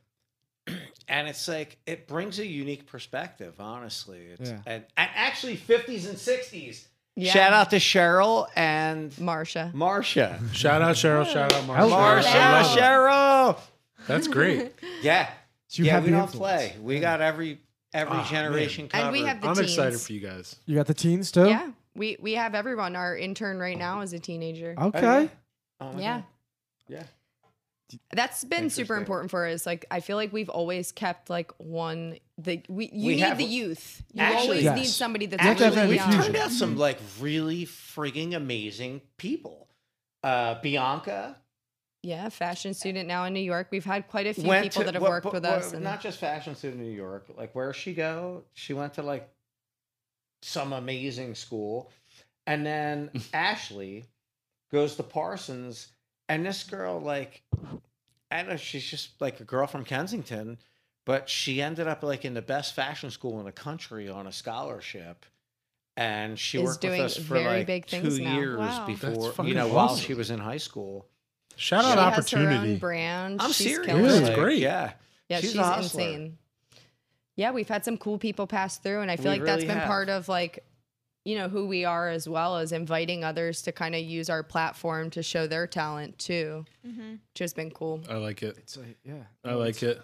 [SPEAKER 5] and it's like it brings a unique perspective. Honestly, it's
[SPEAKER 3] Yeah.
[SPEAKER 5] and, and actually 50s and 60s.
[SPEAKER 4] Yeah.
[SPEAKER 5] Shout out to Cheryl and
[SPEAKER 4] Marsha.
[SPEAKER 5] Marsha.
[SPEAKER 1] Shout out Cheryl. Shout out
[SPEAKER 3] Hello.
[SPEAKER 1] Marsha.
[SPEAKER 5] Marsha,
[SPEAKER 2] Hello.
[SPEAKER 5] Cheryl.
[SPEAKER 1] That's great.
[SPEAKER 4] [LAUGHS]
[SPEAKER 5] Yeah,
[SPEAKER 3] So you
[SPEAKER 5] yeah.
[SPEAKER 3] have
[SPEAKER 5] We
[SPEAKER 3] the
[SPEAKER 5] don't
[SPEAKER 3] influence.
[SPEAKER 5] play. We got every every
[SPEAKER 1] Ah,
[SPEAKER 5] generation covered.
[SPEAKER 4] And we have the
[SPEAKER 1] I'm
[SPEAKER 4] teens.
[SPEAKER 1] excited for you guys.
[SPEAKER 3] You got the teens too.
[SPEAKER 4] Yeah, we we have everyone. Our intern right now is a teenager.
[SPEAKER 3] Okay.
[SPEAKER 5] Oh my
[SPEAKER 4] yeah.
[SPEAKER 5] God. Yeah.
[SPEAKER 4] That's been super
[SPEAKER 5] Interesting.
[SPEAKER 4] important for us. Like I feel like we've always kept like one the we you
[SPEAKER 5] We
[SPEAKER 4] need
[SPEAKER 5] have-
[SPEAKER 4] the youth. You
[SPEAKER 5] Actually-
[SPEAKER 4] always
[SPEAKER 3] Yes.
[SPEAKER 4] need somebody that's
[SPEAKER 3] have to have
[SPEAKER 4] really
[SPEAKER 5] Actually, we
[SPEAKER 3] that infusion.
[SPEAKER 4] young.
[SPEAKER 5] turned out some like really frigging amazing people. Uh, Bianca
[SPEAKER 4] Yeah, fashion student now in New York. We've had quite a few
[SPEAKER 5] went
[SPEAKER 4] people
[SPEAKER 5] to-
[SPEAKER 4] that have
[SPEAKER 5] well,
[SPEAKER 4] worked
[SPEAKER 5] but-
[SPEAKER 4] with
[SPEAKER 5] well,
[SPEAKER 4] us. And
[SPEAKER 5] not just fashion student in New York. Like where she go? She went to like some amazing school,
[SPEAKER 4] [LAUGHS]
[SPEAKER 5] and then Ashley goes to Parsons, and this girl like and uh, she's just like a girl from Kensington, but she ended up like in the best fashion school in the country on a scholarship. And she
[SPEAKER 4] Is
[SPEAKER 5] worked
[SPEAKER 4] doing
[SPEAKER 5] with us for
[SPEAKER 4] very
[SPEAKER 5] like
[SPEAKER 4] big things
[SPEAKER 5] two
[SPEAKER 4] now.
[SPEAKER 5] years
[SPEAKER 2] Wow. That's
[SPEAKER 5] before, you
[SPEAKER 1] fucking
[SPEAKER 5] know, while
[SPEAKER 1] awesome.
[SPEAKER 5] she was in high school.
[SPEAKER 6] Shout
[SPEAKER 4] she
[SPEAKER 6] out
[SPEAKER 4] has her own
[SPEAKER 6] opportunity.
[SPEAKER 4] brand.
[SPEAKER 5] I'm
[SPEAKER 4] she's
[SPEAKER 5] serious.
[SPEAKER 4] killing
[SPEAKER 6] Yeah,
[SPEAKER 4] it.
[SPEAKER 6] it's great.
[SPEAKER 5] Yeah.
[SPEAKER 4] Yeah, she's,
[SPEAKER 5] a hustler.
[SPEAKER 4] insane. Yeah, we've had some cool people pass through, and I feel
[SPEAKER 5] We
[SPEAKER 4] like that's
[SPEAKER 5] really
[SPEAKER 4] been
[SPEAKER 5] have.
[SPEAKER 4] part of like, you know, who we are as well as inviting others to kind of use our platform to show their talent too,
[SPEAKER 2] mm-hmm.
[SPEAKER 4] which has been
[SPEAKER 5] [LAUGHS]
[SPEAKER 4] cool.
[SPEAKER 1] I like it.
[SPEAKER 3] It's like, yeah.
[SPEAKER 1] I like it.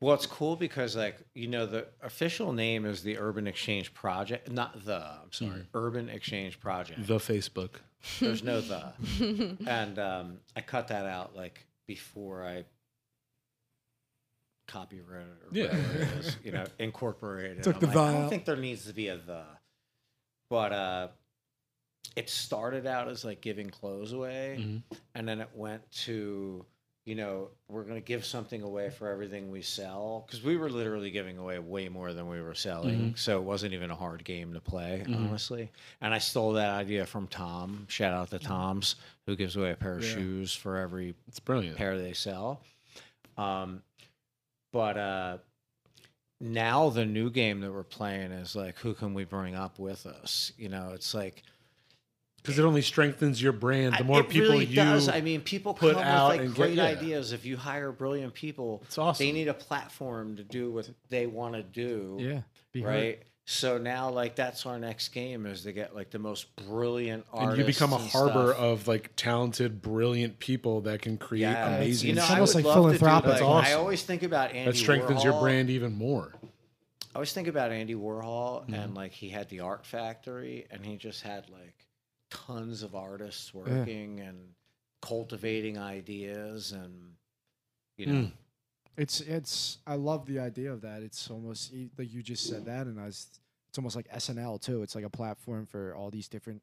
[SPEAKER 5] Well, it's cool because, like, you know, the official name is the Urban Exchange Project. Not the, I'm sorry, Urban Exchange Project.
[SPEAKER 1] The Facebook.
[SPEAKER 5] [LAUGHS] There's no the. and um, I cut that out, like, before I copyright or
[SPEAKER 1] Yeah.
[SPEAKER 5] whatever it is, you know, incorporated.
[SPEAKER 3] Took
[SPEAKER 5] I'm
[SPEAKER 3] the
[SPEAKER 5] like, I
[SPEAKER 3] the
[SPEAKER 5] don't
[SPEAKER 3] out.
[SPEAKER 5] think there needs to be a the. But uh, it started out as, like, giving clothes away.
[SPEAKER 1] Mhm.
[SPEAKER 5] And then it went to, you know, we're going to give something away for everything we sell because we were literally giving away way more than we were selling. So it wasn't even a hard game to play, honestly. And I stole that idea from Tom. Shout out to Tom's, who gives away a pair of shoes for every
[SPEAKER 1] It's brilliant.
[SPEAKER 5] pair they sell. Um, but uh, now the new game that we're playing is like, who can we bring up with us? You know, it's like,
[SPEAKER 1] Because it only strengthens your brand.
[SPEAKER 5] I-
[SPEAKER 1] The more
[SPEAKER 5] it
[SPEAKER 1] people
[SPEAKER 5] really
[SPEAKER 1] you
[SPEAKER 5] does. I mean, people
[SPEAKER 1] put
[SPEAKER 5] come
[SPEAKER 1] out
[SPEAKER 5] with like
[SPEAKER 1] and get-
[SPEAKER 5] great
[SPEAKER 1] yeah.
[SPEAKER 5] ideas. If you hire brilliant people,
[SPEAKER 1] It's awesome.
[SPEAKER 5] they need a platform to do what they want to do.
[SPEAKER 3] Yeah. Be heard.
[SPEAKER 5] Right. So now, like, that's our next game is to get like the most brilliant artists.
[SPEAKER 1] and you become a
[SPEAKER 5] and
[SPEAKER 1] harbor
[SPEAKER 5] stuff.
[SPEAKER 1] of like talented, brilliant people that can create
[SPEAKER 5] Yeah, it's-
[SPEAKER 1] amazing.
[SPEAKER 5] You know,
[SPEAKER 3] It's
[SPEAKER 5] I
[SPEAKER 3] almost
[SPEAKER 5] would
[SPEAKER 3] like
[SPEAKER 5] love to do,
[SPEAKER 3] philanthropic.
[SPEAKER 5] like,
[SPEAKER 1] That's
[SPEAKER 5] I
[SPEAKER 1] awesome.
[SPEAKER 5] always think about Andy.
[SPEAKER 1] that strengthens your
[SPEAKER 5] Warhol.
[SPEAKER 1] brand even more.
[SPEAKER 5] I always think about Andy Warhol
[SPEAKER 3] Mm-hmm.
[SPEAKER 5] and like he had the art factory and he just had like tons of artists working and cultivating ideas and you know
[SPEAKER 3] Mm. It's it's I love the idea of that. It's almost e- like you just said that, and I was. It's almost like SNL too. It's like a platform for all these different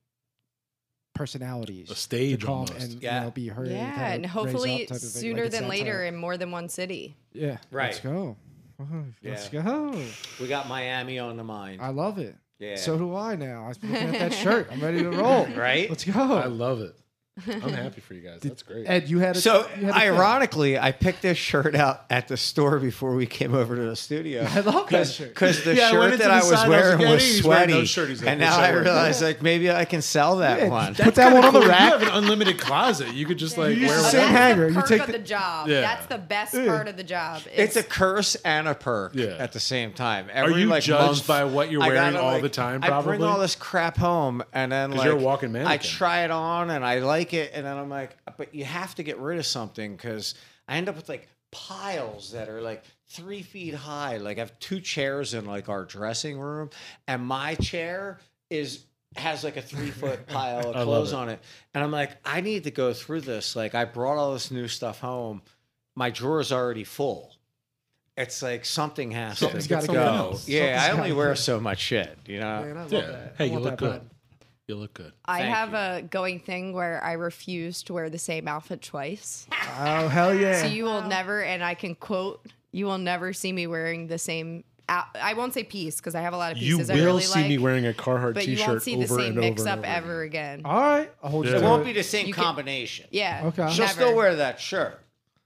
[SPEAKER 3] personalities
[SPEAKER 1] A
[SPEAKER 3] to
[SPEAKER 1] stage
[SPEAKER 3] come
[SPEAKER 1] almost.
[SPEAKER 3] and you
[SPEAKER 5] Yeah.
[SPEAKER 3] know, be heard. and
[SPEAKER 4] yeah,
[SPEAKER 3] kinda
[SPEAKER 4] and
[SPEAKER 3] raise
[SPEAKER 4] hopefully
[SPEAKER 3] up type of thing.
[SPEAKER 4] sooner
[SPEAKER 3] Like, it's
[SPEAKER 4] than
[SPEAKER 3] that
[SPEAKER 4] later
[SPEAKER 3] type-
[SPEAKER 4] in more than one city.
[SPEAKER 3] Yeah, Let's
[SPEAKER 5] Right.
[SPEAKER 3] go. [LAUGHS] Oh, Let's
[SPEAKER 5] Yeah.
[SPEAKER 3] go.
[SPEAKER 5] we got Miami on the mind.
[SPEAKER 3] I love it.
[SPEAKER 5] yeah.
[SPEAKER 3] So
[SPEAKER 5] [LAUGHS]
[SPEAKER 3] do I now. I'm looking at
[SPEAKER 4] [LAUGHS]
[SPEAKER 3] that shirt. I'm ready to roll.
[SPEAKER 5] right?
[SPEAKER 3] Let's
[SPEAKER 1] I
[SPEAKER 3] go.
[SPEAKER 1] love it.
[SPEAKER 4] [LAUGHS]
[SPEAKER 1] [LAUGHS] I'm happy for you guys. That's great.
[SPEAKER 3] Oh. Ed, you had a,
[SPEAKER 5] So
[SPEAKER 3] you had a thing.
[SPEAKER 5] ironically, I picked this shirt out at the store before we came over to the studio.
[SPEAKER 3] [LAUGHS] I love that shirt.
[SPEAKER 5] Because the
[SPEAKER 1] Yeah, I went
[SPEAKER 5] shirt
[SPEAKER 1] into
[SPEAKER 5] that
[SPEAKER 1] the
[SPEAKER 5] I was
[SPEAKER 1] side, I was
[SPEAKER 5] wearing
[SPEAKER 1] like, yeah,
[SPEAKER 5] was
[SPEAKER 1] he's wearing
[SPEAKER 5] sweaty,
[SPEAKER 1] those shirts. He's like,
[SPEAKER 5] and
[SPEAKER 1] "Which
[SPEAKER 5] now I
[SPEAKER 1] shirt?"
[SPEAKER 5] realize like maybe I can sell that
[SPEAKER 3] Yeah,
[SPEAKER 5] one.
[SPEAKER 3] Put that one on the
[SPEAKER 1] Oh, You
[SPEAKER 3] rack.
[SPEAKER 1] have an unlimited closet. You could just like
[SPEAKER 3] You
[SPEAKER 1] wear
[SPEAKER 3] just
[SPEAKER 4] That's
[SPEAKER 3] say
[SPEAKER 1] whatever.
[SPEAKER 3] hanger,
[SPEAKER 4] the
[SPEAKER 3] you
[SPEAKER 4] perk
[SPEAKER 3] take
[SPEAKER 4] of
[SPEAKER 3] the-
[SPEAKER 4] the job.
[SPEAKER 1] Yeah.
[SPEAKER 4] That's the best part of the job.
[SPEAKER 5] It's a curse and a perk
[SPEAKER 1] Yeah.
[SPEAKER 5] at the same time. Every,
[SPEAKER 1] you
[SPEAKER 5] like,
[SPEAKER 1] judged
[SPEAKER 5] month,
[SPEAKER 1] by what you're
[SPEAKER 5] I
[SPEAKER 1] wearing
[SPEAKER 5] gotta,
[SPEAKER 1] all
[SPEAKER 5] like-
[SPEAKER 1] the time,
[SPEAKER 5] I bring
[SPEAKER 1] probably?
[SPEAKER 5] all this crap home, and then
[SPEAKER 1] 'Cause
[SPEAKER 5] like
[SPEAKER 1] you're a walking
[SPEAKER 5] I
[SPEAKER 1] mannequin.
[SPEAKER 5] try it on and I like it, and then I'm like, but you have to get rid of something because I end up with like piles that are like three feet high. Like I have two chairs in like our dressing room, and my chair is has like a
[SPEAKER 1] [LAUGHS]
[SPEAKER 5] three foot pile of clothes
[SPEAKER 1] it.
[SPEAKER 5] on it, and I'm like, I need to go through this. Like I brought all this new stuff home. My drawer is already full it's like something has
[SPEAKER 3] Something's
[SPEAKER 5] to
[SPEAKER 3] gotta
[SPEAKER 5] go.
[SPEAKER 3] go. Something's
[SPEAKER 5] Yeah, I
[SPEAKER 3] gotta
[SPEAKER 5] only
[SPEAKER 3] go.
[SPEAKER 5] wear so much shit, you know.
[SPEAKER 3] Man, I love
[SPEAKER 1] Yeah.
[SPEAKER 3] that.
[SPEAKER 1] Hey,
[SPEAKER 3] I
[SPEAKER 1] you
[SPEAKER 3] want
[SPEAKER 1] look
[SPEAKER 3] that
[SPEAKER 1] good.
[SPEAKER 3] bun.
[SPEAKER 1] You look good.
[SPEAKER 4] I
[SPEAKER 5] Thank
[SPEAKER 4] have
[SPEAKER 5] you.
[SPEAKER 4] a going thing where I refuse to wear the same outfit twice.
[SPEAKER 3] Oh hell yeah!
[SPEAKER 4] So you will never, and I can quote, you will never see me wearing the same. Out- I won't say piece because I have a lot of
[SPEAKER 1] You
[SPEAKER 4] pieces
[SPEAKER 1] will
[SPEAKER 4] I really
[SPEAKER 1] see
[SPEAKER 4] like,
[SPEAKER 1] me wearing a Carhartt
[SPEAKER 4] but you
[SPEAKER 1] t-shirt
[SPEAKER 4] won't see the
[SPEAKER 1] over
[SPEAKER 4] same
[SPEAKER 1] and over.
[SPEAKER 4] mix
[SPEAKER 1] and
[SPEAKER 4] up
[SPEAKER 1] over.
[SPEAKER 4] ever again.
[SPEAKER 3] All right, I'll hold you.
[SPEAKER 1] Yeah.
[SPEAKER 5] It
[SPEAKER 3] to
[SPEAKER 5] won't
[SPEAKER 3] it.
[SPEAKER 5] be the same
[SPEAKER 4] You can-
[SPEAKER 5] combination.
[SPEAKER 4] Yeah.
[SPEAKER 3] Okay.
[SPEAKER 5] She'll
[SPEAKER 4] never.
[SPEAKER 5] still wear that shirt.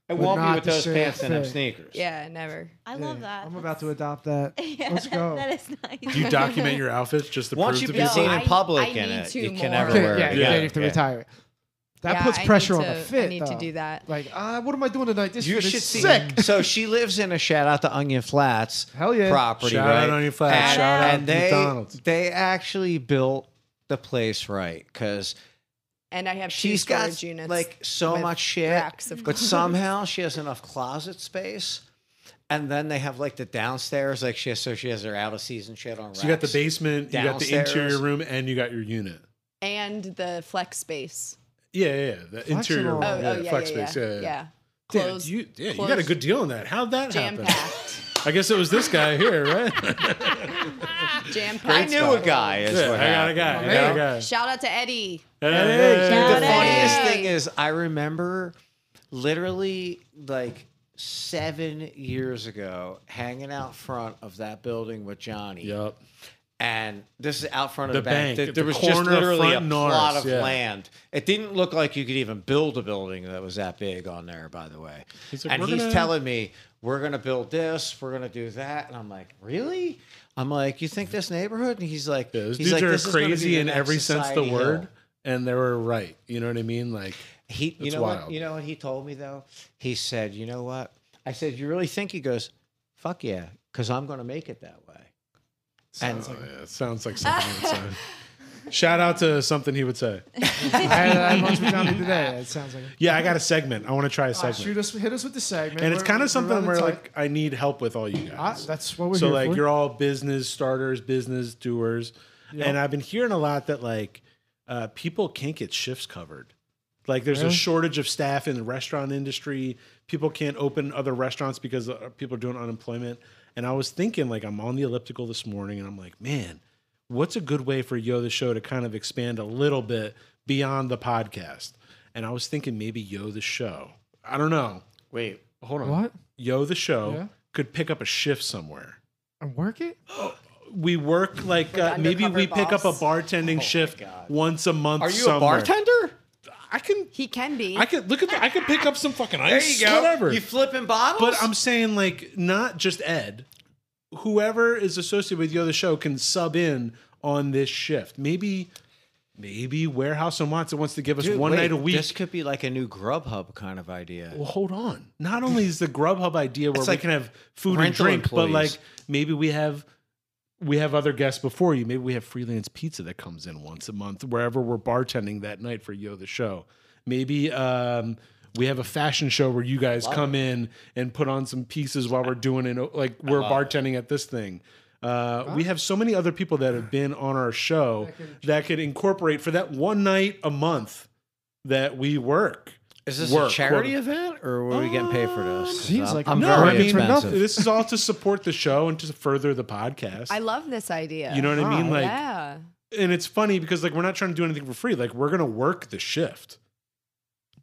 [SPEAKER 5] It
[SPEAKER 3] But
[SPEAKER 5] won't
[SPEAKER 3] not
[SPEAKER 5] be with
[SPEAKER 3] the
[SPEAKER 5] those
[SPEAKER 3] same
[SPEAKER 5] pants and them
[SPEAKER 3] thing.
[SPEAKER 5] sneakers.
[SPEAKER 4] Yeah, never.
[SPEAKER 2] I
[SPEAKER 3] Yeah,
[SPEAKER 2] love that. [LAUGHS]
[SPEAKER 3] I'm about to adopt
[SPEAKER 4] [LAUGHS]
[SPEAKER 3] that.
[SPEAKER 2] Yeah,
[SPEAKER 3] Let's go.
[SPEAKER 2] [LAUGHS] That is nice.
[SPEAKER 1] Do you document your outfits just to
[SPEAKER 5] Once
[SPEAKER 1] prove
[SPEAKER 5] you've
[SPEAKER 1] to
[SPEAKER 5] been
[SPEAKER 4] No,
[SPEAKER 1] people?
[SPEAKER 5] seen in
[SPEAKER 4] I-
[SPEAKER 5] public
[SPEAKER 4] I
[SPEAKER 5] in
[SPEAKER 4] need
[SPEAKER 5] it,
[SPEAKER 4] to
[SPEAKER 5] you can
[SPEAKER 4] more.
[SPEAKER 5] never
[SPEAKER 3] Okay,
[SPEAKER 5] wear
[SPEAKER 3] yeah,
[SPEAKER 5] it.
[SPEAKER 3] yeah,
[SPEAKER 5] again.
[SPEAKER 3] you have to
[SPEAKER 5] Yeah.
[SPEAKER 3] retire it. That
[SPEAKER 4] Yeah,
[SPEAKER 3] puts
[SPEAKER 4] I need
[SPEAKER 3] pressure on
[SPEAKER 4] to-
[SPEAKER 3] the fit.
[SPEAKER 4] I need to
[SPEAKER 3] though.
[SPEAKER 4] do that.
[SPEAKER 3] Like, ah, what am I doing tonight? This
[SPEAKER 5] You
[SPEAKER 3] shit
[SPEAKER 5] should
[SPEAKER 3] is
[SPEAKER 5] see.
[SPEAKER 3] sick.
[SPEAKER 5] [LAUGHS] So she lives in a shout out to Onion Flats
[SPEAKER 3] Hell yeah.
[SPEAKER 1] [LAUGHS]
[SPEAKER 5] property,
[SPEAKER 1] Shout
[SPEAKER 5] right?
[SPEAKER 1] out Onion Flats,
[SPEAKER 5] And,
[SPEAKER 1] shout out
[SPEAKER 5] and they,
[SPEAKER 1] McDonald's.
[SPEAKER 5] They actually built the place right because
[SPEAKER 4] And I have two
[SPEAKER 5] she's
[SPEAKER 4] storage
[SPEAKER 5] got
[SPEAKER 4] units.
[SPEAKER 5] like so
[SPEAKER 4] with
[SPEAKER 5] much shit,
[SPEAKER 4] racks of
[SPEAKER 5] but somehow she has enough closet space. And then they have like the downstairs, like she has, so she has her out of season shit on. Racks.
[SPEAKER 1] So you got the basement, you got the
[SPEAKER 5] Downstairs.
[SPEAKER 1] interior room, and you got your unit.
[SPEAKER 4] and the flex space.
[SPEAKER 1] Yeah, yeah, yeah. The interior room,
[SPEAKER 3] Oh,
[SPEAKER 4] Oh,
[SPEAKER 1] yeah,
[SPEAKER 4] oh yeah,
[SPEAKER 1] flex
[SPEAKER 4] yeah,
[SPEAKER 1] space,
[SPEAKER 4] yeah,
[SPEAKER 1] yeah.
[SPEAKER 4] yeah.
[SPEAKER 1] Damn,
[SPEAKER 4] Closed,
[SPEAKER 1] you, yeah, you got a good deal on that. How'd that
[SPEAKER 4] jam
[SPEAKER 1] happen?
[SPEAKER 4] packed,
[SPEAKER 1] I guess it was this guy here, right? [LAUGHS]
[SPEAKER 4] jam packed.
[SPEAKER 5] I knew a guy. Is
[SPEAKER 1] Yeah,
[SPEAKER 5] what
[SPEAKER 1] I got a
[SPEAKER 5] happened,
[SPEAKER 1] guy.
[SPEAKER 5] you
[SPEAKER 1] I got
[SPEAKER 5] know?
[SPEAKER 1] a guy.
[SPEAKER 4] Shout out to Eddie.
[SPEAKER 1] Hey,
[SPEAKER 2] Shout
[SPEAKER 5] The
[SPEAKER 2] out.
[SPEAKER 5] funniest
[SPEAKER 4] Hey.
[SPEAKER 5] thing is, I remember literally like seven years ago hanging out front of that building with Johnny.
[SPEAKER 1] Yup.
[SPEAKER 5] and this is out front of
[SPEAKER 1] The
[SPEAKER 5] the,
[SPEAKER 1] bank,
[SPEAKER 5] bank. There,
[SPEAKER 1] at
[SPEAKER 5] there
[SPEAKER 1] the
[SPEAKER 5] was just
[SPEAKER 1] corner of
[SPEAKER 5] literally a
[SPEAKER 1] Front and Norris,
[SPEAKER 5] plot of
[SPEAKER 1] yeah.
[SPEAKER 5] land. It didn't look like you could even build a building that was that big on there. By the way,
[SPEAKER 1] He's like,
[SPEAKER 5] and
[SPEAKER 1] "We're
[SPEAKER 5] he's
[SPEAKER 1] gonna-"
[SPEAKER 5] telling me we're gonna build this, we're gonna do that, and I'm like, really? I'm like, you think this neighborhood? And he's like,
[SPEAKER 1] those
[SPEAKER 5] he's
[SPEAKER 1] dudes
[SPEAKER 5] like,
[SPEAKER 1] are
[SPEAKER 5] "This is gonna be
[SPEAKER 1] crazy
[SPEAKER 5] the
[SPEAKER 1] in
[SPEAKER 5] next
[SPEAKER 1] every sense of the
[SPEAKER 5] Society Hill."
[SPEAKER 1] word, and they were right. You know what I mean? Like,
[SPEAKER 5] He, you
[SPEAKER 1] It's
[SPEAKER 5] know
[SPEAKER 1] wild.
[SPEAKER 5] what? You know what he told me though. He said, "You know what?" I said, "You really think?" He goes, "Fuck yeah, because I'm going to make it that way."
[SPEAKER 1] sounds like, yeah, it sounds like something he would say. Shout out to something he would say.
[SPEAKER 3] I had, I had lunch with Tommy today. It sounds like. Ah,
[SPEAKER 1] Yeah, I got a segment. I want to try a segment.
[SPEAKER 3] Shoot us, hit us with the segment.
[SPEAKER 1] and it's
[SPEAKER 3] We're-
[SPEAKER 1] kind
[SPEAKER 3] we're
[SPEAKER 1] of something
[SPEAKER 3] running
[SPEAKER 1] where
[SPEAKER 3] tight.
[SPEAKER 1] like I need help with all you
[SPEAKER 3] Ah,
[SPEAKER 1] guys.
[SPEAKER 3] that's what we're
[SPEAKER 1] so
[SPEAKER 3] here
[SPEAKER 1] like
[SPEAKER 3] for.
[SPEAKER 1] you're all business starters, business doers, and I've been hearing a lot that like uh, people can't get shifts covered. Like there's a
[SPEAKER 3] Really?
[SPEAKER 1] shortage of staff in the restaurant industry. People can't open other restaurants because uh, people are doing unemployment. And I was thinking like I'm on the elliptical this morning, and I'm like, man, what's a good way for Yo the Show to kind of expand a little bit beyond the podcast? And I was thinking maybe Yo the Show. I don't know.
[SPEAKER 5] Wait,
[SPEAKER 1] Hold on.
[SPEAKER 3] what?
[SPEAKER 1] Yo, the show
[SPEAKER 3] Yeah.
[SPEAKER 1] could pick up a shift somewhere.
[SPEAKER 3] And work it?
[SPEAKER 1] We work like uh, maybe we
[SPEAKER 4] undercover
[SPEAKER 1] pick up a
[SPEAKER 4] boss?
[SPEAKER 1] bartending shift once a month.
[SPEAKER 5] are you
[SPEAKER 1] somewhere.
[SPEAKER 5] a bartender?
[SPEAKER 1] I can,
[SPEAKER 4] He can be.
[SPEAKER 1] I could look at. The, I could pick up some fucking ice. Whatever.
[SPEAKER 5] You flipping bottles?
[SPEAKER 1] but I'm saying like not just Ed. Whoever is associated with Yo the show can sub in on this shift. Maybe, maybe Warehouse and Watson wants to give us
[SPEAKER 5] Dude,
[SPEAKER 1] one
[SPEAKER 5] wait,
[SPEAKER 1] night a week.
[SPEAKER 5] This could be like a new Grubhub kind of idea.
[SPEAKER 1] Well, hold on. Not only is the Grubhub idea where
[SPEAKER 5] It's
[SPEAKER 1] we
[SPEAKER 5] like
[SPEAKER 1] can have food and
[SPEAKER 5] rental
[SPEAKER 1] drink, but
[SPEAKER 5] employees.
[SPEAKER 1] like maybe we have we have other guests before you. Maybe we have freelance pizza that comes in once a month wherever we're bartending that night for Yo the Show. Maybe um, we have a fashion show where you guys come in and put on some pieces while we're doing it. Like we're bartending at this thing. Uh, we have so many other people that have been on our show that could incorporate for that one night a month that we work.
[SPEAKER 5] Is this
[SPEAKER 1] Work,
[SPEAKER 5] a charity
[SPEAKER 1] quote-
[SPEAKER 5] event, or what are we getting paid for this?
[SPEAKER 3] seems
[SPEAKER 5] I'm-
[SPEAKER 3] like
[SPEAKER 5] I'm
[SPEAKER 3] a
[SPEAKER 1] No, I
[SPEAKER 5] very
[SPEAKER 1] mean,
[SPEAKER 5] expensive.
[SPEAKER 1] this is all to support the show and to further the podcast.
[SPEAKER 4] I love this idea.
[SPEAKER 1] you know what I mean? Like,
[SPEAKER 4] yeah.
[SPEAKER 1] and it's funny because like we're not trying to do anything for free. Like we're gonna work the shift.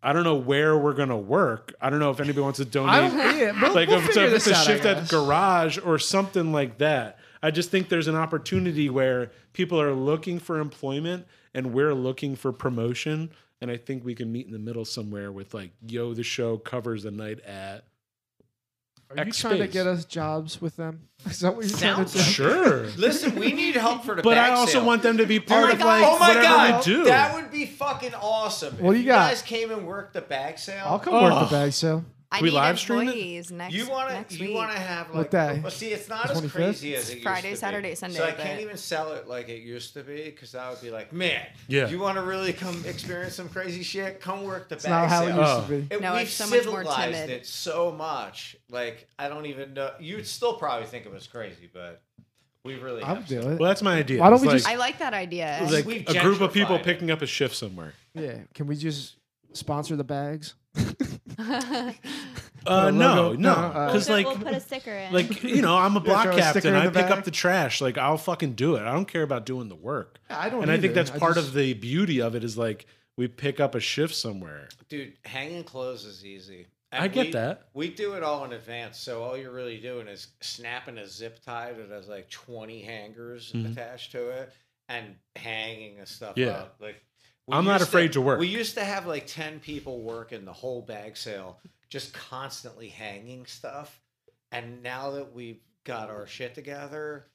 [SPEAKER 1] I don't know where we're gonna work. I don't know if anybody wants to donate.
[SPEAKER 3] I don't yeah,
[SPEAKER 1] [LAUGHS]
[SPEAKER 3] we'll,
[SPEAKER 1] like
[SPEAKER 3] we'll
[SPEAKER 1] if it's
[SPEAKER 3] figure
[SPEAKER 1] a, it's
[SPEAKER 3] this
[SPEAKER 1] a
[SPEAKER 3] out, I
[SPEAKER 1] shift at
[SPEAKER 3] guess.
[SPEAKER 1] garage or something like that. I just think there's an opportunity where people are looking for employment and we're looking for promotion. And I think we can meet in the middle somewhere with like, yo, the show covers a night at
[SPEAKER 3] Are you
[SPEAKER 1] X
[SPEAKER 3] trying to
[SPEAKER 1] space.
[SPEAKER 3] get us jobs with them? Is that what you're
[SPEAKER 5] Sounds
[SPEAKER 3] trying to do?
[SPEAKER 1] sure.
[SPEAKER 5] Listen, we need help for the.
[SPEAKER 1] But I
[SPEAKER 5] bag
[SPEAKER 1] also
[SPEAKER 5] sale.
[SPEAKER 1] want them to be part
[SPEAKER 5] my
[SPEAKER 1] of
[SPEAKER 5] God.
[SPEAKER 1] like
[SPEAKER 5] oh my
[SPEAKER 1] whatever
[SPEAKER 5] God.
[SPEAKER 1] we do.
[SPEAKER 5] That would be fucking awesome.
[SPEAKER 3] What
[SPEAKER 5] if
[SPEAKER 3] do you got?
[SPEAKER 5] guys came and worked the bag sale.
[SPEAKER 3] I'll come work
[SPEAKER 1] Oh.
[SPEAKER 3] the bag sale.
[SPEAKER 4] I
[SPEAKER 1] we
[SPEAKER 4] need
[SPEAKER 1] live stream it?
[SPEAKER 4] employees next,
[SPEAKER 5] You want
[SPEAKER 4] next
[SPEAKER 5] to
[SPEAKER 4] week.
[SPEAKER 5] you want to have like
[SPEAKER 3] day?
[SPEAKER 5] well, see, it's not
[SPEAKER 3] The
[SPEAKER 5] as
[SPEAKER 3] 25th?
[SPEAKER 5] crazy as it used
[SPEAKER 4] Friday,
[SPEAKER 5] to be.
[SPEAKER 4] Saturday, Sunday,
[SPEAKER 5] So I
[SPEAKER 4] but-
[SPEAKER 5] can't even sell it like it used to be because that would be like, man,
[SPEAKER 1] Yeah.
[SPEAKER 5] You want to really come experience some crazy shit? Come work the
[SPEAKER 3] It's not
[SPEAKER 5] bag
[SPEAKER 3] how
[SPEAKER 5] sale.
[SPEAKER 3] it used
[SPEAKER 1] Oh.
[SPEAKER 3] to be.
[SPEAKER 5] It-
[SPEAKER 4] No,
[SPEAKER 5] we've
[SPEAKER 4] it's so much more
[SPEAKER 5] civilized
[SPEAKER 4] timid.
[SPEAKER 5] it so much. Like I don't even know. You'd still probably think it was crazy, but we really.
[SPEAKER 3] I
[SPEAKER 5] have
[SPEAKER 3] would do
[SPEAKER 5] some-
[SPEAKER 3] it.
[SPEAKER 1] Well, that's my idea.
[SPEAKER 3] Why don't
[SPEAKER 1] It's
[SPEAKER 3] we
[SPEAKER 1] like,
[SPEAKER 3] just-
[SPEAKER 4] I like that idea.
[SPEAKER 1] it's [LAUGHS]
[SPEAKER 4] [LAUGHS]
[SPEAKER 1] like
[SPEAKER 5] We've
[SPEAKER 1] a group of people
[SPEAKER 5] gentrified it.
[SPEAKER 1] picking up a shift somewhere?
[SPEAKER 3] Yeah. Can we just sponsor the bags?
[SPEAKER 1] Uh,
[SPEAKER 3] a
[SPEAKER 1] no,
[SPEAKER 3] logo?
[SPEAKER 1] no,
[SPEAKER 3] No, uh,
[SPEAKER 1] because
[SPEAKER 2] we'll,
[SPEAKER 1] like,
[SPEAKER 2] we'll put a sticker in.
[SPEAKER 1] [LAUGHS] like you know, I'm a block
[SPEAKER 3] throw a sticker
[SPEAKER 1] captain.
[SPEAKER 3] in
[SPEAKER 1] I
[SPEAKER 3] the
[SPEAKER 1] pick up
[SPEAKER 3] back.
[SPEAKER 1] the trash. Like I'll fucking do it. I don't care about doing the work.
[SPEAKER 3] [LAUGHS] I don't.
[SPEAKER 1] and I think that's part of the beauty of it is like we pick up a shift somewhere.
[SPEAKER 5] Dude, hanging clothes is easy.
[SPEAKER 1] I get
[SPEAKER 5] we-
[SPEAKER 1] that.
[SPEAKER 5] We do it all in advance, so all you're really doing is snapping a zip tie that has like 20 hangers attached to it and hanging the stuff
[SPEAKER 1] Mm-hmm. Yeah.
[SPEAKER 5] up. Like we
[SPEAKER 1] I'm not
[SPEAKER 5] used
[SPEAKER 1] afraid to work.
[SPEAKER 5] We used to have like 10 people working the whole bag sale, just constantly hanging stuff. And now that we've got our shit together,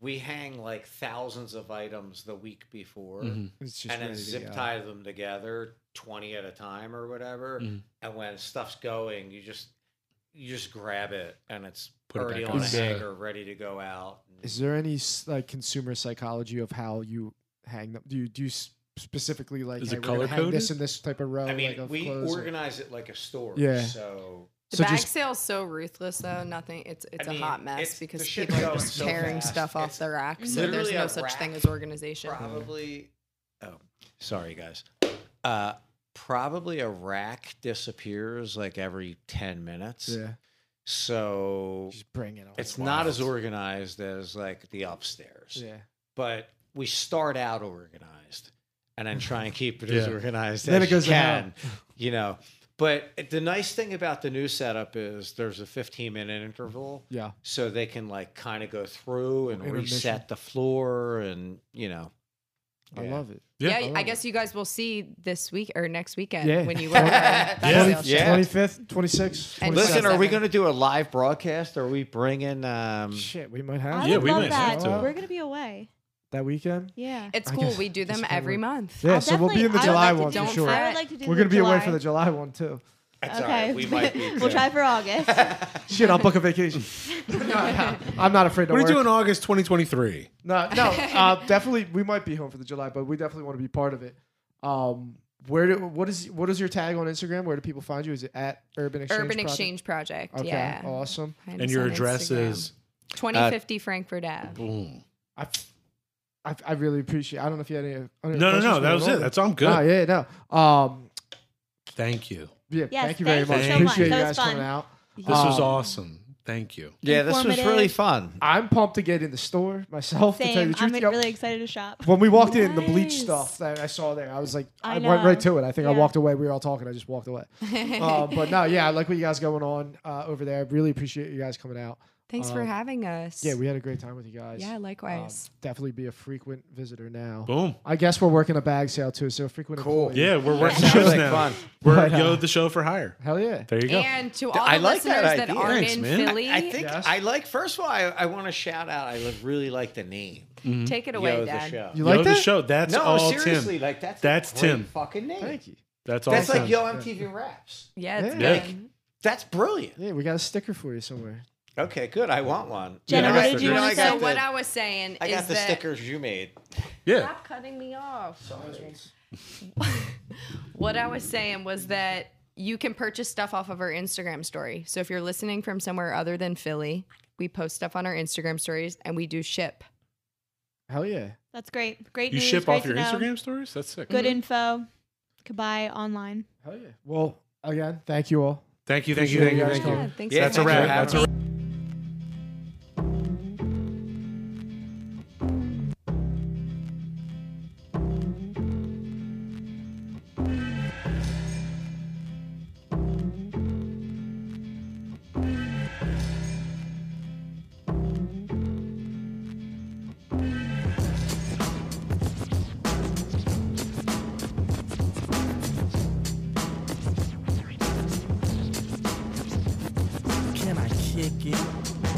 [SPEAKER 5] we hang like thousands of items the week before
[SPEAKER 1] Mm-hmm.
[SPEAKER 3] It's just
[SPEAKER 5] and then
[SPEAKER 3] ready to
[SPEAKER 5] zip
[SPEAKER 3] go.
[SPEAKER 5] tie them together 20 at a time or whatever
[SPEAKER 1] Mm-hmm.
[SPEAKER 5] and when stuff's going you just you just grab it and it's
[SPEAKER 1] Put it
[SPEAKER 5] already
[SPEAKER 1] back
[SPEAKER 5] on
[SPEAKER 1] on.
[SPEAKER 5] a
[SPEAKER 1] Is, uh,
[SPEAKER 5] hanger ready to go out
[SPEAKER 3] Is there any s- like consumer psychology of how you hang them? Do you do you s- specifically like
[SPEAKER 1] Is
[SPEAKER 3] hey,
[SPEAKER 1] it
[SPEAKER 3] we're gonna hang
[SPEAKER 1] color-coded?
[SPEAKER 3] this in this type of row?
[SPEAKER 5] i mean
[SPEAKER 3] like, of
[SPEAKER 5] we
[SPEAKER 3] clothes or-
[SPEAKER 5] organize it like a store
[SPEAKER 3] Yeah.
[SPEAKER 5] so
[SPEAKER 4] The
[SPEAKER 3] So
[SPEAKER 4] bag
[SPEAKER 3] just-
[SPEAKER 4] sale's so ruthless, though. Nothing. It's it's
[SPEAKER 5] I
[SPEAKER 4] a
[SPEAKER 5] mean,
[SPEAKER 4] hot mess
[SPEAKER 5] it's-
[SPEAKER 4] because
[SPEAKER 5] the shit's
[SPEAKER 4] people are
[SPEAKER 5] going
[SPEAKER 4] just
[SPEAKER 5] so
[SPEAKER 4] tearing
[SPEAKER 5] fast.
[SPEAKER 4] stuff off
[SPEAKER 5] It's
[SPEAKER 4] the rack. So there's
[SPEAKER 5] literally
[SPEAKER 4] no
[SPEAKER 5] a
[SPEAKER 4] such thing
[SPEAKER 5] rack.
[SPEAKER 4] as organization.
[SPEAKER 5] probably oh sorry guys uh probably a rack disappears like every 10 minutes
[SPEAKER 3] Yeah.
[SPEAKER 5] so
[SPEAKER 3] Just bring it on.
[SPEAKER 5] it's not as organized as like the upstairs
[SPEAKER 3] Yeah.
[SPEAKER 5] but we start out organized and then try and keep it as
[SPEAKER 1] Yeah.
[SPEAKER 3] [LAUGHS]
[SPEAKER 5] organized
[SPEAKER 3] Then
[SPEAKER 5] as
[SPEAKER 3] it goes
[SPEAKER 5] you
[SPEAKER 3] to hell.
[SPEAKER 5] can, you know. But the nice thing about the new setup is there's a 15 minute interval.
[SPEAKER 3] Yeah.
[SPEAKER 5] So they can like kind of go through and
[SPEAKER 3] Intermission.
[SPEAKER 5] reset the floor and, you know.
[SPEAKER 3] I love it.
[SPEAKER 4] Yeah,
[SPEAKER 6] love
[SPEAKER 1] oh.
[SPEAKER 4] I
[SPEAKER 6] it.
[SPEAKER 4] guess you guys will see this week or next weekend
[SPEAKER 3] Yeah.
[SPEAKER 4] when
[SPEAKER 1] [LAUGHS]
[SPEAKER 4] you were. yeah.
[SPEAKER 5] Yeah.
[SPEAKER 3] 25th, 26th.
[SPEAKER 4] And
[SPEAKER 3] 27th.
[SPEAKER 5] Listen, are we
[SPEAKER 4] 27.
[SPEAKER 5] going to do a live broadcast? Or are we bringing? Um,
[SPEAKER 3] Shit, we might
[SPEAKER 2] I
[SPEAKER 3] have
[SPEAKER 6] Yeah,
[SPEAKER 2] would
[SPEAKER 6] we
[SPEAKER 2] love
[SPEAKER 6] might
[SPEAKER 2] that.
[SPEAKER 6] have
[SPEAKER 3] to.
[SPEAKER 2] We're gonna be away.
[SPEAKER 3] that weekend.
[SPEAKER 2] Yeah.
[SPEAKER 4] It's
[SPEAKER 3] I
[SPEAKER 4] cool.
[SPEAKER 3] guess
[SPEAKER 4] we do
[SPEAKER 3] this
[SPEAKER 4] them
[SPEAKER 3] might
[SPEAKER 4] every
[SPEAKER 3] work.
[SPEAKER 4] month.
[SPEAKER 3] Yeah,
[SPEAKER 2] I'll
[SPEAKER 3] so we'll be in the
[SPEAKER 2] definitely- I would like
[SPEAKER 3] July
[SPEAKER 2] to
[SPEAKER 3] one
[SPEAKER 2] do-
[SPEAKER 3] for
[SPEAKER 4] don't
[SPEAKER 3] sure.
[SPEAKER 2] I
[SPEAKER 4] fret.
[SPEAKER 2] would like to do.
[SPEAKER 3] We're
[SPEAKER 2] gonna
[SPEAKER 3] gonna be away for the July one too.
[SPEAKER 2] [LAUGHS]
[SPEAKER 5] That's all
[SPEAKER 2] Okay.
[SPEAKER 5] right, We might be.
[SPEAKER 2] we'll try for
[SPEAKER 3] [LAUGHS]
[SPEAKER 2] August.
[SPEAKER 3] Shit, I'll book a vacation. [LAUGHS] No, no, I'm not afraid to
[SPEAKER 6] What are
[SPEAKER 3] work.
[SPEAKER 6] you doing August 2023?
[SPEAKER 2] [LAUGHS]
[SPEAKER 3] No, no, uh, definitely we might be home for the July, but we definitely want to be part of it. Um, where do what is what is your tag on Instagram? Where do people find you? Is it at Urban Exchange?
[SPEAKER 4] Urban
[SPEAKER 3] Project?
[SPEAKER 4] Exchange Project.
[SPEAKER 3] Okay,
[SPEAKER 4] Yeah.
[SPEAKER 3] awesome.
[SPEAKER 4] Find
[SPEAKER 6] And
[SPEAKER 4] us
[SPEAKER 6] your
[SPEAKER 4] on
[SPEAKER 6] address
[SPEAKER 4] Instagram.
[SPEAKER 6] is
[SPEAKER 4] 2050 Frankfurt Ave.
[SPEAKER 6] boom.
[SPEAKER 3] I, I, I really appreciate. I don't know if you had any. other
[SPEAKER 6] No, no,
[SPEAKER 3] questions
[SPEAKER 6] no.
[SPEAKER 3] for
[SPEAKER 6] That
[SPEAKER 3] me.
[SPEAKER 6] was it. That's all I'm good.
[SPEAKER 3] Nah, yeah, no. Um,
[SPEAKER 6] Thank you.
[SPEAKER 3] yeah,
[SPEAKER 2] Yes,
[SPEAKER 3] thank you very
[SPEAKER 2] thank
[SPEAKER 3] much.
[SPEAKER 6] you so
[SPEAKER 3] appreciate
[SPEAKER 2] much.
[SPEAKER 3] you
[SPEAKER 2] That
[SPEAKER 3] guys
[SPEAKER 2] was
[SPEAKER 3] coming
[SPEAKER 2] fun.
[SPEAKER 3] out.
[SPEAKER 6] This
[SPEAKER 4] [LAUGHS]
[SPEAKER 6] was
[SPEAKER 3] Um,
[SPEAKER 6] awesome. Thank you.
[SPEAKER 5] Yeah, this was really
[SPEAKER 2] Informative.
[SPEAKER 5] fun.
[SPEAKER 3] I'm pumped to get in the store myself. To tell you
[SPEAKER 2] Same.
[SPEAKER 3] the truth,
[SPEAKER 2] I'm
[SPEAKER 3] Yep.
[SPEAKER 2] really excited to shop.
[SPEAKER 3] when we walked in, the bleach
[SPEAKER 2] Nice.
[SPEAKER 3] stuff that I saw there, I was like, I,
[SPEAKER 2] I
[SPEAKER 3] went right
[SPEAKER 2] know.
[SPEAKER 3] to it. I think I
[SPEAKER 2] Yeah.
[SPEAKER 3] walked away. We were all talking. I just walked away.
[SPEAKER 4] [LAUGHS]
[SPEAKER 3] uh, but no, yeah, I like what you guys going on uh, over there. Really appreciate you guys coming out.
[SPEAKER 4] Thanks for
[SPEAKER 3] Um,
[SPEAKER 4] having us.
[SPEAKER 3] Yeah, we had a great time with you guys.
[SPEAKER 4] Yeah,
[SPEAKER 3] Um,
[SPEAKER 4] likewise.
[SPEAKER 3] definitely be a frequent visitor now.
[SPEAKER 6] Boom.
[SPEAKER 3] I guess we're working a bag sale too, so frequent.
[SPEAKER 5] Cool.
[SPEAKER 3] employee.
[SPEAKER 6] Yeah, we're working
[SPEAKER 5] Sounds
[SPEAKER 6] shows
[SPEAKER 5] like
[SPEAKER 6] now.
[SPEAKER 5] fun.
[SPEAKER 6] We're
[SPEAKER 3] But, uh,
[SPEAKER 6] yo the show for hire.
[SPEAKER 3] Hell yeah.
[SPEAKER 6] There you go.
[SPEAKER 4] And to all
[SPEAKER 5] I
[SPEAKER 4] the
[SPEAKER 5] like that
[SPEAKER 4] listeners that,
[SPEAKER 5] idea.
[SPEAKER 4] aren't
[SPEAKER 6] Thanks,
[SPEAKER 4] in
[SPEAKER 6] man.
[SPEAKER 4] Philly,
[SPEAKER 5] I think
[SPEAKER 3] Yes.
[SPEAKER 5] I like. First of all, I, I want to shout out. I li- really like the name.
[SPEAKER 4] take it away,
[SPEAKER 5] Yo, the
[SPEAKER 4] Dad.
[SPEAKER 5] show.
[SPEAKER 3] You
[SPEAKER 6] yo
[SPEAKER 3] like
[SPEAKER 6] the
[SPEAKER 3] that?
[SPEAKER 6] show. That's
[SPEAKER 5] no,
[SPEAKER 6] all
[SPEAKER 5] seriously,
[SPEAKER 6] Tim.
[SPEAKER 5] like that's a
[SPEAKER 6] That's
[SPEAKER 5] great
[SPEAKER 6] Tim.
[SPEAKER 5] Fucking name.
[SPEAKER 3] Thank you.
[SPEAKER 6] That's all
[SPEAKER 5] That's
[SPEAKER 6] Tim.
[SPEAKER 5] like Yo MTV Raps.
[SPEAKER 4] Yeah, it's
[SPEAKER 3] Yeah.
[SPEAKER 4] good.
[SPEAKER 5] That's brilliant.
[SPEAKER 3] Yeah, we got a sticker for you somewhere.
[SPEAKER 5] Okay, good. I want one.
[SPEAKER 2] Jenna,
[SPEAKER 5] I
[SPEAKER 2] what
[SPEAKER 5] got
[SPEAKER 2] did
[SPEAKER 5] the-
[SPEAKER 2] you
[SPEAKER 5] now
[SPEAKER 2] wanna
[SPEAKER 5] I got
[SPEAKER 2] say?
[SPEAKER 4] So
[SPEAKER 5] the-
[SPEAKER 4] what I was saying
[SPEAKER 5] I
[SPEAKER 4] is
[SPEAKER 5] got the
[SPEAKER 4] that
[SPEAKER 5] stickers you made.
[SPEAKER 6] yeah.
[SPEAKER 4] Stop cutting me off. [LAUGHS] what I was saying was that you can purchase stuff off of our Instagram story. So if you're listening from somewhere other than Philly, we post stuff on our Instagram stories and we do ship.
[SPEAKER 3] Hell yeah.
[SPEAKER 2] That's great. Great
[SPEAKER 6] You
[SPEAKER 2] news.
[SPEAKER 6] ship
[SPEAKER 2] great
[SPEAKER 6] off
[SPEAKER 2] to
[SPEAKER 6] your
[SPEAKER 2] know.
[SPEAKER 6] Instagram stories? That's sick.
[SPEAKER 3] Mm-hmm.
[SPEAKER 2] Good info. Could buy online.
[SPEAKER 3] Hell yeah. Well, again, thank you all.
[SPEAKER 6] Thank you. Thank you. Thank you.
[SPEAKER 3] Appreciate you guys
[SPEAKER 6] Thank you.
[SPEAKER 3] coming.
[SPEAKER 4] Yeah, thanks.
[SPEAKER 5] Yeah,
[SPEAKER 4] for
[SPEAKER 6] That's a
[SPEAKER 5] thanks for
[SPEAKER 6] wrap.
[SPEAKER 5] having
[SPEAKER 6] That's a
[SPEAKER 5] me.
[SPEAKER 7] Can I kick it?